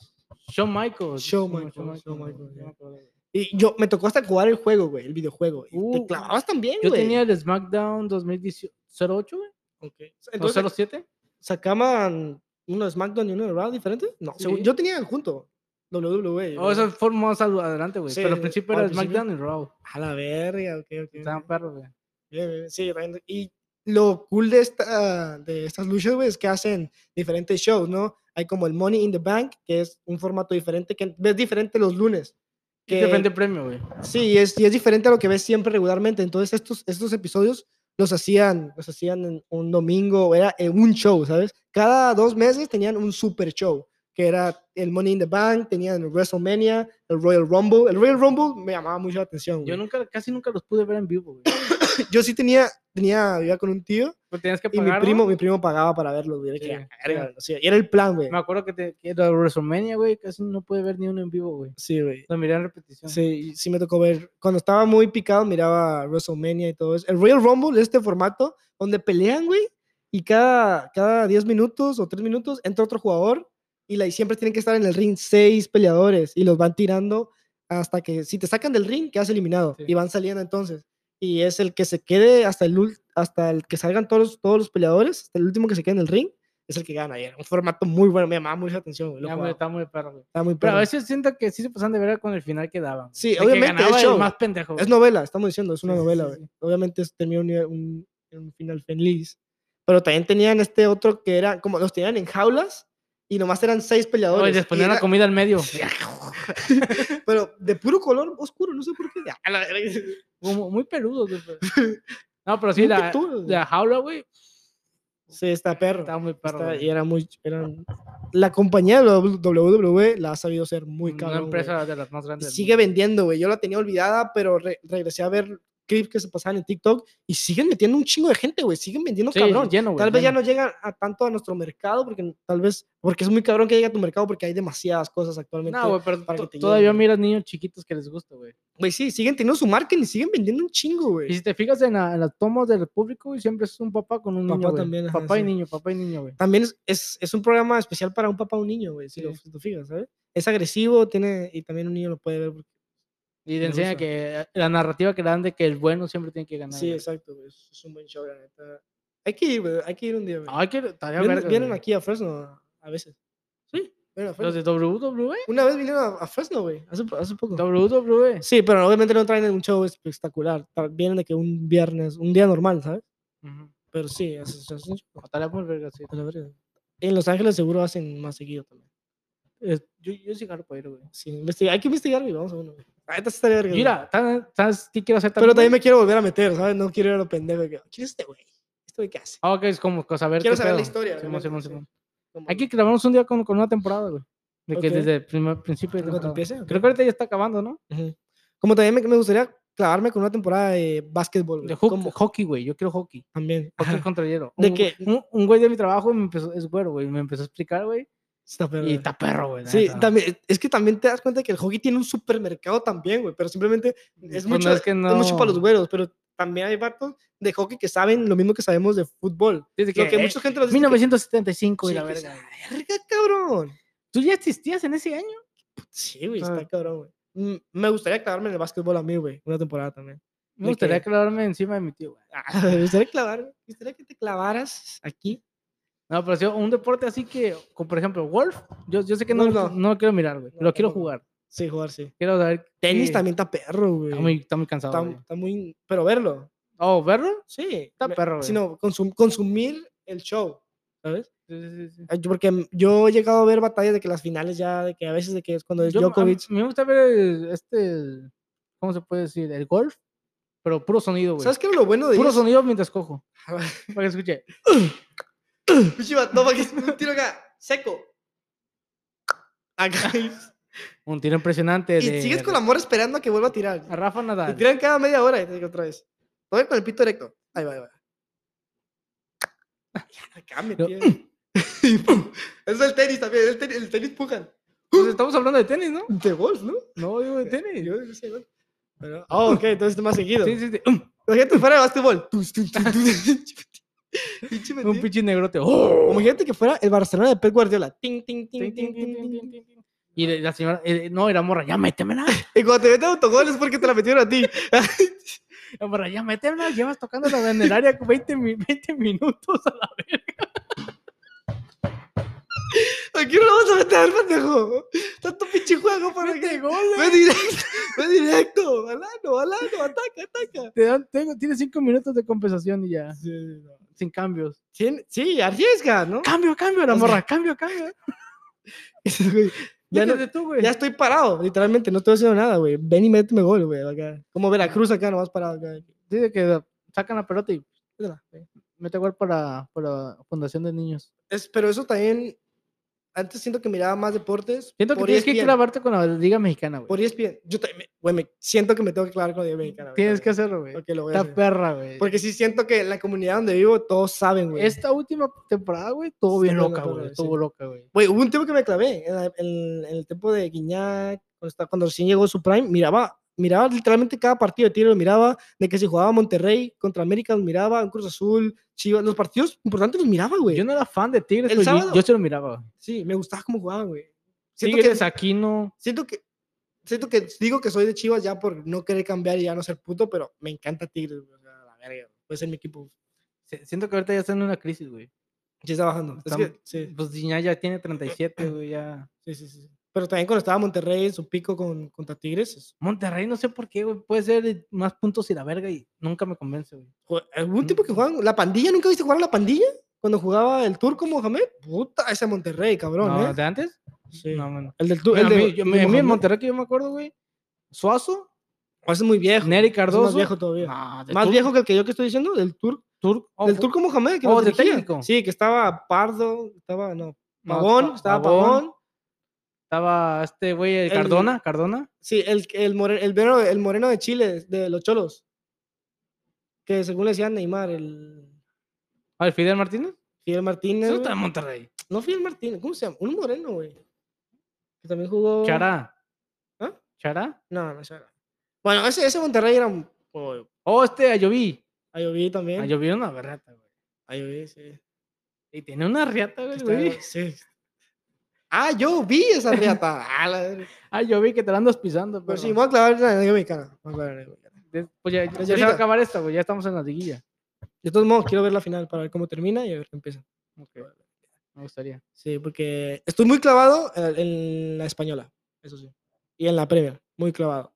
[SPEAKER 2] Shawn Michaels.
[SPEAKER 1] Shawn
[SPEAKER 2] Simón,
[SPEAKER 1] Michaels, Shawn Michaels,
[SPEAKER 2] ya
[SPEAKER 1] ya.
[SPEAKER 2] me acordé.
[SPEAKER 1] Y yo, me tocó hasta jugar el juego, güey, el videojuego. y
[SPEAKER 2] Uh,
[SPEAKER 1] te clavabas también,
[SPEAKER 2] Yo
[SPEAKER 1] güey.
[SPEAKER 2] tenía el SmackDown 2008, güey.
[SPEAKER 1] Ok.
[SPEAKER 2] ¿O
[SPEAKER 1] Entonces,
[SPEAKER 2] 07?
[SPEAKER 1] sacaban uno de SmackDown y uno de Raw diferente? No, según-
[SPEAKER 2] Sí. Oh,
[SPEAKER 1] yo tenía junto. E, WWE.
[SPEAKER 2] O
[SPEAKER 1] güey.
[SPEAKER 2] sea, fue más al- adelante, güey.
[SPEAKER 1] Sí,
[SPEAKER 2] Pero
[SPEAKER 1] sí,
[SPEAKER 2] al principio
[SPEAKER 1] al
[SPEAKER 2] era
[SPEAKER 1] principio.
[SPEAKER 2] SmackDown y Raw.
[SPEAKER 1] A la verga, ok, ok.
[SPEAKER 2] Estaban
[SPEAKER 1] ok.
[SPEAKER 2] perros, güey.
[SPEAKER 1] Eh, Bien, bien, bien, Sí, realmente, y lo cool de, esta, de estas luchas, güey, es que hacen diferentes shows, ¿no? Hay como el Money in the Bank, que es un formato diferente, que ves diferente los lunes.
[SPEAKER 2] Que...
[SPEAKER 1] Que,
[SPEAKER 2] Depende del premio, güey.
[SPEAKER 1] Sí, y es, y es diferente a lo que ves siempre regularmente. Entonces, estos, estos episodios los hacían, los hacían en un domingo, era eh, un show, ¿sabes? Cada dos meses tenían un super show, que era el Money in the Bank, tenían el WrestleMania, el Royal Rumble. El Royal Rumble me llamaba mucho la atención.
[SPEAKER 2] Yo
[SPEAKER 1] güey.
[SPEAKER 2] nunca, casi nunca los pude ver en vivo, güey.
[SPEAKER 1] Yo sí tenía, tenía, vivía con un tío
[SPEAKER 2] Pero tenías que
[SPEAKER 1] y
[SPEAKER 2] pagar.
[SPEAKER 1] mi
[SPEAKER 2] ¿no?
[SPEAKER 1] primo, mi primo pagaba para verlo, güey. Era, que,
[SPEAKER 2] Sí,
[SPEAKER 1] "Ah, verga", o sea, era el plan, güey.
[SPEAKER 2] Me acuerdo que, te, que era WrestleMania, güey. Casi no pude ver ni uno en vivo, güey.
[SPEAKER 1] Sí, güey.
[SPEAKER 2] Lo miré en repetición.
[SPEAKER 1] Sí, sí me tocó ver. Cuando estaba muy picado, miraba WrestleMania y todo eso. El Royal Rumble es este formato donde pelean, güey, y cada, cada 10 minutos o 3 minutos entra otro jugador y la, y siempre tienen que estar en el ring 6 peleadores y los van tirando hasta que si te sacan del ring quedas eliminado
[SPEAKER 2] Sí.
[SPEAKER 1] y van saliendo entonces. Y es el que se quede hasta el, ul- hasta el que salgan todos, los- todos los peleadores, hasta el último que se quede en el ring, es el que gana. Y era un formato muy bueno, me llamaba mucho la atención. güey, lo
[SPEAKER 2] Ya, güey,
[SPEAKER 1] jugaba.
[SPEAKER 2] Estaba muy perro, güey.
[SPEAKER 1] Estaba muy
[SPEAKER 2] Pero a
[SPEAKER 1] perro.
[SPEAKER 2] veces siento que sí se pasan de ver con el final que daban.
[SPEAKER 1] Sí,
[SPEAKER 2] De que
[SPEAKER 1] obviamente, es
[SPEAKER 2] ganaba el
[SPEAKER 1] show.
[SPEAKER 2] más pendejo.
[SPEAKER 1] Es
[SPEAKER 2] güey.
[SPEAKER 1] novela, estamos diciendo, es una
[SPEAKER 2] Sí, sí, sí,
[SPEAKER 1] novela, güey.
[SPEAKER 2] sí.
[SPEAKER 1] Obviamente es- tenía un, un- un final feliz. Pero también tenían este otro que era, como los tenían en jaulas y nomás eran seis peleadores.
[SPEAKER 2] Oye, les
[SPEAKER 1] y
[SPEAKER 2] ponían la
[SPEAKER 1] era-
[SPEAKER 2] comida al medio.
[SPEAKER 1] pero de puro color oscuro, no sé por qué. A la verga,
[SPEAKER 2] Como muy peludos, güey. pero- No, pero sí,
[SPEAKER 1] muy
[SPEAKER 2] la,
[SPEAKER 1] petudo, güey.
[SPEAKER 2] la jaula, güey.
[SPEAKER 1] Sí, está perro.
[SPEAKER 2] Estaba muy perro.
[SPEAKER 1] Está-
[SPEAKER 2] güey.
[SPEAKER 1] y era muy. eran- la compañía de WWE la ha sabido ser muy
[SPEAKER 2] Una
[SPEAKER 1] cabrón. güey.
[SPEAKER 2] empresa de las más
[SPEAKER 1] Y
[SPEAKER 2] grandes. del
[SPEAKER 1] sigue
[SPEAKER 2] mundo.
[SPEAKER 1] vendiendo, güey. Yo la tenía olvidada, pero re- regresé a ver clips que se pasaban en TikTok y siguen metiendo un chingo de gente, güey. Siguen vendiendo
[SPEAKER 2] Sí,
[SPEAKER 1] cabrón.
[SPEAKER 2] lleno, güey,
[SPEAKER 1] Tal vez ya
[SPEAKER 2] lleno.
[SPEAKER 1] no llega a tanto a nuestro mercado, porque n- tal vez, porque es muy cabrón que llegue a tu mercado porque hay demasiadas cosas actualmente.
[SPEAKER 2] No, güey, pero
[SPEAKER 1] para que
[SPEAKER 2] to-
[SPEAKER 1] te
[SPEAKER 2] todavía
[SPEAKER 1] lleven, güey.
[SPEAKER 2] miras niños chiquitos que les gusta, güey.
[SPEAKER 1] Güey, pues sí, siguen teniendo su marketing y siguen vendiendo un chingo,
[SPEAKER 2] Y
[SPEAKER 1] güey.
[SPEAKER 2] si te fijas en, la- en las tomas del público, güey, siempre es un papá con un
[SPEAKER 1] Papá
[SPEAKER 2] niño. güey.
[SPEAKER 1] también, ajá,
[SPEAKER 2] papá y
[SPEAKER 1] sí.
[SPEAKER 2] niño, papá y niño, güey.
[SPEAKER 1] También es, es, es un programa especial para un papá o un niño, güey, si, lo-
[SPEAKER 2] Sí.
[SPEAKER 1] si te fijas, ¿sabes? Es agresivo, tiene, y también un niño lo puede ver. porque-
[SPEAKER 2] Y te
[SPEAKER 1] Me
[SPEAKER 2] enseña
[SPEAKER 1] gusta.
[SPEAKER 2] que eh, la narrativa que dan de que el bueno siempre tiene que ganar.
[SPEAKER 1] sí,
[SPEAKER 2] güey.
[SPEAKER 1] exacto, güey. Es, es un buen show, la neta. Hay que ir, güey, hay que ir un día, güey.
[SPEAKER 2] Ay, que estaría
[SPEAKER 1] Vienen,
[SPEAKER 2] verga,
[SPEAKER 1] vienen
[SPEAKER 2] güey.
[SPEAKER 1] aquí a Fresno a, a veces. Sí, vienen a Fresno.
[SPEAKER 2] Los de E, WWE.
[SPEAKER 1] Una vez vinieron a, a Fresno, güey, hace, po- hace poco.
[SPEAKER 2] WWE.
[SPEAKER 1] Sí, pero obviamente no traen un show espectacular. tra- Vienen de que un viernes, un día normal, ¿sabes?
[SPEAKER 2] Ujú.
[SPEAKER 1] Pero sí, es- es- es un show,
[SPEAKER 2] Estaría muy verga, sí.
[SPEAKER 1] a la verga. En Los Ángeles seguro hacen más seguido también.
[SPEAKER 2] Eh, Yo, yo sí gano para ir, güey.
[SPEAKER 1] Sí, investiga- Hay que investigar, güey. Vamos a uno, güey. La neta sí estaría verga, güey.
[SPEAKER 2] Mira, ¿tan- ¿sabes qué quiero hacer
[SPEAKER 1] Pero también me
[SPEAKER 2] güey?
[SPEAKER 1] quiero volver a meter, ¿sabes? No quiero ir a lo pendejo. de que, ¿Quién es este güey? ¿Este güey qué hace?
[SPEAKER 2] Ah, ok, es como cosa, saber
[SPEAKER 1] Quiero
[SPEAKER 2] qué
[SPEAKER 1] saber la
[SPEAKER 2] pedo.
[SPEAKER 1] historia,
[SPEAKER 2] Simón,
[SPEAKER 1] obviamente,
[SPEAKER 2] Simón,
[SPEAKER 1] sí.
[SPEAKER 2] Simón.
[SPEAKER 1] Como-
[SPEAKER 2] Hay que grabamos un día con, con una temporada, güey. De que
[SPEAKER 1] Ok.
[SPEAKER 2] desde el primer principio. de
[SPEAKER 1] ¿Cuándo
[SPEAKER 2] temporada.
[SPEAKER 1] empieza?
[SPEAKER 2] Creo que ahorita ya está acabando, ¿no?
[SPEAKER 1] Ujú. Como también me, me gustaría clavarme con una temporada de básquetbol.
[SPEAKER 2] De
[SPEAKER 1] güey,
[SPEAKER 2] hoc-
[SPEAKER 1] como-
[SPEAKER 2] hockey, güey. Yo quiero hockey.
[SPEAKER 1] También.
[SPEAKER 2] Hockey
[SPEAKER 1] Ajá,
[SPEAKER 2] contra hielo.
[SPEAKER 1] ¿De
[SPEAKER 2] Un-
[SPEAKER 1] qué?
[SPEAKER 2] Un, un güey de mi trabajo me empezó, es güero, güey. Me empezó a explicar, güey.
[SPEAKER 1] está perro,
[SPEAKER 2] Y
[SPEAKER 1] güey.
[SPEAKER 2] está perro, güey. la
[SPEAKER 1] Sí,
[SPEAKER 2] neta.
[SPEAKER 1] también, es que también te das cuenta que el hockey tiene un supermercado también, güey, pero simplemente
[SPEAKER 2] Pues
[SPEAKER 1] es
[SPEAKER 2] no,
[SPEAKER 1] mucho,
[SPEAKER 2] es que
[SPEAKER 1] es mucho para los
[SPEAKER 2] no.
[SPEAKER 1] güeros, pero también hay vatos de hockey que saben lo mismo que sabemos de fútbol.
[SPEAKER 2] Desde
[SPEAKER 1] Lo que
[SPEAKER 2] eh,
[SPEAKER 1] mucha gente nos dice que-
[SPEAKER 2] 1975 y
[SPEAKER 1] Sí,
[SPEAKER 2] la
[SPEAKER 1] que es-
[SPEAKER 2] verga. güey.
[SPEAKER 1] ¡Verga, cabrón!
[SPEAKER 2] ¿Tú ya existías en ese año?
[SPEAKER 1] Sí, güey,
[SPEAKER 2] Ah.
[SPEAKER 1] está cabrón, güey. Mm, Me gustaría clavarme en el básquetbol a mí, güey, una temporada también.
[SPEAKER 2] Me
[SPEAKER 1] ¿De
[SPEAKER 2] gustaría
[SPEAKER 1] qué?
[SPEAKER 2] clavarme encima de mi tío, güey.
[SPEAKER 1] Ah, me gustaría clavarme, me gustaría que te clavaras aquí.
[SPEAKER 2] No, pero sí, un deporte así que, como por ejemplo, golf, yo, yo sé que no,
[SPEAKER 1] Golf
[SPEAKER 2] lo-
[SPEAKER 1] no.
[SPEAKER 2] no lo quiero mirar, güey.
[SPEAKER 1] No,
[SPEAKER 2] Lo quiero
[SPEAKER 1] tampoco.
[SPEAKER 2] jugar.
[SPEAKER 1] Sí, jugar, sí.
[SPEAKER 2] Quiero saber.
[SPEAKER 1] Tenis
[SPEAKER 2] qué-
[SPEAKER 1] también está perro, güey.
[SPEAKER 2] Está muy, está muy cansado.
[SPEAKER 1] Está-
[SPEAKER 2] güey.
[SPEAKER 1] está muy... Pero verlo,
[SPEAKER 2] Oh, verlo.
[SPEAKER 1] sí.
[SPEAKER 2] Está
[SPEAKER 1] me-
[SPEAKER 2] perro, güey.
[SPEAKER 1] Sino consum- consumir el show, ¿sabes?
[SPEAKER 2] Sí, sí, sí, sí.
[SPEAKER 1] Ah, yo- Porque m- yo he llegado a ver batallas de que las finales ya, de que a veces de que es cuando es
[SPEAKER 2] Yo- a mí-
[SPEAKER 1] Djokovic.
[SPEAKER 2] me gusta ver el- este, el- ¿cómo se puede decir? El golf, pero puro sonido, güey.
[SPEAKER 1] ¿Sabes qué era lo bueno de
[SPEAKER 2] Puro
[SPEAKER 1] ellos?
[SPEAKER 2] sonido mientras cojo. Para que escuche.
[SPEAKER 1] Pinche vato, pa' que es un tiro acá, seco. Acá, y-
[SPEAKER 2] Un tiro impresionante.
[SPEAKER 1] y
[SPEAKER 2] de-
[SPEAKER 1] sigues con la mora esperando a que vuelva a tirar.
[SPEAKER 2] A Rafa
[SPEAKER 1] Te
[SPEAKER 2] Nadal.
[SPEAKER 1] tiran cada media hora y te digo otra vez. Todavía con el pito erecto. Ahí va, ahí va. Acá me
[SPEAKER 2] Yo-
[SPEAKER 1] tiran. Eso es el tenis también, el tenis, el tenis pujan.
[SPEAKER 2] Pues estamos hablando de tenis, ¿no?
[SPEAKER 1] De golf, ¿no?
[SPEAKER 2] No, digo de tenis.
[SPEAKER 1] Yo no sé, golf. Pero- Ah, ok, entonces más seguido.
[SPEAKER 2] Sí, sí, sí.
[SPEAKER 1] Imagínate fuera de básquetbol. Tus, tus, tus, tus. Pinche
[SPEAKER 2] Un
[SPEAKER 1] mentira.
[SPEAKER 2] pinche negrote.
[SPEAKER 1] O
[SPEAKER 2] ¡Oh!
[SPEAKER 1] imagínate que fuera el Barcelona de Pep Guardiola. Ting, ting, ting,
[SPEAKER 2] Tin,
[SPEAKER 1] ting,
[SPEAKER 2] tin, tin,
[SPEAKER 1] ting,
[SPEAKER 2] tin, tin,
[SPEAKER 1] ting.
[SPEAKER 2] tin, tin. Y de- la señora, eh, no, era morra, ya métemela.
[SPEAKER 1] Y cuando te meten autogol es porque te la metieron a ti.
[SPEAKER 2] La morra, ya métemela, llevas tocándola en el área con 20, mi- 20 minutos a la vez.
[SPEAKER 1] Aquí no la vas a meter, pendejo. Tanto pinche juego para que. Ve directo, ve directo. Alano, alano, ataca, ataca.
[SPEAKER 2] Te dan, tengo, tienes 5 minutos de compensación y ya.
[SPEAKER 1] Sí, no.
[SPEAKER 2] sin cambios.
[SPEAKER 1] Sí, sí, arriesga, ¿no?
[SPEAKER 2] Cambio, cambio, la
[SPEAKER 1] O sea,
[SPEAKER 2] morra, cambio, cambio.
[SPEAKER 1] ya, no-
[SPEAKER 2] Métete tú, güey.
[SPEAKER 1] ya estoy parado, literalmente, no estoy haciendo nada, güey. Ven y méteme gol, güey. acá. Como Veracruz acá, nomás parado acá.
[SPEAKER 2] Dice que sacan la pelota y
[SPEAKER 1] Métela, güey.
[SPEAKER 2] mete gol para, para Fundación de Niños.
[SPEAKER 1] Es, pero eso también, antes siento que miraba más deportes.
[SPEAKER 2] Siento que
[SPEAKER 1] por E
[SPEAKER 2] tienes que
[SPEAKER 1] ESPN,
[SPEAKER 2] clavarte con la Liga Mexicana, güey.
[SPEAKER 1] Por E ESPN. Yo también, me- güey, me siento que me tengo que clavar con la Liga Mexicana. güey,
[SPEAKER 2] Tienes que
[SPEAKER 1] también.
[SPEAKER 2] hacerlo, güey.
[SPEAKER 1] Ok, lo voy a
[SPEAKER 2] Esta
[SPEAKER 1] hacer.
[SPEAKER 2] perra, güey.
[SPEAKER 1] Porque sí siento que la comunidad donde vivo todos saben, güey.
[SPEAKER 2] Esta última temporada, güey, estuvo bien
[SPEAKER 1] Estuvo bien
[SPEAKER 2] loca,
[SPEAKER 1] loca,
[SPEAKER 2] güey.
[SPEAKER 1] güey,
[SPEAKER 2] Estuvo
[SPEAKER 1] sí.
[SPEAKER 2] loca, güey.
[SPEAKER 1] Güey, hubo un tiempo que me clavé en, la- en- en el tiempo de Guiñac, cuando, está- cuando recién llegó su prime, miraba, miraba literalmente cada partido de tiro, lo miraba de que se jugaba Monterrey contra América, lo miraba en Cruz Azul, Chivas, los partidos importantes los miraba, güey.
[SPEAKER 2] Yo no era fan de Tigres,
[SPEAKER 1] El
[SPEAKER 2] pero yo,
[SPEAKER 1] sábado-
[SPEAKER 2] yo se lo miraba. güey.
[SPEAKER 1] Sí, me gustaba cómo jugaban, güey. Siento que,
[SPEAKER 2] Tigres, Aquino.
[SPEAKER 1] siento que siento que digo que soy de Chivas ya por no querer cambiar y ya no ser puto, pero me encanta Tigres, güey, o sea, la verga. Puede ser mi equipo.
[SPEAKER 2] Si- Siento que ahorita ya está en una crisis, güey.
[SPEAKER 1] Sí, está bajando. Es
[SPEAKER 2] Están-
[SPEAKER 1] que- sí,
[SPEAKER 2] Pues Gignac ya tiene 37, güey, ya.
[SPEAKER 1] sí, sí, sí. Pero también cuando estaba Monterrey en su pico con, contra Tigres, es-
[SPEAKER 2] Monterrey, no sé por qué, güey. Puede ser de más puntos y la verga y nunca me convence, güey.
[SPEAKER 1] Jue- ¿Algún tipo que
[SPEAKER 2] Mm.
[SPEAKER 1] jugaban? ¿La pandilla? ¿Nunca viste jugar a la pandilla? Cuando jugaba el turco Mohamed. Puta, ese Monterrey, cabrón,
[SPEAKER 2] No,
[SPEAKER 1] ¿eh?
[SPEAKER 2] ¿De antes?
[SPEAKER 1] Sí.
[SPEAKER 2] No, bueno.
[SPEAKER 1] El del turco.
[SPEAKER 2] Bueno,
[SPEAKER 1] El
[SPEAKER 2] a
[SPEAKER 1] de,
[SPEAKER 2] mí, yo-
[SPEAKER 1] de
[SPEAKER 2] me- a mí en
[SPEAKER 1] Mohamed.
[SPEAKER 2] Monterrey que yo me acuerdo, güey. Suazo,
[SPEAKER 1] O ese Pues es muy viejo.
[SPEAKER 2] Neri
[SPEAKER 1] ese es
[SPEAKER 2] Cardoso.
[SPEAKER 1] Más viejo todavía.
[SPEAKER 2] No, Ah, de
[SPEAKER 1] más
[SPEAKER 2] Tur-
[SPEAKER 1] viejo que el que yo que estoy diciendo, del, tur
[SPEAKER 2] Tur- oh,
[SPEAKER 1] del
[SPEAKER 2] fu-
[SPEAKER 1] turco Mohamed. Que
[SPEAKER 2] oh,
[SPEAKER 1] nos
[SPEAKER 2] de
[SPEAKER 1] dirigía.
[SPEAKER 2] técnico.
[SPEAKER 1] Sí, que estaba Pardo, estaba, no,
[SPEAKER 2] no,
[SPEAKER 1] Pavón,
[SPEAKER 2] Pa-
[SPEAKER 1] estaba
[SPEAKER 2] Pavón,
[SPEAKER 1] Pavón.
[SPEAKER 2] Estaba este güey, el
[SPEAKER 1] El-
[SPEAKER 2] Cardona, Cardona.
[SPEAKER 1] Sí, el, el, moreno, el, moreno, el moreno de Chile, de los Cholos. Que según le decían Neymar, el
[SPEAKER 2] Ah, el Fidel Martínez.
[SPEAKER 1] Fidel Martínez.
[SPEAKER 2] Eso
[SPEAKER 1] güey.
[SPEAKER 2] está en Monterrey.
[SPEAKER 1] No Fidel Martínez, ¿cómo se llama? Un moreno, güey. Que también
[SPEAKER 2] Oh.
[SPEAKER 1] jugó...
[SPEAKER 2] Chará.
[SPEAKER 1] ¿Ah?
[SPEAKER 2] ¿Chará?
[SPEAKER 1] No, no, eso era. Bueno, ese, ese Monterrey era un. Oh,
[SPEAKER 2] Oh, este Ayoví.
[SPEAKER 1] Ayoví también. Ayoví,
[SPEAKER 2] Ayoví era una berrata, güey.
[SPEAKER 1] sí.
[SPEAKER 2] Y tiene una riata, güey, el
[SPEAKER 1] Está-
[SPEAKER 2] güey.
[SPEAKER 1] sí. Ah, yo vi esa riata. Ah, la verga.
[SPEAKER 2] Ayoví que te la andas pisando,
[SPEAKER 1] Pero
[SPEAKER 2] pero.
[SPEAKER 1] sí, me voy a clavar en la Liga Mexicana. me voy a clavar en la Liga Mexicana.
[SPEAKER 2] Pues ya, ya
[SPEAKER 1] Desde
[SPEAKER 2] se va a
[SPEAKER 1] ahorita.
[SPEAKER 2] acabar esta, güey. Ya estamos en la liguilla.
[SPEAKER 1] De todos modos, quiero ver la final para ver cómo termina y a ver qué empieza.
[SPEAKER 2] Ok. Me gustaría.
[SPEAKER 1] Sí, porque estoy muy clavado en, la- en la española, eso sí. Y en la Premier, muy clavado.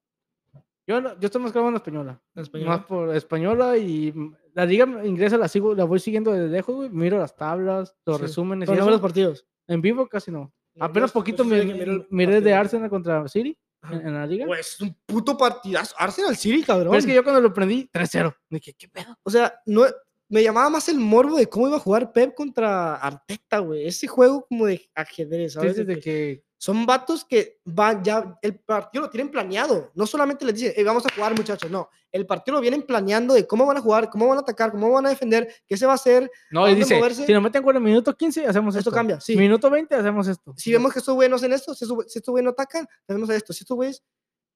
[SPEAKER 2] Yo, no- yo estoy más clavado en la española.
[SPEAKER 1] La española.
[SPEAKER 2] Más por española y mm, la liga inglesa la sigo, la voy siguiendo desde lejos, güey. Miro las tablas, los
[SPEAKER 1] Sí.
[SPEAKER 2] resúmenes. y
[SPEAKER 1] Pero no
[SPEAKER 2] eso.
[SPEAKER 1] veo los partidos.
[SPEAKER 2] En vivo casi no.
[SPEAKER 1] No, yo
[SPEAKER 2] Apenas
[SPEAKER 1] sí- pues, yo
[SPEAKER 2] poquito
[SPEAKER 1] sí
[SPEAKER 2] me,
[SPEAKER 1] soy de que miro el
[SPEAKER 2] miré de
[SPEAKER 1] partido.
[SPEAKER 2] Arsenal contra City
[SPEAKER 1] Ajá.
[SPEAKER 2] en, en la liga.
[SPEAKER 1] Güey, es un puto partidazo. Arsenal City, cabrón.
[SPEAKER 2] Pero es que yo cuando lo prendí, 3-0. Dije, ¿qué pedo?
[SPEAKER 1] O sea, no, me llamaba más el morbo de cómo iba a jugar Pep contra Arteta, güey. Ese juego como de ajedrez, ¿sabes?
[SPEAKER 2] Entonces,
[SPEAKER 1] De
[SPEAKER 2] de
[SPEAKER 1] que
[SPEAKER 2] que
[SPEAKER 1] Son vatos que van ya, el partido lo tienen planeado. No solamente les dicen, "Ey, vamos a jugar muchachos, no. El partido lo vienen planeando de cómo van a jugar, cómo van a atacar, cómo van a defender, qué se va a hacer.
[SPEAKER 2] No, y
[SPEAKER 1] dónde
[SPEAKER 2] dice,
[SPEAKER 1] moverse?
[SPEAKER 2] si nos meten con el minuto 15, hacemos
[SPEAKER 1] Esto
[SPEAKER 2] esto.
[SPEAKER 1] cambia, sí.
[SPEAKER 2] Minuto 20, hacemos esto.
[SPEAKER 1] Si vemos que estos güeyes no hacen esto, si estos güey- si estos güeyes no atacan, tenemos a esto. Si estos güeyes...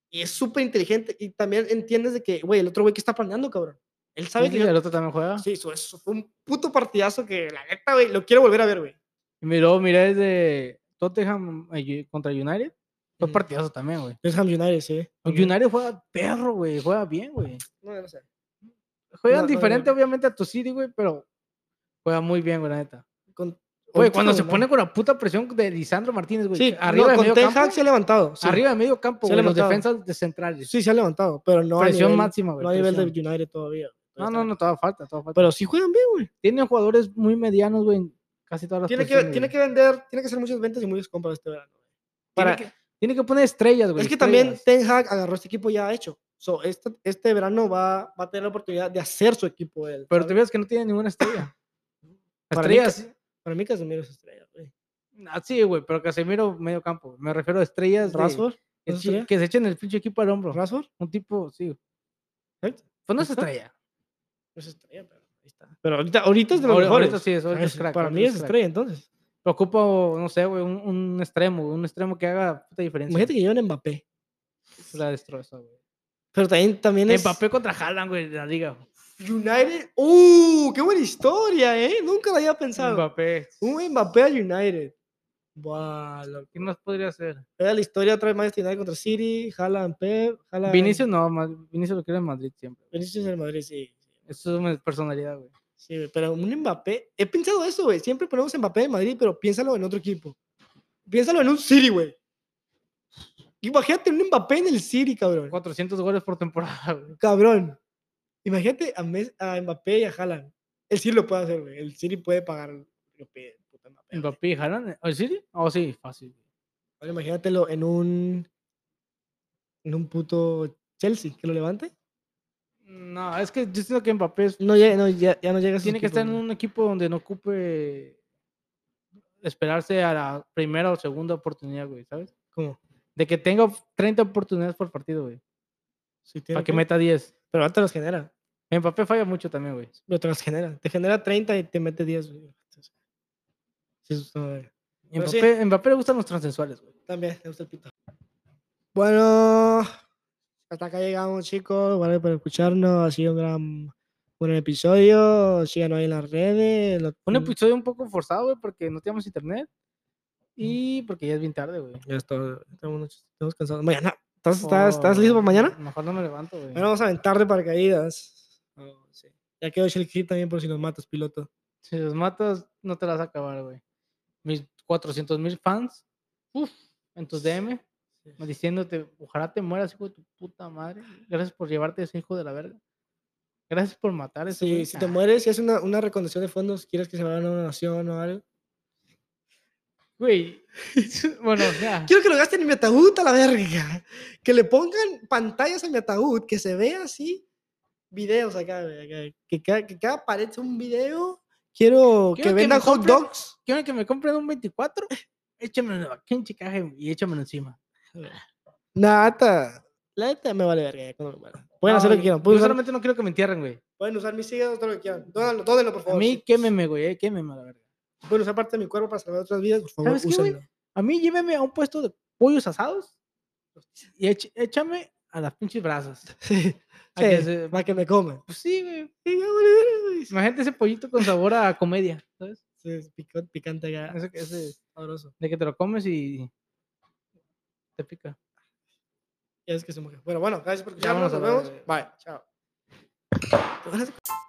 [SPEAKER 1] Y es súper inteligente y también entiendes de que, güey, el otro güey que está planeando, cabrón. Él sabe
[SPEAKER 2] Sí,
[SPEAKER 1] que
[SPEAKER 2] sí,
[SPEAKER 1] yo-
[SPEAKER 2] el otro también juega.
[SPEAKER 1] Sí, eso, eso fue un puto partidazo que la neta, güey, lo quiero volver a ver, güey.
[SPEAKER 2] Y miró, miré desde Tottenham eh, Yu- contra United. Fue
[SPEAKER 1] Ujú.
[SPEAKER 2] partidazo también, güey.
[SPEAKER 1] Tottenham United, sí. También.
[SPEAKER 2] United juega perro, güey. Juega bien, güey.
[SPEAKER 1] No, yo no sé.
[SPEAKER 2] Juegan
[SPEAKER 1] No, no, no,
[SPEAKER 2] diferente,
[SPEAKER 1] no.
[SPEAKER 2] obviamente, a tu City, güey, pero juega muy bien, güey, la neta.
[SPEAKER 1] Con-
[SPEAKER 2] Güey,
[SPEAKER 1] ahorita
[SPEAKER 2] cuando
[SPEAKER 1] no,
[SPEAKER 2] se
[SPEAKER 1] no.
[SPEAKER 2] pone con la puta presión de Lisandro Martínez, güey.
[SPEAKER 1] Sí,
[SPEAKER 2] que arriba,
[SPEAKER 1] no,
[SPEAKER 2] de
[SPEAKER 1] con
[SPEAKER 2] medio
[SPEAKER 1] Ten
[SPEAKER 2] campo,
[SPEAKER 1] Hag se ha levantado. Sí.
[SPEAKER 2] arriba de medio campo,
[SPEAKER 1] Se ha
[SPEAKER 2] güey, los
[SPEAKER 1] levantado.
[SPEAKER 2] defensas de centrales.
[SPEAKER 1] Sí, se ha levantado, pero no a
[SPEAKER 2] presión
[SPEAKER 1] nivel,
[SPEAKER 2] máxima, güey.
[SPEAKER 1] no a nivel de
[SPEAKER 2] presión.
[SPEAKER 1] United todavía.
[SPEAKER 2] No, no, no, toda falta, toda falta.
[SPEAKER 1] Pero sí juegan bien, güey.
[SPEAKER 2] Tienen jugadores muy medianos, güey, en casi todas las
[SPEAKER 1] Tiene que,
[SPEAKER 2] posiciones,
[SPEAKER 1] tiene
[SPEAKER 2] güey.
[SPEAKER 1] que vender, tiene que hacer muchas ventas y muchas compras este verano. güey. Para,
[SPEAKER 2] tiene que, tiene que poner estrellas, güey.
[SPEAKER 1] es que también
[SPEAKER 2] estrellas.
[SPEAKER 1] Ten Hag agarró este equipo ya hecho. So, este, este verano va, va a tener la oportunidad de hacer su equipo él.
[SPEAKER 2] Pero te
[SPEAKER 1] ¿sabes?
[SPEAKER 2] ves que no tiene ninguna estrella.
[SPEAKER 1] Para mí que-
[SPEAKER 2] estrellas.
[SPEAKER 1] Para mí Casemiro es estrella, güey.
[SPEAKER 2] Ah, sí, güey, pero Casemiro medio campo. güey. Me refiero a estrellas de-
[SPEAKER 1] Rashford,
[SPEAKER 2] que,
[SPEAKER 1] ¿es
[SPEAKER 2] se-
[SPEAKER 1] estrella?
[SPEAKER 2] que se echen el pinche equipo al hombro.
[SPEAKER 1] Rashford,
[SPEAKER 2] Un tipo, sí. güey.
[SPEAKER 1] ¿Eh?
[SPEAKER 2] Pues no es
[SPEAKER 1] ¿Está?
[SPEAKER 2] estrella.
[SPEAKER 1] no es Pues estrella, pero ahí está. Pero ahorita, ahorita Este es de los
[SPEAKER 2] Ahora-
[SPEAKER 1] mejores.
[SPEAKER 2] ahorita sí es, ahorita
[SPEAKER 1] Ah,
[SPEAKER 2] es
[SPEAKER 1] es-
[SPEAKER 2] crack,
[SPEAKER 1] para
[SPEAKER 2] ahorita
[SPEAKER 1] mí
[SPEAKER 2] es
[SPEAKER 1] es
[SPEAKER 2] crack.
[SPEAKER 1] estrella, entonces.
[SPEAKER 2] Pero ocupo, no sé, güey, un, un extremo, güey, un extremo que haga puta diferencia.
[SPEAKER 1] Imagínate que llevan a Mbappé.
[SPEAKER 2] La destroza, güey.
[SPEAKER 1] Pero también, también es.
[SPEAKER 2] Mbappé contra Haaland, güey, de la liga. güey.
[SPEAKER 1] United. ¡Uh! ¡Qué buena historia, eh! Nunca la había pensado.
[SPEAKER 2] Mbappé.
[SPEAKER 1] Un Mbappé al United. ¡Buah! loco.
[SPEAKER 2] ¿Qué más podría hacer?
[SPEAKER 1] Era la historia otra vez Manchester United contra City. Haaland, Pep. Haaland.
[SPEAKER 2] Vinicius no, ma- Vinicius lo quiere en Madrid siempre.
[SPEAKER 1] Vinicius en el Madrid, sí.
[SPEAKER 2] Eso es mi personalidad, güey.
[SPEAKER 1] Sí, güey, pero un Mbappé. He pensado eso, güey. Siempre ponemos Mbappé en Madrid, pero piénsalo en otro equipo. Piénsalo en un City, güey. Imagínate un Mbappé en el City, cabrón.
[SPEAKER 2] 400 goles por temporada, güey.
[SPEAKER 1] Cabrón. Imagínate a, Mes- a Mbappé y a Haaland. El Siri lo puede hacer, güey. El Siri puede pagar los pies. puta madre,
[SPEAKER 2] El
[SPEAKER 1] güey.
[SPEAKER 2] papi jalan. ¿O sí? Oh, sí, fácil.
[SPEAKER 1] Ahora imagínatelo en un. En un puto Chelsea que lo levante.
[SPEAKER 2] No, es que yo siento que Mbappé es-
[SPEAKER 1] No, ya, no, ya, ya no llega a esos
[SPEAKER 2] tiene que estar en
[SPEAKER 1] equipos,
[SPEAKER 2] un equipo donde no ocupe esperarse a la primera o segunda oportunidad, güey, ¿sabes?
[SPEAKER 1] güey. ¿Cómo?
[SPEAKER 2] De que tenga 30 oportunidades por partido, güey.
[SPEAKER 1] Sí, tiene
[SPEAKER 2] Para que
[SPEAKER 1] que-
[SPEAKER 2] meta 10.
[SPEAKER 1] Pero ahora te los genera.
[SPEAKER 2] Mbappé falla mucho también, güey.
[SPEAKER 1] Pero te los genera. Te genera 30 y te mete 10. güey. Entonces, sí, es una verga. Pero sí.
[SPEAKER 2] Mbappé, Mbappé le gustan los transensuales, güey.
[SPEAKER 1] También, le gusta el pito. Bueno, hasta acá llegamos, chicos. Gracias por escucharnos. Ha sido un gran buen episodio. Síganos ahí en las redes. lo-
[SPEAKER 2] Un episodio un poco forzado, güey, porque no teníamos internet.
[SPEAKER 1] Mm.
[SPEAKER 2] Y porque ya es bien tarde, güey.
[SPEAKER 1] Ya está. Estamos, estamos cansados. Mañana. ¿Estás, estás, estás listo para mañana?
[SPEAKER 2] Oh, Mejor no me levanto, güey.
[SPEAKER 1] Oh. Bueno, vamos a aventar de paracaídas. Ya quedó el kit también por si nos matas, piloto.
[SPEAKER 2] Si los matas, no te las vas a acabar, güey. Mis 400 mil fans, uf, en tus DM, diciéndote, ojalá te mueras, hijo de tu puta madre. Gracias por llevarte a ese hijo de la verga. Gracias por matar a ese
[SPEAKER 1] Si,
[SPEAKER 2] güey".
[SPEAKER 1] si te
[SPEAKER 2] Ah,
[SPEAKER 1] mueres, si es una, una recondición de fondos, quieres que se vaya a una donación o algo.
[SPEAKER 2] Güey, bueno, ya.
[SPEAKER 1] Quiero que lo gasten en mi ataúd a la verga. Que le pongan pantallas a mi ataúd, que se vea así videos acá, güey, acá. Que, cada, que cada pared sea un video. Quiero,
[SPEAKER 2] Quiero
[SPEAKER 1] que
[SPEAKER 2] que me
[SPEAKER 1] vendan hot
[SPEAKER 2] compren-
[SPEAKER 1] dogs.
[SPEAKER 2] ¿Quieren que me compren un 24? Échamelo aquí en Chicago y échamelo encima.
[SPEAKER 1] Nata. La neta me vale verga. ya cuando me muera. Pueden
[SPEAKER 2] No,
[SPEAKER 1] hacer lo
[SPEAKER 2] yo-
[SPEAKER 1] que quieran.
[SPEAKER 2] Yo
[SPEAKER 1] Pueden usar,
[SPEAKER 2] solamente no quiero que me entierren, güey.
[SPEAKER 1] pueden usar mis hígados, todo lo que quieran. Dónenlo, dónenlo, por
[SPEAKER 2] A
[SPEAKER 1] favor.
[SPEAKER 2] mí
[SPEAKER 1] sí.
[SPEAKER 2] quémeme, güey, eh, quémeme a la verga.
[SPEAKER 1] Pueden usar parte de mi cuerpo para salvar otras vidas, por favor.
[SPEAKER 2] ¿Sabes qué, güey?
[SPEAKER 1] úsenlo.
[SPEAKER 2] A mí lléveme a un puesto de pollos asados y éch- échame a las pinches brasas.
[SPEAKER 1] Sí,
[SPEAKER 2] A que
[SPEAKER 1] sí,
[SPEAKER 2] se-
[SPEAKER 1] Para que me coman.
[SPEAKER 2] Pues sí, güey.
[SPEAKER 1] Sí, ya, vale verga, güey.
[SPEAKER 2] Imagínate ese pollito con sabor a comedia, ¿sabes?
[SPEAKER 1] Sí, es picón- picante acá.
[SPEAKER 2] Ese- ese-
[SPEAKER 1] Sabroso.
[SPEAKER 2] de que te lo comes y te pica.
[SPEAKER 1] Ya es que se mujer. Bueno, bueno, gracias por
[SPEAKER 2] Ya
[SPEAKER 1] escucharnos.
[SPEAKER 2] vámonos
[SPEAKER 1] Nos
[SPEAKER 2] a la
[SPEAKER 1] vemos.
[SPEAKER 2] verga.
[SPEAKER 1] Bye. Chao.